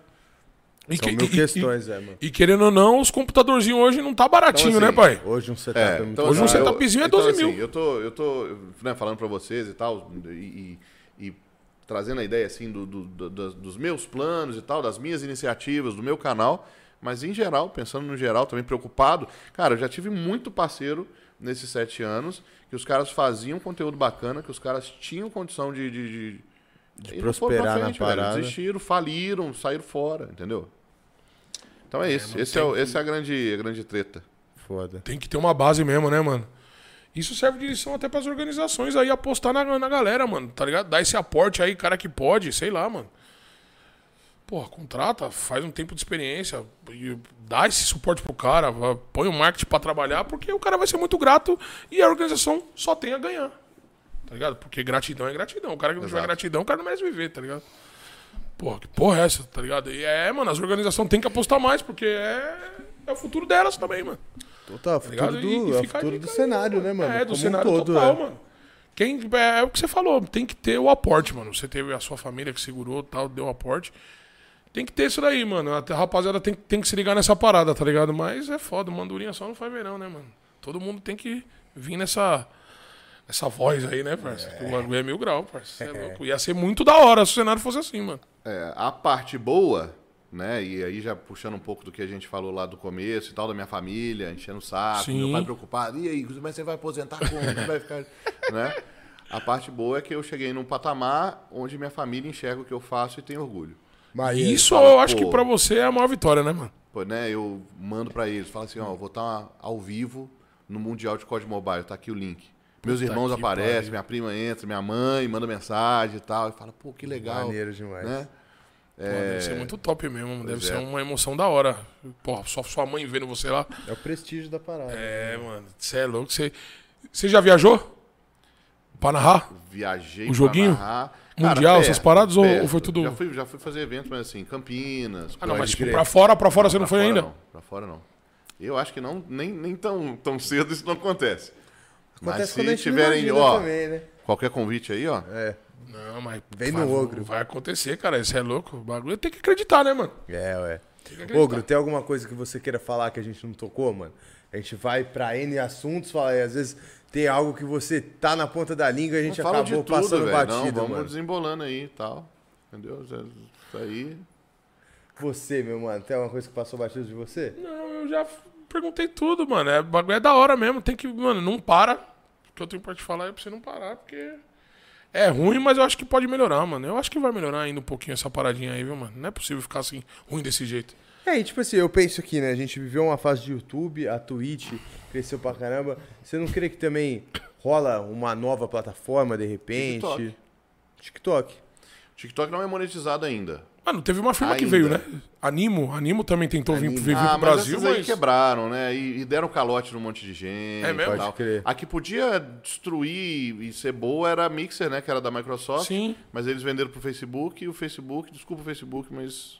Speaker 2: E,
Speaker 1: São
Speaker 2: que-
Speaker 1: mil
Speaker 2: e-
Speaker 1: questões, é, mano.
Speaker 2: e- e querendo ou não, os computadorzinhos hoje não tá baratinho,
Speaker 3: Então,
Speaker 2: né,
Speaker 3: assim,
Speaker 2: pai?
Speaker 1: Hoje um setup
Speaker 3: É,
Speaker 1: é muito
Speaker 3: então,
Speaker 2: Hoje
Speaker 1: caro.
Speaker 2: um
Speaker 3: assim, eu-
Speaker 2: setupzinho é
Speaker 3: então,
Speaker 2: 12 mil.
Speaker 3: assim, eu tô, eu tô né, falando pra vocês e tal, e, e- e trazendo a ideia assim do- do- do- das- dos meus planos e tal, das minhas iniciativas, do meu canal, mas em geral, pensando no geral, também preocupado. Cara, eu já tive muito parceiro nesses sete anos, que os caras faziam conteúdo bacana, que os caras tinham condição de. de, de- e não foram pra
Speaker 1: prosperar na
Speaker 3: velho,
Speaker 1: parada.
Speaker 3: Desistiram, faliram, saíram fora, entendeu? Então é isso. esse, é, o- esse é a grande, a grande treta.
Speaker 1: Foda.
Speaker 2: Tem que ter uma base mesmo, né, mano? Isso serve de lição até pras organizações aí, apostar na, na galera, mano, tá ligado? Dar esse aporte aí, cara que pode, sei lá, mano. Porra, contrata, faz um tempo de experiência, e dá esse suporte pro cara, va- põe o marketing pra trabalhar, porque o cara vai ser muito grato e a organização só tem a ganhar. Tá ligado? Porque gratidão é gratidão. O cara que não tiver
Speaker 3: Exato.
Speaker 2: gratidão, o cara não merece viver, tá ligado? Porra, que porra é essa, tá ligado? E é, mano, as organizações têm que apostar mais, porque é, é o futuro delas também, mano
Speaker 1: Total, Então futuro
Speaker 2: Tá ligado? E-
Speaker 1: do,
Speaker 2: e
Speaker 1: é o
Speaker 2: fica a
Speaker 1: futuro do
Speaker 2: dica aí,
Speaker 1: cenário, né, mano?
Speaker 2: É, do
Speaker 1: Como um
Speaker 2: cenário
Speaker 1: todo,
Speaker 2: total,
Speaker 1: é.
Speaker 2: mano. Quem, é, é o que você falou, tem que ter o aporte, mano. Você teve a sua família que segurou tal, deu o aporte. Tem que ter isso daí, mano. A rapaziada tem, que- tem que se ligar nessa parada, tá ligado? Mas é foda, mandurinha só não faz verão, né, mano? Todo mundo tem que vir nessa, nessa voz aí, né, parceiro? O bagulho é mil grau, parceiro. Você é louco. Ia ser muito da hora se o cenário fosse assim, mano.
Speaker 3: É, a parte boa, né? E aí já puxando um pouco do que a gente falou lá do começo e tal, da minha família, enchendo o saco,
Speaker 2: Sim.
Speaker 3: meu pai preocupado, e aí, mas você vai aposentar como? Você vai ficar. né? A parte boa é que eu cheguei num patamar onde minha família enxerga o que eu faço e tem orgulho.
Speaker 1: Mas é-
Speaker 2: Isso
Speaker 3: fala,
Speaker 2: eu acho
Speaker 3: pô.
Speaker 2: que pra você é a maior vitória, né, mano?
Speaker 3: Pô, né, eu mando pra eles, falo assim, ó, eu vou estar ao vivo no Mundial de Código Mobile, tá aqui o link. Meus irmãos
Speaker 2: que
Speaker 3: aparecem,
Speaker 2: pariu.
Speaker 3: minha prima entra, minha mãe manda mensagem e tal, e fala, pô, que legal.
Speaker 1: Maneiro demais.
Speaker 3: Né?
Speaker 2: Pô, Deve ser muito top mesmo, mano. deve
Speaker 3: é.
Speaker 2: ser uma emoção da hora. Porra, só sua mãe vendo você lá.
Speaker 1: É o prestígio da parada.
Speaker 2: É, mano, você é louco. Você você já viajou? Pra narrar?
Speaker 3: viajei
Speaker 2: O joguinho?
Speaker 3: pra narrar.
Speaker 2: Mundial, essas paradas, ou- ou foi tudo-
Speaker 3: Já fui, já fui fazer evento, mas assim, Campinas.
Speaker 2: Ah, não,
Speaker 3: Curitiba.
Speaker 2: mas tipo, pra fora, pra fora você não
Speaker 3: Pra
Speaker 2: foi
Speaker 3: fora
Speaker 2: ainda?
Speaker 3: Não, pra fora não. Eu acho que não, nem, nem tão, tão cedo isso não acontece. mas
Speaker 1: quando a
Speaker 3: se
Speaker 1: gente
Speaker 3: tiverem,
Speaker 1: imagina
Speaker 3: ó,
Speaker 1: também, né?
Speaker 3: qualquer convite aí, ó.
Speaker 1: É.
Speaker 2: Não, mas.
Speaker 1: Vem
Speaker 2: vai-
Speaker 1: no ogro.
Speaker 2: Vai acontecer, cara. Você é louco. O bagulho tem que acreditar, né, mano?
Speaker 1: É, ué.
Speaker 2: acreditar.
Speaker 1: Ogro, tem alguma coisa que você queira falar que a gente não tocou, mano? A gente vai pra N assuntos, fala, e às vezes tem algo que você tá na ponta da língua e a gente
Speaker 3: Fala
Speaker 1: acabou
Speaker 3: de tudo,
Speaker 1: passando
Speaker 3: velho.
Speaker 1: batido,
Speaker 3: Não, vamos
Speaker 1: mano.
Speaker 3: desembolando aí e tal. Entendeu? Isso aí.
Speaker 1: Você, meu mano, tem alguma coisa que passou batido de você?
Speaker 2: Não, eu já f- perguntei tudo, mano. É, o bagulho é da hora mesmo. Tem que, mano, não para. O que eu tenho pra te falar é pra você não parar, porque. É ruim, mas eu acho que pode melhorar, mano. Eu acho que vai melhorar ainda um pouquinho essa paradinha aí, viu, mano? Não é possível ficar assim, ruim desse jeito.
Speaker 1: É, e tipo assim, eu penso aqui, né? A gente viveu uma fase de YouTube, a Twitch cresceu pra caramba. Você não crê que também rola uma nova plataforma de repente?
Speaker 3: TikTok.
Speaker 1: TikTok.
Speaker 3: TikTok não é monetizado ainda.
Speaker 2: Mano, Ah, teve uma firma que
Speaker 3: Ainda.
Speaker 2: veio, né? Animo, Animo também tentou vir, vir, vir
Speaker 3: Ah,
Speaker 2: pro
Speaker 3: mas
Speaker 2: Brasil,
Speaker 3: Brasil, essas aí
Speaker 2: mas.
Speaker 3: quebraram, né? E, e deram calote num monte de gente.
Speaker 2: É mesmo?
Speaker 3: E tal.
Speaker 1: Pode crer.
Speaker 3: A que podia destruir e ser boa era a Mixer, né? Que era da Microsoft.
Speaker 2: Sim.
Speaker 3: Mas eles venderam pro Facebook e o Facebook, desculpa o Facebook, mas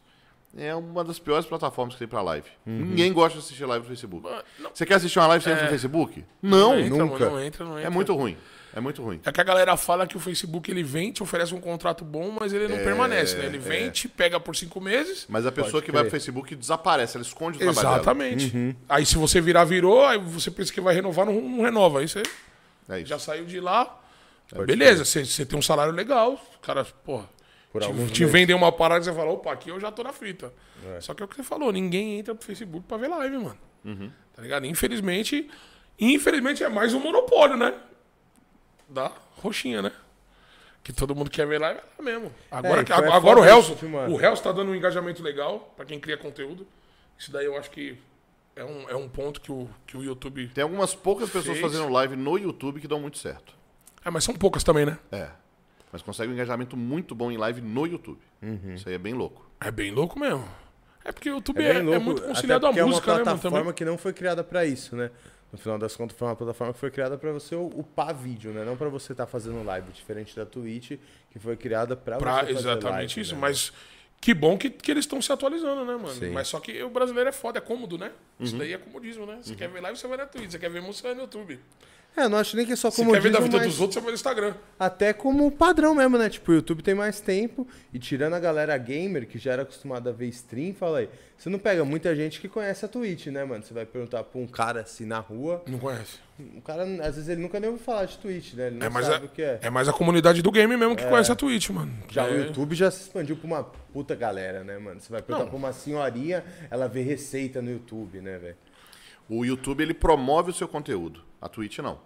Speaker 3: é uma das piores plataformas que tem pra live.
Speaker 1: Uhum.
Speaker 3: Ninguém gosta de assistir live no Facebook.
Speaker 2: Ah,
Speaker 3: Você quer assistir uma live você
Speaker 2: É.
Speaker 3: entra no Facebook? Não.
Speaker 2: entra,
Speaker 1: nunca.
Speaker 2: mano, não entra, não
Speaker 3: É
Speaker 2: entra.
Speaker 3: muito ruim. É muito ruim.
Speaker 2: É que a galera fala que o Facebook ele vem, te oferece um contrato bom, mas ele não permanece, né? Ele vem, te pega por cinco meses.
Speaker 3: É, Mas a pessoa que vai pro Facebook desaparece, ela esconde o trabalho dela. Uhum.
Speaker 2: Exatamente. Aí se você virar, virou, aí você pensa que vai renovar, não, não renova. Aí você
Speaker 3: É isso.
Speaker 2: já saiu de lá. Beleza, você você tem um salário legal, os caras, porra.
Speaker 1: alguns
Speaker 2: Te, te vendem uma parada e você fala, opa, aqui eu já tô na frita. Só que é o que você falou, ninguém entra pro Facebook pra ver live, mano.
Speaker 1: Uhum.
Speaker 2: Tá ligado? Infelizmente, infelizmente é mais um monopólio, né? Da roxinha, né? Que todo mundo quer ver live é lá mesmo. Agora,
Speaker 1: e
Speaker 2: que-
Speaker 1: foi
Speaker 2: agora,
Speaker 1: foda
Speaker 2: o Helso,
Speaker 1: isso, mano.
Speaker 2: o Helso tá dando um engajamento legal pra quem cria conteúdo. Isso daí eu acho que é um, é um ponto que o, que o YouTube...
Speaker 3: Tem algumas poucas pessoas
Speaker 2: Fez.
Speaker 3: fazendo live no YouTube que dão muito certo.
Speaker 2: Ah, mas são poucas também, né?
Speaker 3: É. Mas consegue um engajamento muito bom em live no YouTube. Isso aí é bem louco.
Speaker 2: É bem louco mesmo. É porque o YouTube
Speaker 1: É
Speaker 2: é,
Speaker 1: bem
Speaker 2: é
Speaker 1: louco.
Speaker 2: muito
Speaker 1: até
Speaker 2: conciliado à
Speaker 1: porque
Speaker 2: música,
Speaker 1: é
Speaker 2: né,
Speaker 1: uma
Speaker 2: mano?
Speaker 1: plataforma
Speaker 2: Também.
Speaker 1: que não foi criada pra isso, né? No final das contas, foi uma plataforma que foi criada pra você upar vídeo, né? Não pra você estar fazendo live, diferente da Twitch, que foi criada pra,
Speaker 2: Pra-
Speaker 1: você fazer
Speaker 2: exatamente
Speaker 1: live,
Speaker 2: isso,
Speaker 1: né?
Speaker 2: mas que bom que, que eles estão se atualizando, né, mano? Mas só que o brasileiro é foda, é cômodo, né?
Speaker 1: Uhum.
Speaker 2: Isso daí é comodismo, né? Você quer ver live, você vai na Twitch. Você quer ver música, você vai no YouTube.
Speaker 1: É, não acho nem que é só
Speaker 2: Você
Speaker 1: como
Speaker 2: quer ver da
Speaker 1: dizem,
Speaker 2: vida
Speaker 1: mas
Speaker 2: dos outros, você vai no Instagram.
Speaker 1: Até como padrão mesmo, né? Tipo, o YouTube tem mais tempo e tirando a galera gamer, que já era acostumada a ver stream, fala aí, você não pega muita gente que conhece a Twitch, né, mano? Você vai perguntar pra um cara assim na rua,
Speaker 2: Não conhece.
Speaker 1: o cara, às vezes, ele nunca nem ouviu falar de Twitch, né? Ele não
Speaker 2: É mais, a,
Speaker 1: sabe o que é.
Speaker 2: é mais a comunidade do game mesmo que conhece a Twitch, mano.
Speaker 1: Já
Speaker 2: é,
Speaker 1: o YouTube já se expandiu pra uma puta galera, né, mano? Você vai perguntar pra uma senhorinha, ela vê receita no YouTube, né, velho?
Speaker 3: O YouTube, ele promove o seu conteúdo. A Twitch, não.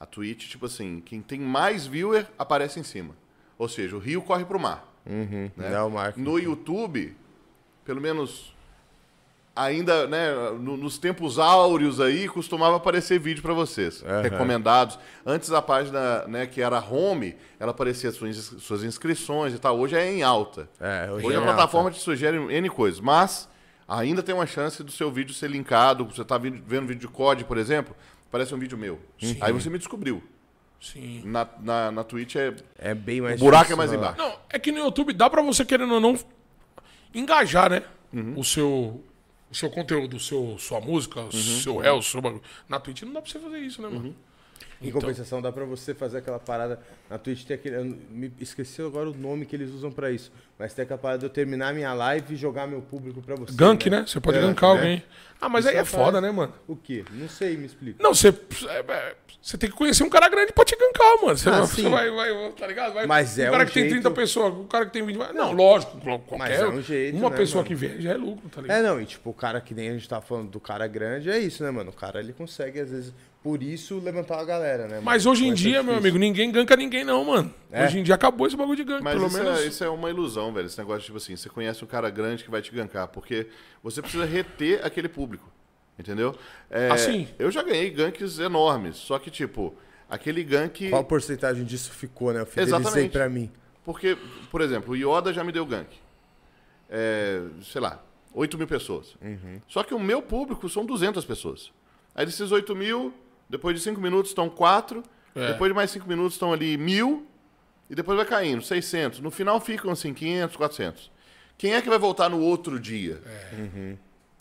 Speaker 3: A Twitch, tipo assim, quem tem mais viewer aparece em cima. Ou seja, o rio corre pro mar.
Speaker 1: Né? Não, Marco.
Speaker 3: No YouTube, pelo menos ainda, né, no- nos tempos áureos aí, costumava aparecer vídeo pra vocês, recomendados. Antes a página, né, que era home, ela aparecia suas, ins- suas inscrições e tal. Hoje é em alta.
Speaker 1: É, hoje
Speaker 3: Hoje
Speaker 1: é
Speaker 3: a
Speaker 1: em alta.
Speaker 3: plataforma te sugere N coisas, mas ainda tem uma chance do seu vídeo ser linkado. Você tá vi- vendo vídeo de COD, por exemplo, parece um vídeo meu. Aí você me descobriu.
Speaker 2: Sim.
Speaker 3: Na, na, na Twitch é...
Speaker 1: É bem mais
Speaker 3: O buraco
Speaker 1: difícil,
Speaker 3: é mais
Speaker 1: né?
Speaker 3: embaixo.
Speaker 2: Não, é que no YouTube dá pra você, querendo ou não, engajar, né?
Speaker 1: Uhum.
Speaker 2: O seu... O seu conteúdo, o seu, sua música, o seu réu, o seu bagulho. Na Twitch não dá pra você fazer isso, né, mano?
Speaker 1: Uhum. Em compensação, dá pra você fazer aquela parada. Na Twitch tem aquele. Eu me esqueci agora o nome que eles usam pra isso. Mas tem aquela parada de eu terminar minha live e jogar meu público pra você.
Speaker 2: Gank, né? Você pode gankar
Speaker 3: né?
Speaker 2: alguém. Ah, mas aí
Speaker 1: Isso
Speaker 2: é
Speaker 1: faz-
Speaker 2: foda, né, mano?
Speaker 1: O quê? Não sei, me explica.
Speaker 2: Não, você, é, é, você tem que conhecer um cara grande pra te gankar, mano. Você,
Speaker 1: Ah,
Speaker 2: vai-
Speaker 1: sim.
Speaker 2: você vai, vai, tá ligado? Vai,
Speaker 1: Mas é
Speaker 2: um cara
Speaker 1: um
Speaker 2: que tem 30
Speaker 1: jeito-
Speaker 2: pessoas, um cara que tem 20. vai- Não, lógico, qualquer.
Speaker 1: é um jeito,
Speaker 2: uma
Speaker 1: né,
Speaker 2: pessoa
Speaker 1: mano?
Speaker 2: que vê já é lucro, tá ligado?
Speaker 1: É, não, e tipo, o cara que nem a gente tá falando do cara grande, é isso, né, mano? O cara ele consegue, às vezes, por isso, levantar a galera, né?
Speaker 2: Mas
Speaker 1: mano?
Speaker 2: hoje em
Speaker 1: Coisa
Speaker 2: dia, meu
Speaker 1: difícil. É.
Speaker 2: amigo, ninguém ganka ninguém, não, mano. Hoje em dia acabou esse bagulho de gank,
Speaker 3: Mas
Speaker 2: pelo
Speaker 3: isso,
Speaker 2: menos.
Speaker 3: é, isso é uma ilusão, velho. Esse negócio, tipo assim, você conhece um cara grande que vai te gankar, porque você precisa reter aquele público. Entendeu? É,
Speaker 2: Assim.
Speaker 3: Eu já ganhei ganks enormes, só que, tipo, aquele gank.
Speaker 1: Qual porcentagem disso ficou, né? Eu fidelizei
Speaker 3: Exatamente.
Speaker 1: pra mim.
Speaker 3: Porque, por exemplo, o Yoda já me deu gank. É, sei lá, 8 mil pessoas. Só que o meu público são 200 pessoas. Aí desses 8 mil, depois de 5 minutos estão 4,
Speaker 2: É.
Speaker 3: depois de mais 5 minutos estão ali mil, e depois vai caindo, 600. No final ficam assim, 500, 400. Quem é que vai voltar no outro dia?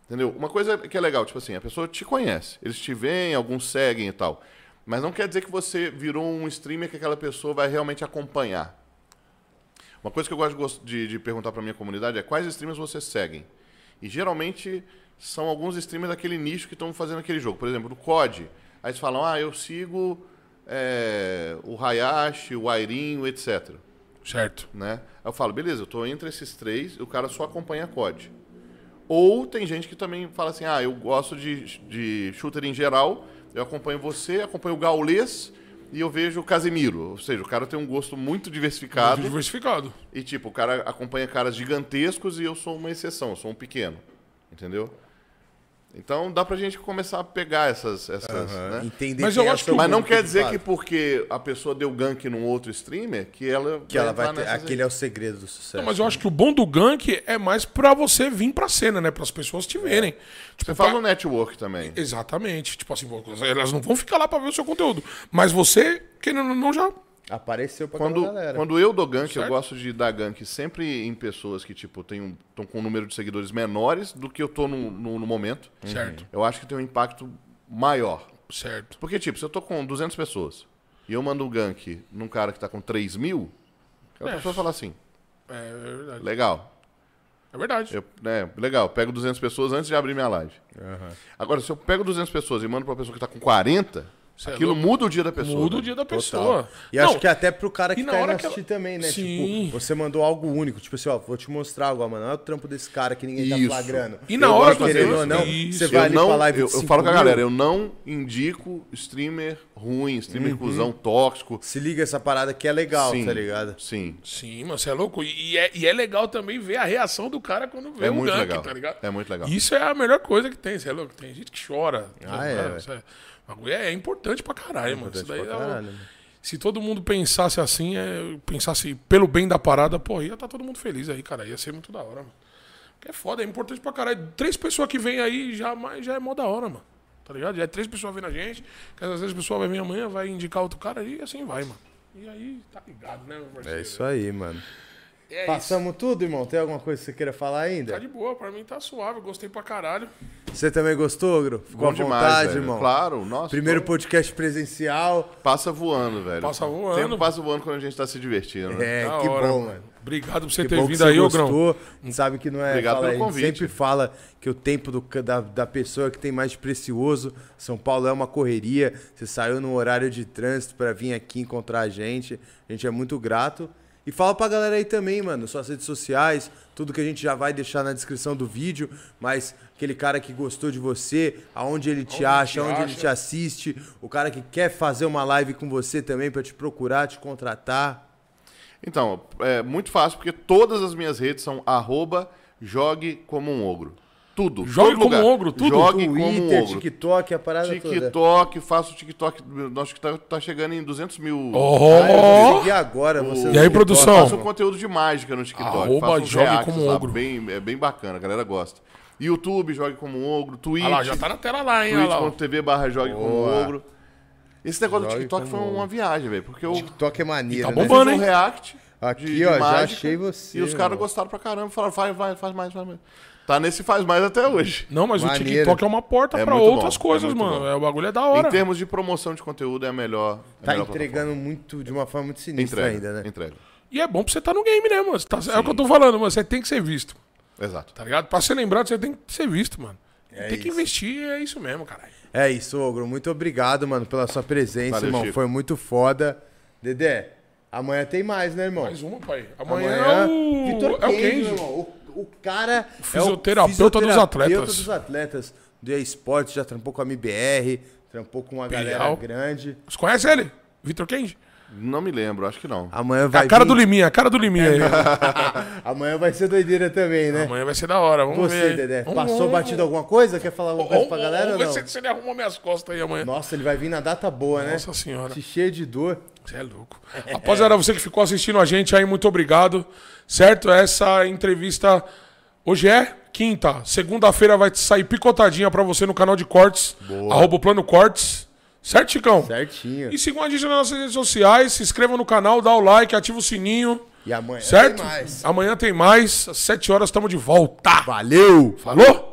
Speaker 3: Entendeu? Uma coisa que é legal, tipo assim, a pessoa te conhece, eles te veem, alguns seguem e tal. Mas não quer dizer que você virou um streamer que aquela pessoa vai realmente acompanhar. Uma coisa que eu gosto de gos- de, de perguntar pra minha comunidade é quais streamers vocês seguem. E geralmente são alguns streamers daquele nicho que estão fazendo aquele jogo. Por exemplo, no COD, aí eles falam, ah, eu sigo é, o Hayashi, o Airinho, etc
Speaker 2: Certo.
Speaker 3: né? Aí eu falo, beleza, eu tô entre esses três, o cara só acompanha COD. Ou tem gente que também fala assim, ah, eu gosto de, de shooter em geral, eu acompanho você, acompanho o Gaulês e eu vejo o Casemiro. Ou seja, o cara tem um gosto muito diversificado
Speaker 2: Diversificado.
Speaker 3: e, tipo, o cara acompanha caras gigantescos e eu sou uma exceção, eu sou um pequeno, entendeu? Então dá pra gente começar a pegar essas. essas né?
Speaker 1: Entender
Speaker 2: Mas
Speaker 1: quem
Speaker 2: eu
Speaker 1: é
Speaker 2: acho
Speaker 1: seu
Speaker 2: que-
Speaker 3: Mas não
Speaker 1: público
Speaker 3: quer
Speaker 1: de
Speaker 3: dizer
Speaker 1: fato.
Speaker 3: que porque a pessoa deu gank num outro streamer que ela
Speaker 1: que ela vai
Speaker 3: entrar
Speaker 1: ter,
Speaker 3: nessas-
Speaker 1: aquele é o segredo do sucesso.
Speaker 2: Mas eu acho que o bom do gank é mais pra você vir pra cena, né? Para as pessoas te verem. Tipo,
Speaker 3: É. Você fala
Speaker 2: pra-
Speaker 3: no network também.
Speaker 2: Exatamente. Tipo assim, elas não vão ficar lá pra ver o seu conteúdo. Mas você, querendo ou não, já.
Speaker 1: Apareceu pra
Speaker 3: Quando,
Speaker 1: aquela galera.
Speaker 3: quando eu dou gank, eu
Speaker 2: Certo.
Speaker 3: gosto de dar gank sempre em pessoas que, tipo, estão com um número de seguidores menores do que eu tô no, no- no momento.
Speaker 2: Certo.
Speaker 3: Eu acho que tem um impacto maior.
Speaker 2: Certo.
Speaker 3: Porque, tipo, se eu tô com 200 pessoas e eu mando um gank num cara que tá com 3 mil, a
Speaker 2: É.
Speaker 3: pessoa fala assim,
Speaker 2: É, é verdade.
Speaker 3: legal,
Speaker 2: É verdade.
Speaker 3: Eu, né, legal, eu pego 200 pessoas antes de abrir minha live. Agora, se eu pego 200 pessoas e mando pra pessoa que tá com 40,
Speaker 2: Cê é
Speaker 3: aquilo
Speaker 2: louco.
Speaker 3: muda o dia da pessoa.
Speaker 2: Muda o
Speaker 3: né?
Speaker 2: dia da
Speaker 1: Total.
Speaker 2: pessoa.
Speaker 1: E
Speaker 2: Não,
Speaker 1: acho que até pro cara que
Speaker 2: e na
Speaker 1: tá indo
Speaker 2: hora que ela-
Speaker 1: assistir também, né?
Speaker 2: Sim.
Speaker 1: Tipo, você mandou algo único. Tipo assim, ó, vou te mostrar agora, mano. Olha o trampo desse cara que ninguém
Speaker 3: Isso.
Speaker 1: tá flagrando.
Speaker 2: E na
Speaker 1: Eu
Speaker 2: hora
Speaker 1: gosto,
Speaker 2: que você-
Speaker 1: querendo ou não,
Speaker 2: Isso.
Speaker 1: você vai
Speaker 3: eu
Speaker 1: ali
Speaker 3: não,
Speaker 1: pra live
Speaker 3: eu,
Speaker 1: de
Speaker 3: eu
Speaker 1: 5
Speaker 3: falo com a
Speaker 1: mil,
Speaker 3: galera, eu não indico streamer ruim, streamer inclusão tóxico.
Speaker 1: Se liga essa parada que é legal,
Speaker 3: sim,
Speaker 1: Uhum. tá ligado?
Speaker 3: Sim.
Speaker 2: Sim, mas você é louco. E é, e é legal também ver a reação do cara quando vê
Speaker 3: É
Speaker 2: um
Speaker 3: muito
Speaker 2: gank,
Speaker 3: legal.
Speaker 2: tá ligado?
Speaker 3: É muito legal.
Speaker 2: Isso é a melhor coisa que tem, você é louco. Tem gente que chora.
Speaker 1: Ah,
Speaker 2: tá
Speaker 1: é,
Speaker 2: ligado?
Speaker 1: velho.
Speaker 2: Isso é- o bagulho é, é importante pra caralho, mano. Isso daí
Speaker 1: pra
Speaker 2: é um-
Speaker 1: caralho, mano.
Speaker 2: Se todo mundo pensasse assim, é, pensasse pelo bem da parada, pô, ia tá todo mundo feliz aí, cara. Ia ser muito da hora, mano. Porque é foda, é importante pra caralho. Três pessoas que vêm aí já, mais- já é mó da hora, mano. Tá ligado? Já é três pessoas vendo a gente, que às vezes a pessoa vai vir amanhã, vai indicar outro cara e assim vai, mano. E aí, tá ligado, né, meu parceiro?
Speaker 1: É isso aí, mano.
Speaker 2: É isso.
Speaker 1: Passamos tudo, irmão? Tem alguma coisa que você queira falar
Speaker 2: Tá
Speaker 1: ainda?
Speaker 2: de boa, pra mim tá suave, eu gostei pra caralho.
Speaker 1: Você também gostou, Gro? Ficou à
Speaker 3: Bom
Speaker 1: vontade,
Speaker 3: velho.
Speaker 1: irmão.
Speaker 3: Claro, nossa.
Speaker 1: Primeiro podcast presencial.
Speaker 3: Passa voando, velho.
Speaker 2: Passa voando.
Speaker 3: O tempo passa voando quando a gente tá se divertindo. né?
Speaker 1: É,
Speaker 2: Da
Speaker 1: que
Speaker 2: hora,
Speaker 1: bom, mano.
Speaker 2: Obrigado por você
Speaker 1: Que
Speaker 2: ter
Speaker 1: bom que
Speaker 2: vindo
Speaker 1: você
Speaker 2: aí, ô Grão.
Speaker 1: gostou. Sabe que não é.
Speaker 3: Obrigado
Speaker 1: fala,
Speaker 3: pelo
Speaker 1: a gente
Speaker 3: convite.
Speaker 1: sempre fala que o tempo do ca- da, da pessoa é que tem mais de precioso. São Paulo é uma correria. Você saiu no horário de trânsito pra vir aqui encontrar a gente. A gente é muito grato. E fala pra galera aí também, mano, suas redes sociais, tudo que a gente já vai deixar na descrição do vídeo, mas aquele cara que gostou de você, aonde ele te acha,
Speaker 2: te
Speaker 1: aonde ele
Speaker 2: acha.
Speaker 1: te assiste, o cara que quer fazer uma live com você também pra te procurar, te contratar.
Speaker 3: Então, é muito fácil, porque todas as minhas redes são arroba jogue como um ogro. Tudo.
Speaker 2: Jogue
Speaker 3: todo
Speaker 2: como
Speaker 3: lugar.
Speaker 2: um ogro, tudo?
Speaker 3: Jogue como um
Speaker 1: Twitter,
Speaker 3: ogro.
Speaker 1: TikTok, a parada toda.
Speaker 3: TikTok, faço TikTok. Nosso TikTok tá chegando em 200 mil.
Speaker 1: Ah, eu vou
Speaker 2: Oh!
Speaker 1: seguir agora você.
Speaker 2: E aí, produção?
Speaker 3: Faço um conteúdo de mágica no TikTok.
Speaker 2: Arroba
Speaker 3: faço uns
Speaker 2: Jogue
Speaker 3: reacts
Speaker 2: Como
Speaker 3: lá,
Speaker 2: Ogro.
Speaker 3: Bem, é bem bacana, a galera gosta. YouTube, jogue como um ogro. Twitch,
Speaker 2: Olha lá, já tá na tela lá, hein? Olha lá, ó.
Speaker 3: twitch.tv barra jogue como um
Speaker 1: Boa.
Speaker 3: ogro. Esse negócio
Speaker 1: Jogue
Speaker 3: do TikTok
Speaker 1: como
Speaker 3: foi uma viagem, velho. Porque eu
Speaker 1: TikTok é maneiro,
Speaker 2: Tá
Speaker 1: né?
Speaker 2: bombando. Mano, hein?
Speaker 3: fiz um react.
Speaker 1: Aqui, ó, já
Speaker 3: mágica,
Speaker 1: achei você,
Speaker 3: E os
Speaker 1: mano.
Speaker 3: caras gostaram pra caramba. Falaram, faz, vai, faz mais, faz mais. Tá nesse faz mais até hoje.
Speaker 2: Não, mas o
Speaker 1: Maneiro.
Speaker 2: TikTok é uma porta
Speaker 3: É
Speaker 2: pra
Speaker 3: muito
Speaker 2: outras
Speaker 3: bom,
Speaker 2: coisas,
Speaker 3: é muito
Speaker 2: mano.
Speaker 3: bom.
Speaker 2: É, o bagulho é da hora.
Speaker 3: Em termos de promoção de conteúdo, é a melhor. é a
Speaker 1: Tá
Speaker 3: melhor
Speaker 1: entregando muito, de uma forma muito
Speaker 3: plataforma.
Speaker 1: sinistra
Speaker 3: entrega,
Speaker 1: ainda, né?
Speaker 3: Entrega.
Speaker 2: E é bom pra você estar no game, né, mano? Você tá- é o que eu tô falando, mano. Você tem que ser visto,
Speaker 3: Exato.
Speaker 2: tá ligado? Pra ser lembrado, você tem que ser visto, mano. tem
Speaker 1: isso.
Speaker 2: que investir, é isso mesmo, caralho.
Speaker 1: É isso, Ogro. Muito obrigado, mano, pela sua presença,
Speaker 3: Valeu,
Speaker 1: irmão.
Speaker 3: Chico.
Speaker 1: Foi muito foda. Dedé, amanhã tem mais, né, irmão?
Speaker 2: Mais uma, pai. Amanhã, é o.
Speaker 1: Vitor
Speaker 2: é o
Speaker 1: Kenji,
Speaker 2: Kenji.
Speaker 1: meu irmão. O, o cara é o
Speaker 2: fisioterapeuta dos atletas.
Speaker 1: dos atletas do eSports, já trampou com a MBR, trampou com uma galera
Speaker 2: Imperial.
Speaker 1: grande.
Speaker 2: Você conhece ele? Vitor Kenji?
Speaker 3: Não me lembro, acho que não.
Speaker 1: Amanhã
Speaker 2: É
Speaker 1: vai
Speaker 2: a cara
Speaker 1: vir-
Speaker 2: do Liminha, a cara do Liminha aí.
Speaker 1: Amanhã vai ser doideira também, né?
Speaker 2: Amanhã vai ser da hora, vamos ver.
Speaker 1: Você,
Speaker 2: aí.
Speaker 1: Dedé,
Speaker 2: Vamos-
Speaker 1: passou
Speaker 2: vamos-
Speaker 1: batido alguma coisa? Quer falar alguma coisa
Speaker 2: Vamos
Speaker 1: pra galera ou
Speaker 2: vamos ver
Speaker 1: não?
Speaker 2: se- se ele arrumou minhas costas aí amanhã.
Speaker 1: Nossa, ele vai vir na data boa, né?
Speaker 2: Nossa senhora.
Speaker 1: Te cheio de dor.
Speaker 2: Você é louco. Rapaziada, você que ficou assistindo a gente aí, muito obrigado. Certo? Essa entrevista hoje é quinta. Segunda-feira vai sair picotadinha pra você no canal de cortes. Arroba o Plano Cortes. Certo, Chicão?
Speaker 1: Certinho.
Speaker 2: E sigam a gente nas nossas redes sociais, se inscrevam no canal, dá o like, ativa o sininho.
Speaker 1: E amanhã
Speaker 2: Certo?
Speaker 1: É, tem mais.
Speaker 2: Amanhã tem mais. Às 7 horas estamos de volta.
Speaker 1: Valeu!
Speaker 2: Falou?